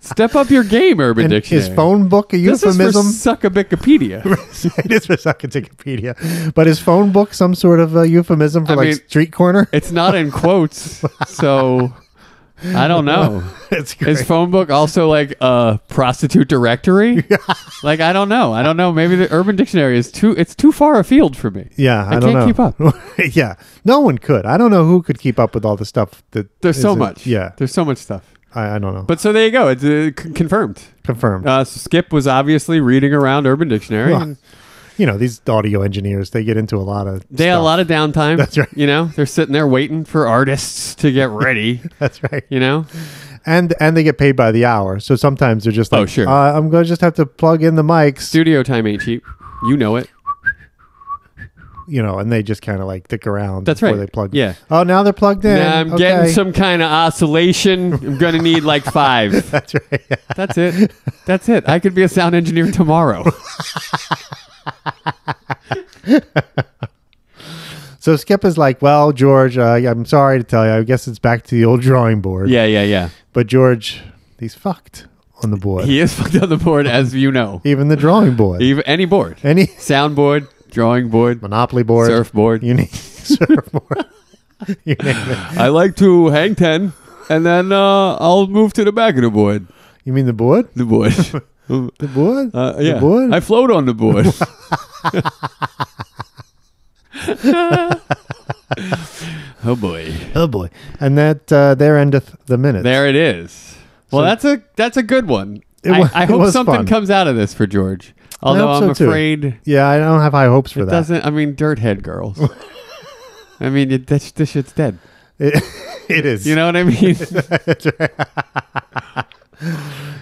S2: Step up your game, Urban
S1: and
S2: Dictionary.
S1: is phone book a
S2: this is for
S1: euphemism?
S2: Suckabikipedia.
S1: it is for Suckatickopedia. But is phone book some sort of a euphemism for
S2: I
S1: like
S2: mean-
S1: street corner?
S2: it's not in quotes, so I don't know.
S1: it's great.
S2: Is phone book also like a prostitute directory? like I don't know. I don't know. Maybe the Urban Dictionary is too. It's too far afield for me.
S1: yeah, I,
S2: I
S1: don't
S2: can't
S1: know.
S2: keep up.
S1: up. yeah, no one could. I don't know who could keep up with all the stuff that
S2: There's
S1: is
S2: so
S1: in-
S2: much.
S1: Yeah,
S2: There's so much stuff.
S1: I, I don't know. But
S2: But so there you go. It's uh, c- confirmed.
S1: confirmed.
S2: Uh, Skip was obviously reading around Urban Dictionary.
S1: Well,
S2: and
S1: you know these audio engineers, they get into a lot of.
S2: They had a
S1: stuff.
S2: lot of downtime.
S1: That's right.
S2: You know, they're sitting there waiting for artists to get ready.
S1: That's right.
S2: you know,
S1: And and they get paid by the hour, so sometimes they're just like,
S2: Oh, sure.
S1: uh, I'm gonna just have to plug in the mics,
S2: studio time ain't cheap. You know it.
S1: you know, and they just kind of like dick around.
S2: That's
S1: before
S2: right.
S1: They plug.
S2: Yeah.
S1: Oh, now they're plugged in.
S2: Now I'm
S1: Okay.
S2: getting some kind of oscillation. I'm gonna need like five.
S1: That's right.
S2: That's it. That's it. I could be a sound engineer tomorrow.
S1: So Skip is like, "Well, George, uh, I'm sorry to tell you, I guess it's back to the old drawing board."
S2: yeah, yeah, yeah.
S1: But George, he's fucked on the board,
S2: He is fucked on the board, as you know.
S1: even the drawing board,
S2: Even any board,
S1: any
S2: soundboard, drawing board,
S1: monopoly board,
S2: surfboard.
S1: you need surfboard. you name it.
S2: I like to hang ten, and then uh, I'll move to the back of the board.
S1: You mean the board?
S2: The board.
S1: The board?
S2: Uh, yeah.
S1: The board?
S2: I float on the board. oh boy.
S1: oh boy! And that uh, there endeth the minute.
S2: There it is. Well, that's a that's a good one.
S1: It wa-
S2: I, I
S1: it
S2: hope
S1: was
S2: something
S1: fun.
S2: comes out of this for George. Although
S1: hope
S2: I'm
S1: so, too.
S2: afraid
S1: Yeah, I don't have high hopes for
S2: it
S1: that.
S2: doesn't. I mean, dirthead girls. I mean, it, this, this shit's dead.
S1: It- it is.
S2: You know what I mean?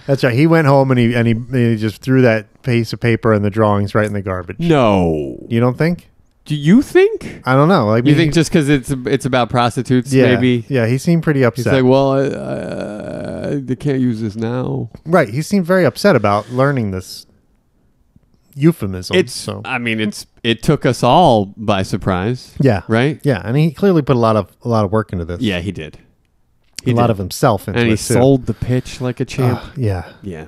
S1: That's right. He went home and he and he, and he just threw that piece of paper and the drawings right in the garbage.
S2: no.
S1: You don't think?
S2: Do you think?
S1: I don't know. Like
S2: You
S1: he-
S2: think just because it's it's about prostitutes,
S1: yeah,
S2: maybe?
S1: Yeah, he seemed pretty
S2: He's
S1: upset.
S2: like, well, I, I, I can't use this now.
S1: Right. He seemed very upset about learning this euphemism.
S2: It's.
S1: so
S2: I mean, it's. It took us all by surprise.
S1: yeah,
S2: Right.
S1: Yeah, and he clearly put a lot of a lot of work into this.
S2: Yeah, he did.
S1: a lot
S2: did.
S1: of himself into
S2: And
S1: it
S2: he
S1: too.
S2: sold the pitch like a champ.
S1: Ah, yeah,
S2: yeah.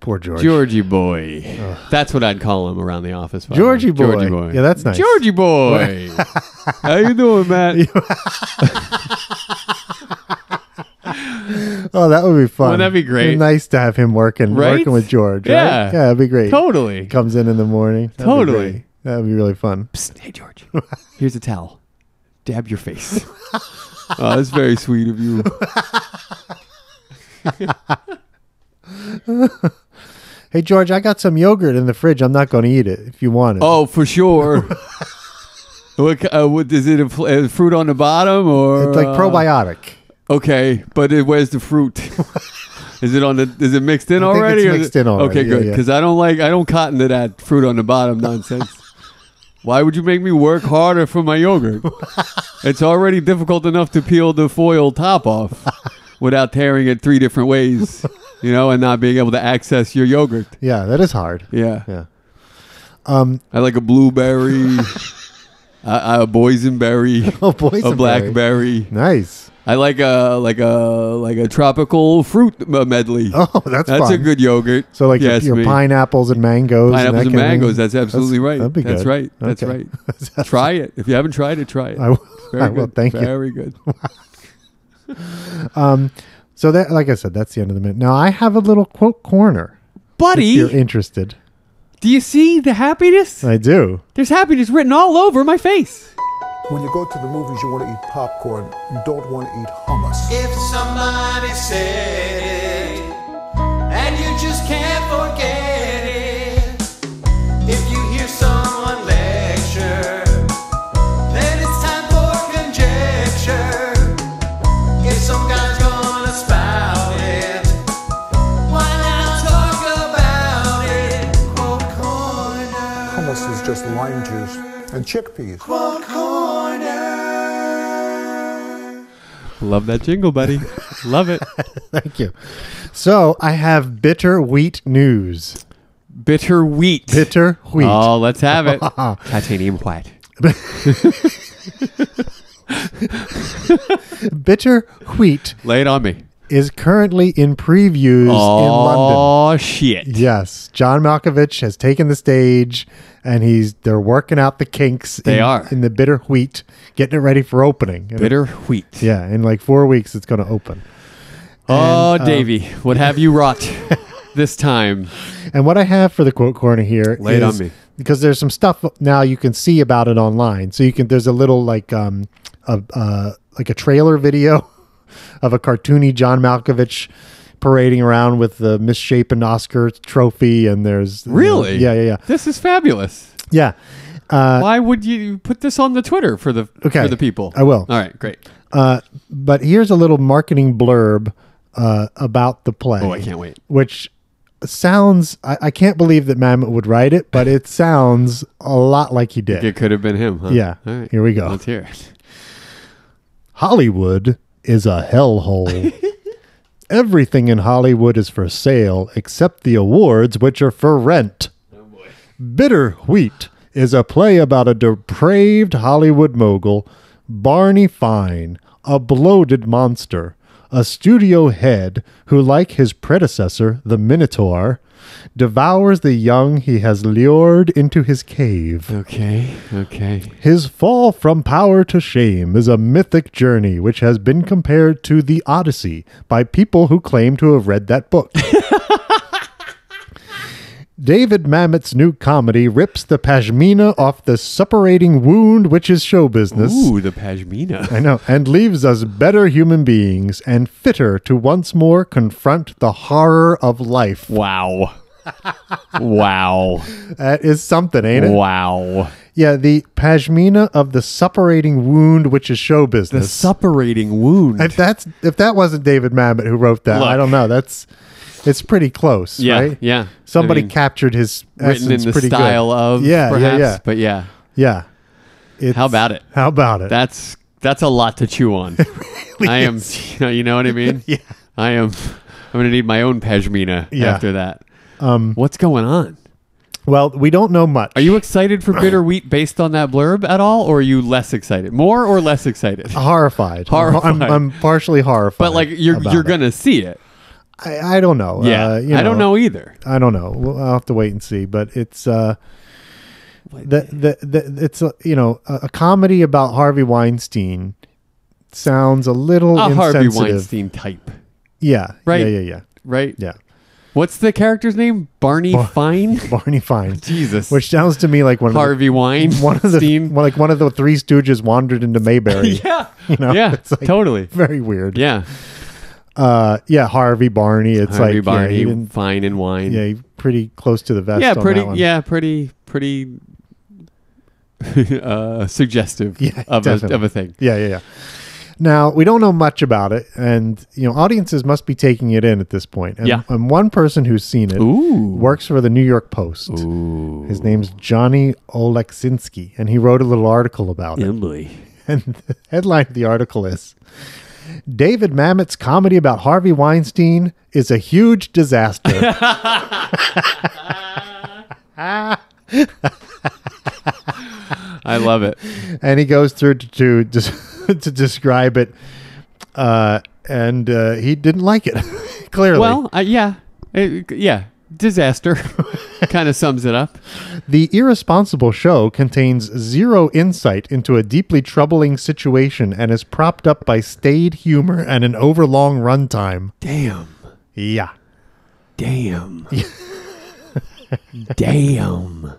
S1: poor George. Ah.
S2: Georgie boy. That's what I'd call him around the office. by the way.
S1: Georgie boy.
S2: Georgie boy.
S1: Yeah, that's nice.
S2: Georgie boy. How you doing, Matt?
S1: Oh, that would be fun.
S2: Wouldn't that be great?
S1: It'd nice to have him working
S2: Right?
S1: working with George. right?
S2: Yeah.
S1: yeah, that'd be great.
S2: totally.
S1: Comes in in the morning. That'd be
S2: Totally.
S1: great. That'd be really fun.
S2: Psst, hey, George. Here's a towel. Dab your face. oh, that's very sweet of you.
S1: Hey George, I got some yogurt in the fridge. I'm not going to eat it if you want it.
S2: Oh, for sure. what, ki- uh, what is it? A, fl- a fruit on the bottom or
S1: it's like
S2: uh,
S1: probiotic.
S2: Okay, but it, where's the fruit? is it on the? Is it mixed in
S1: I think
S2: already?
S1: it's
S2: or is
S1: mixed
S2: it-
S1: in already,
S2: Okay,
S1: yeah,
S2: good.
S1: yeah.
S2: Because I don't like I don't cotton to that fruit on the bottom nonsense. Why would you make me work harder for my yogurt? it's already difficult enough to peel the foil top off without tearing it three different ways, you know, and not being able to access your yogurt.
S1: Yeah, that is hard.
S2: Yeah.
S1: Yeah.
S2: I like a blueberry, I, I, a boysenberry,
S1: Oh, boys.
S2: a blackberry.
S1: Nice.
S2: I like a like a like a tropical fruit m- uh, medley.
S1: Oh, that's
S2: That's a
S1: fun.
S2: good yogurt.
S1: So like
S2: if you
S1: your,
S2: ask
S1: your
S2: me.
S1: pineapples and mangoes.
S2: pineapples
S1: that
S2: and
S1: kind of thing?
S2: mangoes. That's absolutely right.
S1: that'd be
S2: That's
S1: good.
S2: right. That's
S1: Okay.
S2: right. try it if you haven't tried it. Try it.
S1: I will- I will.
S2: good.
S1: Thank you.
S2: Very good.
S1: So that, like I said, that's the end of the minute. Now I have a little quote corner. If you're
S2: Buddy,
S1: interested,
S2: do you see the happiness?
S1: I do.
S2: There's happiness written all over my face.
S9: When you go to the movies, you want to eat popcorn. You don't want to eat hummus.
S4: If somebody said it, and you just can't forget it, if you hear someone lecture, then it's time for conjecture. If some guy's gonna spout it, why not talk about it? Quote corner,
S9: Hummus is just lime juice and chickpeas.
S4: quote corner.
S2: Love that jingle, buddy. Love it.
S1: Thank you. So I have bitter wheat news.
S2: Bitter wheat.
S1: Bitter wheat.
S2: Oh, let's have it. Titanium white.
S1: Bitter wheat
S2: Lay it on me.
S1: is currently in previews in London.
S2: Oh shit.
S1: Yes, John Malkovich has taken the stage, and he's they're working out the kinks.
S2: They
S1: in,
S2: are.
S1: in the bitter wheat, getting it ready for opening. And-
S2: Bitter wheat.
S1: Yeah, in like four weeks, it's going to open.
S2: Oh,
S1: uh,
S2: Davy, what have you wrought this time?
S1: And what I have for the quote corner here
S2: Lay it on
S1: is-
S2: me.
S1: because there's some stuff now you can see about it online. So you can there's a little like um a uh, like a trailer video of a cartoony John Malkovich parading around with the misshapen Oscar trophy and there's
S2: Really?
S1: yeah yeah yeah
S2: This is fabulous.
S1: yeah
S2: Why would you put this on the Twitter for the
S1: Uh, Okay,
S2: for the people?
S1: I will.
S2: All right, great.
S1: Uh, but here's a little marketing blurb uh, about the play.
S2: Oh, I can't wait.
S1: Which sounds, I, I can't believe that Mamet would write it, but it sounds a lot like he did.
S2: It could have been him, huh?
S1: Yeah.
S2: All right.
S1: Here we go.
S2: Let's hear it.
S1: Hollywood is a hellhole. Everything in Hollywood is for sale except the awards, which are for rent. Bitter Wheat is a play about a depraved Hollywood mogul, Barney Fine, a bloated monster, a studio head who, like his predecessor, the Minotaur, devours the young he has lured into his cave.
S2: Okay. Okay.
S1: His fall from power to shame is a mythic journey which has been compared to the Odyssey by people who claim to have read that book. David Mamet's new comedy rips the pashmina off the separating wound which is show business.
S2: Ooh, the pashmina.
S1: I know, and leaves us better human beings and fitter to once more confront the horror of life.
S2: Wow. wow.
S1: That is something, ain't it?
S2: Wow.
S1: Yeah, the pashmina of the separating wound which is show
S2: The
S1: business.
S2: separating wound.
S1: If that's if that wasn't David Mamet who wrote that,
S2: Look.
S1: I don't know. That's it's pretty close,
S2: yeah.
S1: right?
S2: Yeah.
S1: Somebody
S2: I mean,
S1: captured his
S2: written in
S1: essence
S2: the
S1: pretty good.
S2: style of
S1: yeah,
S2: perhaps,
S1: yeah, yeah,
S2: but yeah.
S1: yeah. It's-
S2: How about it?
S1: How about it?
S2: That's that's a lot to chew on. I am, you know, you know what I mean? yeah. I am. I'm gonna need my own pashmina
S1: Yeah.
S2: after that. Um, What's going on?
S1: well, we don't know much.
S2: Are you excited for bitter wheat based on that blurb at all, or are you less excited, more or less excited?
S1: horrified? I'm,
S2: Horrified.
S1: I'm partially horrified.
S2: But like you're
S1: about
S2: you're
S1: it.
S2: gonna see it.
S1: I, I don't know.
S2: Yeah,
S1: Uh, you
S2: I don't know either.
S1: I don't know. We'll, I'll have to wait and see. But it's uh, the, the the it's a, you know a, a comedy about Harvey Weinstein sounds a little
S2: A Harvey
S1: insensitive.
S2: Weinstein type,
S1: Yeah.
S2: Right.
S1: Yeah. Yeah. Yeah.
S2: right?
S1: Yeah.
S2: What's the character's name? Barney Fine.
S1: Barney Fine,
S2: Jesus.
S1: which sounds to me like one
S2: Harvey Wine.
S1: of the, one of the one- like one of the Three Stooges wandered into Mayberry.
S2: yeah.
S1: You know?
S2: yeah.
S1: It's like-
S2: totally.
S1: Very weird.
S2: Yeah.
S1: Uh, yeah. Harvey Barney. It's
S2: Harvey
S1: like
S2: Barney.
S1: Yeah, he didn't-
S2: Fine and wine.
S1: yeah, he pretty close to the vest.
S2: yeah
S1: on that
S2: pretty
S1: one.
S2: yeah pretty pretty uh suggestive
S1: Yeah,
S2: of, a,
S1: definitely.
S2: of a thing
S1: Yeah. Yeah. Yeah. Now, we don't know much about it, and you know, audiences must be taking it in at this point. And,
S2: Yeah.
S1: and one person who's seen it
S2: Ooh.
S1: works for the New York Post. His name's Johnny Oleksinski, and he wrote a little article about it. And the headline of the article is David Mamet's comedy about Harvey Weinstein is a huge disaster.
S2: I love it.
S1: and he goes through to to, des- to describe it, uh, and uh, he didn't like it. Clearly,
S2: Well, uh, yeah, Uh, yeah. Disaster kind of sums it up.
S1: the irresponsible show contains zero insight into a deeply troubling situation and is propped up by staid humor and an overlong runtime.
S2: Damn.
S1: Yeah,
S2: Damn. Damn.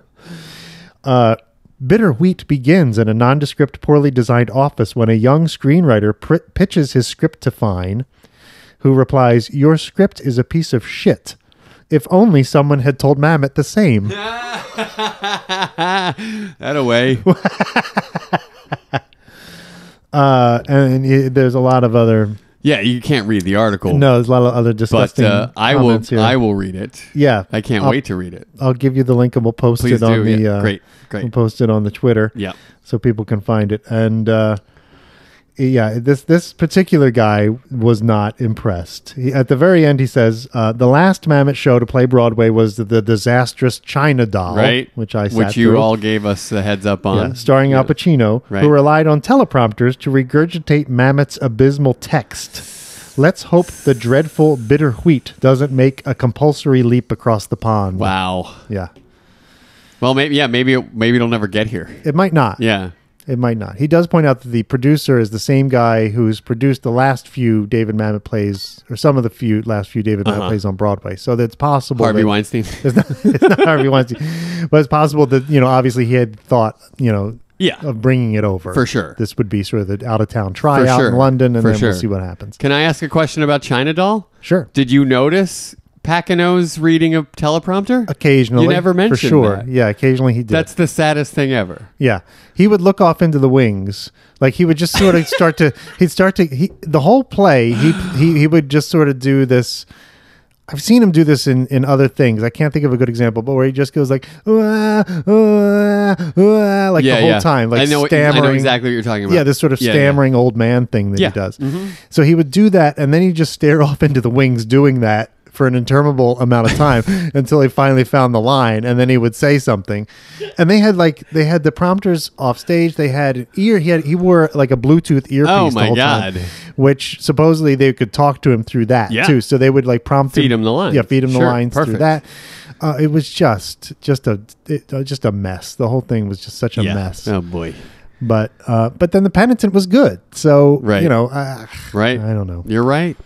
S1: Bitter Wheat begins in a nondescript, poorly designed office when a young screenwriter pr- pitches his script to Fine, who replies, Your script is a piece of shit. If only someone had told Mamet the same.
S2: That away.
S1: Uh, and uh, there's a lot of other
S2: Yeah, you can't read the article.
S1: no, there's a lot of other
S2: but
S1: disgusting.
S2: uh, I will.
S1: comments here.
S2: I will read it.
S1: Yeah, Uh,
S2: I can't
S1: I'll-
S2: wait to read it.
S1: I'll give you the link and we'll post
S2: Please
S1: it on
S2: do,
S1: the
S2: yeah.
S1: uh,
S2: Great, great.
S1: We'll post it on the Twitter.
S2: Yeah.
S1: so people can find it. And uh, yeah, this this particular guy was not impressed. He, at the very end, he says uh, the last Mamet show to play Broadway was the, the disastrous China Doll,
S2: Right.
S1: Which I sat
S2: which you
S1: through.
S2: all gave us a heads up on.
S1: Yeah, starring Al Pacino,
S2: Right.
S1: who relied on teleprompters to regurgitate Mamet's abysmal text. Let's hope the dreadful bitter wheat doesn't make a compulsory leap across the pond.
S2: Wow.
S1: Yeah.
S2: Well, maybe. Yeah, maybe. it- Maybe it'll never get here.
S1: It might not.
S2: Yeah.
S1: It might not. He does point out that the producer is the same guy who's produced the last few David Mamet plays, or some of the few last few David Mamet plays on Broadway. So that's possible.
S2: Uh-huh. Harvey
S1: that-
S2: Weinstein.
S1: It's not, it's not Harvey Weinstein, but it's possible that you know, obviously, he had thought, you know,
S2: Yeah.
S1: of bringing it over
S2: For sure.
S1: This would be sort of the out of town tryout
S2: sure.
S1: in London, and
S2: For
S1: then
S2: sure.
S1: we'll see what happens.
S2: Can I ask a question about China Doll?
S1: Sure.
S2: Did you notice Pacino's reading a teleprompter?
S1: Occasionally,
S2: You never
S1: for
S2: mentioned
S1: sure.
S2: that.
S1: Yeah, occasionally he did.
S2: That's the saddest thing ever.
S1: Yeah. He would look off into the wings. Like he would just sort of start to he'd start to he the whole play, he he he would just sort of do this I've seen him do this in, in other things. I can't think of a good example, but where he just goes like "Wah, wah, wah," like the whole time, like
S2: I know,
S1: stammering.
S2: I know exactly what you're talking about.
S1: Yeah, this sort of
S2: Yeah, yeah.
S1: stammering old man thing that
S2: Yeah. Mm-hmm.
S1: he does. So he would do that, and then he'd just stare off into the wings doing that for an interminable amount of time until he finally found the line, and then he would say something. And they had like they had the prompters off stage. They had an ear. He had he wore like a Bluetooth earpiece.
S2: Oh,
S1: the
S2: my
S1: whole time,
S2: God.
S1: which supposedly they could talk to him through that
S2: Yeah.
S1: too. So they would like prompt
S2: Feed him the line.
S1: Yeah, feed him the
S2: Sure,
S1: lines through
S2: perfect.
S1: that. Uh, it was just just a it, uh, just a mess. The whole thing was just such a
S2: Yeah.
S1: mess
S2: Oh boy.
S1: but uh, but then the penitent was good. So
S2: Right.
S1: you know, uh,
S2: Right.
S1: I don't know.
S2: You're right.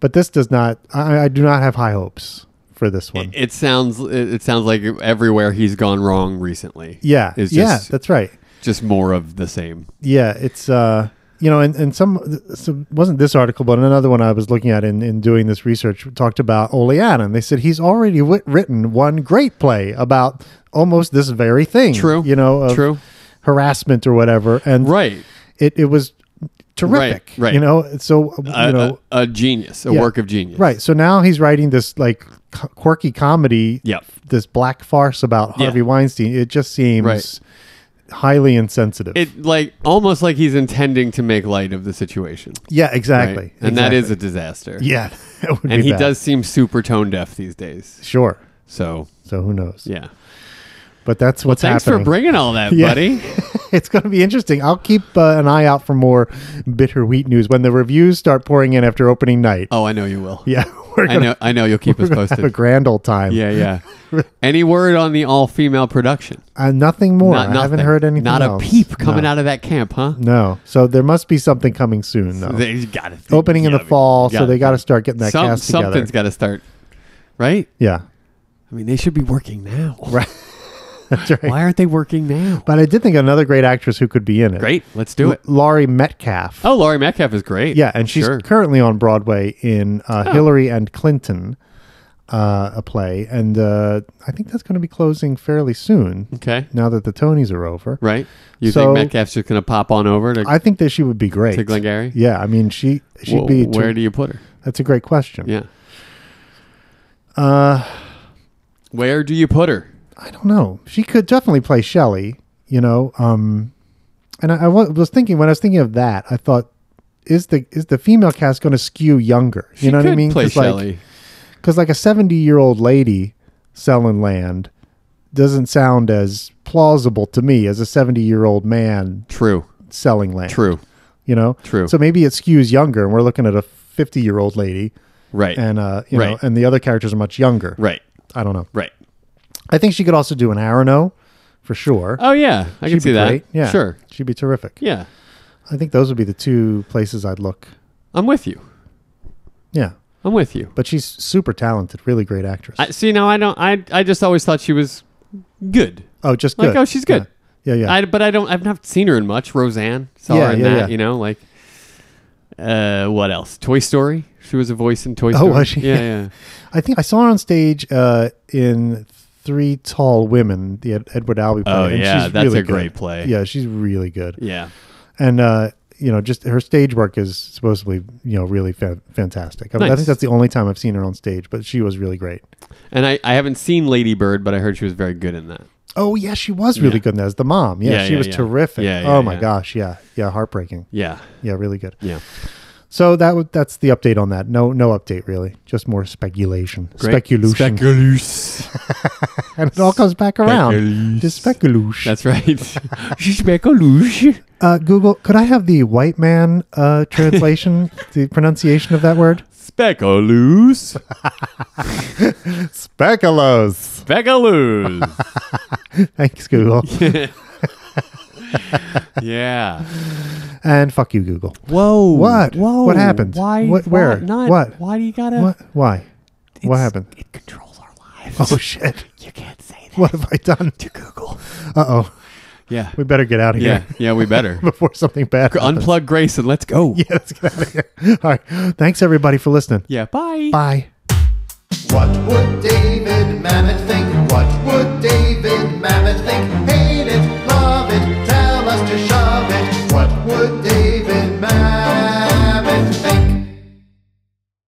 S1: But this does not. I, I do not have high hopes for this one.
S2: It sounds. It it sounds like everywhere he's gone wrong recently.
S1: yeah,
S2: Is
S1: yeah,
S2: just,
S1: that's right.
S2: just more of the same.
S1: Yeah, it's uh, you know, and and some so wasn't this article, but another one I was looking at in, in doing this research talked about Oleana, and they said he's already wit- written one great play about almost this very thing.
S2: True.
S1: you know, of
S2: True.
S1: harassment or whatever, and
S2: Right.
S1: it it was terrific.
S2: right. Uh,
S1: You know, so you
S2: A,
S1: know.
S2: a, a genius. A
S1: Yeah.
S2: work of genius.
S1: Right. So now he's writing this like c- quirky comedy,
S2: Yep.
S1: this black farce about
S2: Yeah.
S1: Harvey Weinstein. It just seems
S2: Right.
S1: highly insensitive.
S2: It like almost like he's intending to make light of the situation.
S1: yeah,
S2: right?
S1: exactly.
S2: And that
S1: Exactly.
S2: is a disaster.
S1: yeah. That would
S2: And
S1: be
S2: he
S1: bad.
S2: does seem super tone deaf these days.
S1: sure.
S2: So
S1: So who knows?
S2: yeah.
S1: But that's what's
S2: Thanks
S1: happening.
S2: for bringing all that,
S1: Yeah.
S2: buddy.
S1: it's going to be interesting. I'll keep uh, an eye out for more bitter wheat news when the reviews start pouring in after opening night.
S2: Oh, I know you will.
S1: Yeah, we're
S2: I know. I know you'll keep us
S1: gonna have a
S2: posted.
S1: grand old time.
S2: Yeah, yeah. Any word on the all-female production?
S1: Uh, nothing more.
S2: Not
S1: I haven't
S2: nothing.
S1: heard anything.
S2: Not
S1: else.
S2: a peep coming
S1: No.
S2: out of that camp, huh?
S1: No. So there must be something coming soon, though.
S2: They got it.
S1: opening in the fall, so
S2: gotta
S1: they
S2: think.
S1: got to start getting that cast together.
S2: something's got to start, right?
S1: yeah,
S2: I mean, they should be working now.
S1: right. That's right.
S2: Why aren't they working now?
S1: But I did think another great actress who could be in it.
S2: Great. Let's do it.
S1: Laurie Metcalf.
S2: Oh, Laurie Metcalf is great.
S1: yeah, and she's
S2: Sure. Oh.
S1: currently on Broadway in uh, Hillary and Clinton. uh, a play, and uh, I think that's going to be closing fairly soon.
S2: Okay.
S1: Now that the Tonys are over,
S2: Right? You
S1: So-
S2: think Metcalf's just going to pop on over to,
S1: I think that she would be great.
S2: to Glengarry?
S1: Yeah, I mean she she'd
S2: Whoa,
S1: be.
S2: where do you put her?
S1: that's a great question.
S2: Yeah.
S1: Uh,
S2: Where do you put her?
S1: I don't know. She could definitely play Shelley, you know. Um, and I, I wa- was thinking when I was thinking of that, I thought, is the is the female cast going to skew younger? You
S2: She
S1: know what I
S2: could
S1: mean?
S2: Play Shelley.
S1: like, because like a seventy year old lady selling land doesn't sound as plausible to me as a seventy year old man
S2: True.
S1: selling land.
S2: True.
S1: You know.
S2: True.
S1: So maybe it skews younger, and we're looking at a fifty year old lady,
S2: Right.
S1: and uh, you know,
S2: Right.
S1: and the other characters are much younger.
S2: right.
S1: I don't know.
S2: Right.
S1: I think she could also do an Arano, for sure.
S2: Oh, yeah. I can
S1: She'd
S2: see
S1: be
S2: that.
S1: great. Yeah.
S2: Sure.
S1: She'd be terrific.
S2: Yeah.
S1: I think those would be the two places I'd look.
S2: I'm with you.
S1: Yeah.
S2: I'm with you.
S1: But she's super talented, really great actress.
S2: I, see, now I don't, I, I just always thought she was good.
S1: oh, just
S2: Like,
S1: good.
S2: oh, she's good.
S1: Yeah, yeah.
S2: I, but I don't. I've not seen her in much. Roseanne, saw
S1: Yeah,
S2: her in
S1: yeah,
S2: that.
S1: yeah.
S2: You know, like uh, what else? Toy Story. She was a voice in Toy
S1: Oh,
S2: Story.
S1: was she?
S2: Yeah, yeah.
S1: I think I saw her on stage uh, in Three Tall Women, the Ed- Edward Albee play.
S2: Oh,
S1: and
S2: yeah,
S1: she's
S2: that's
S1: really
S2: a great
S1: good.
S2: play.
S1: Yeah, she's really good.
S2: yeah.
S1: And, uh, you know, just her stage work is supposedly, you know, really fa- fantastic. I, mean, I
S2: Nice.
S1: think that's the only time I've seen her on stage, but she was really great.
S2: And I, I haven't seen Lady Bird, but I heard she was very good in that.
S1: Oh, yeah, she was really
S2: Yeah.
S1: good in that as the mom. Yeah,
S2: Yeah,
S1: she
S2: yeah,
S1: was
S2: yeah.
S1: terrific.
S2: Yeah, yeah,
S1: oh, my
S2: yeah.
S1: gosh. Yeah. Yeah, heartbreaking.
S2: Yeah,
S1: Yeah, really good.
S2: yeah.
S1: So that would that's the update on that. No, no update really. Just more speculation, speculation,
S2: Speculus.
S1: and it all comes back around.
S2: Speculus.
S1: Just speculation.
S2: That's right. Speculus.
S1: Uh, Google, could I have the white man uh, translation, the pronunciation of that word?
S2: Speculus.
S1: Speculos.
S2: Speculus.
S1: Thanks, Google,
S2: yeah.
S1: and fuck you, Google.
S2: Whoa.
S1: What?
S2: Whoa.
S1: What happened?
S2: Why?
S1: What- where?
S2: Why not?
S1: What?
S2: Why do you gotta?
S1: What? Why? what
S2: It's-
S1: happened?
S2: It controls our lives.
S1: Oh shit!
S2: You can't say that
S1: What have I done?
S2: to Google.
S1: Uh oh.
S2: Yeah.
S1: We better get out of
S2: Yeah.
S1: here
S2: Yeah. We better
S1: before something bad. happens.
S2: unplug Grace and let's go.
S1: Yeah, let's get out of here. All right. Thanks everybody for listening.
S2: Yeah. Bye.
S1: Bye.
S3: What would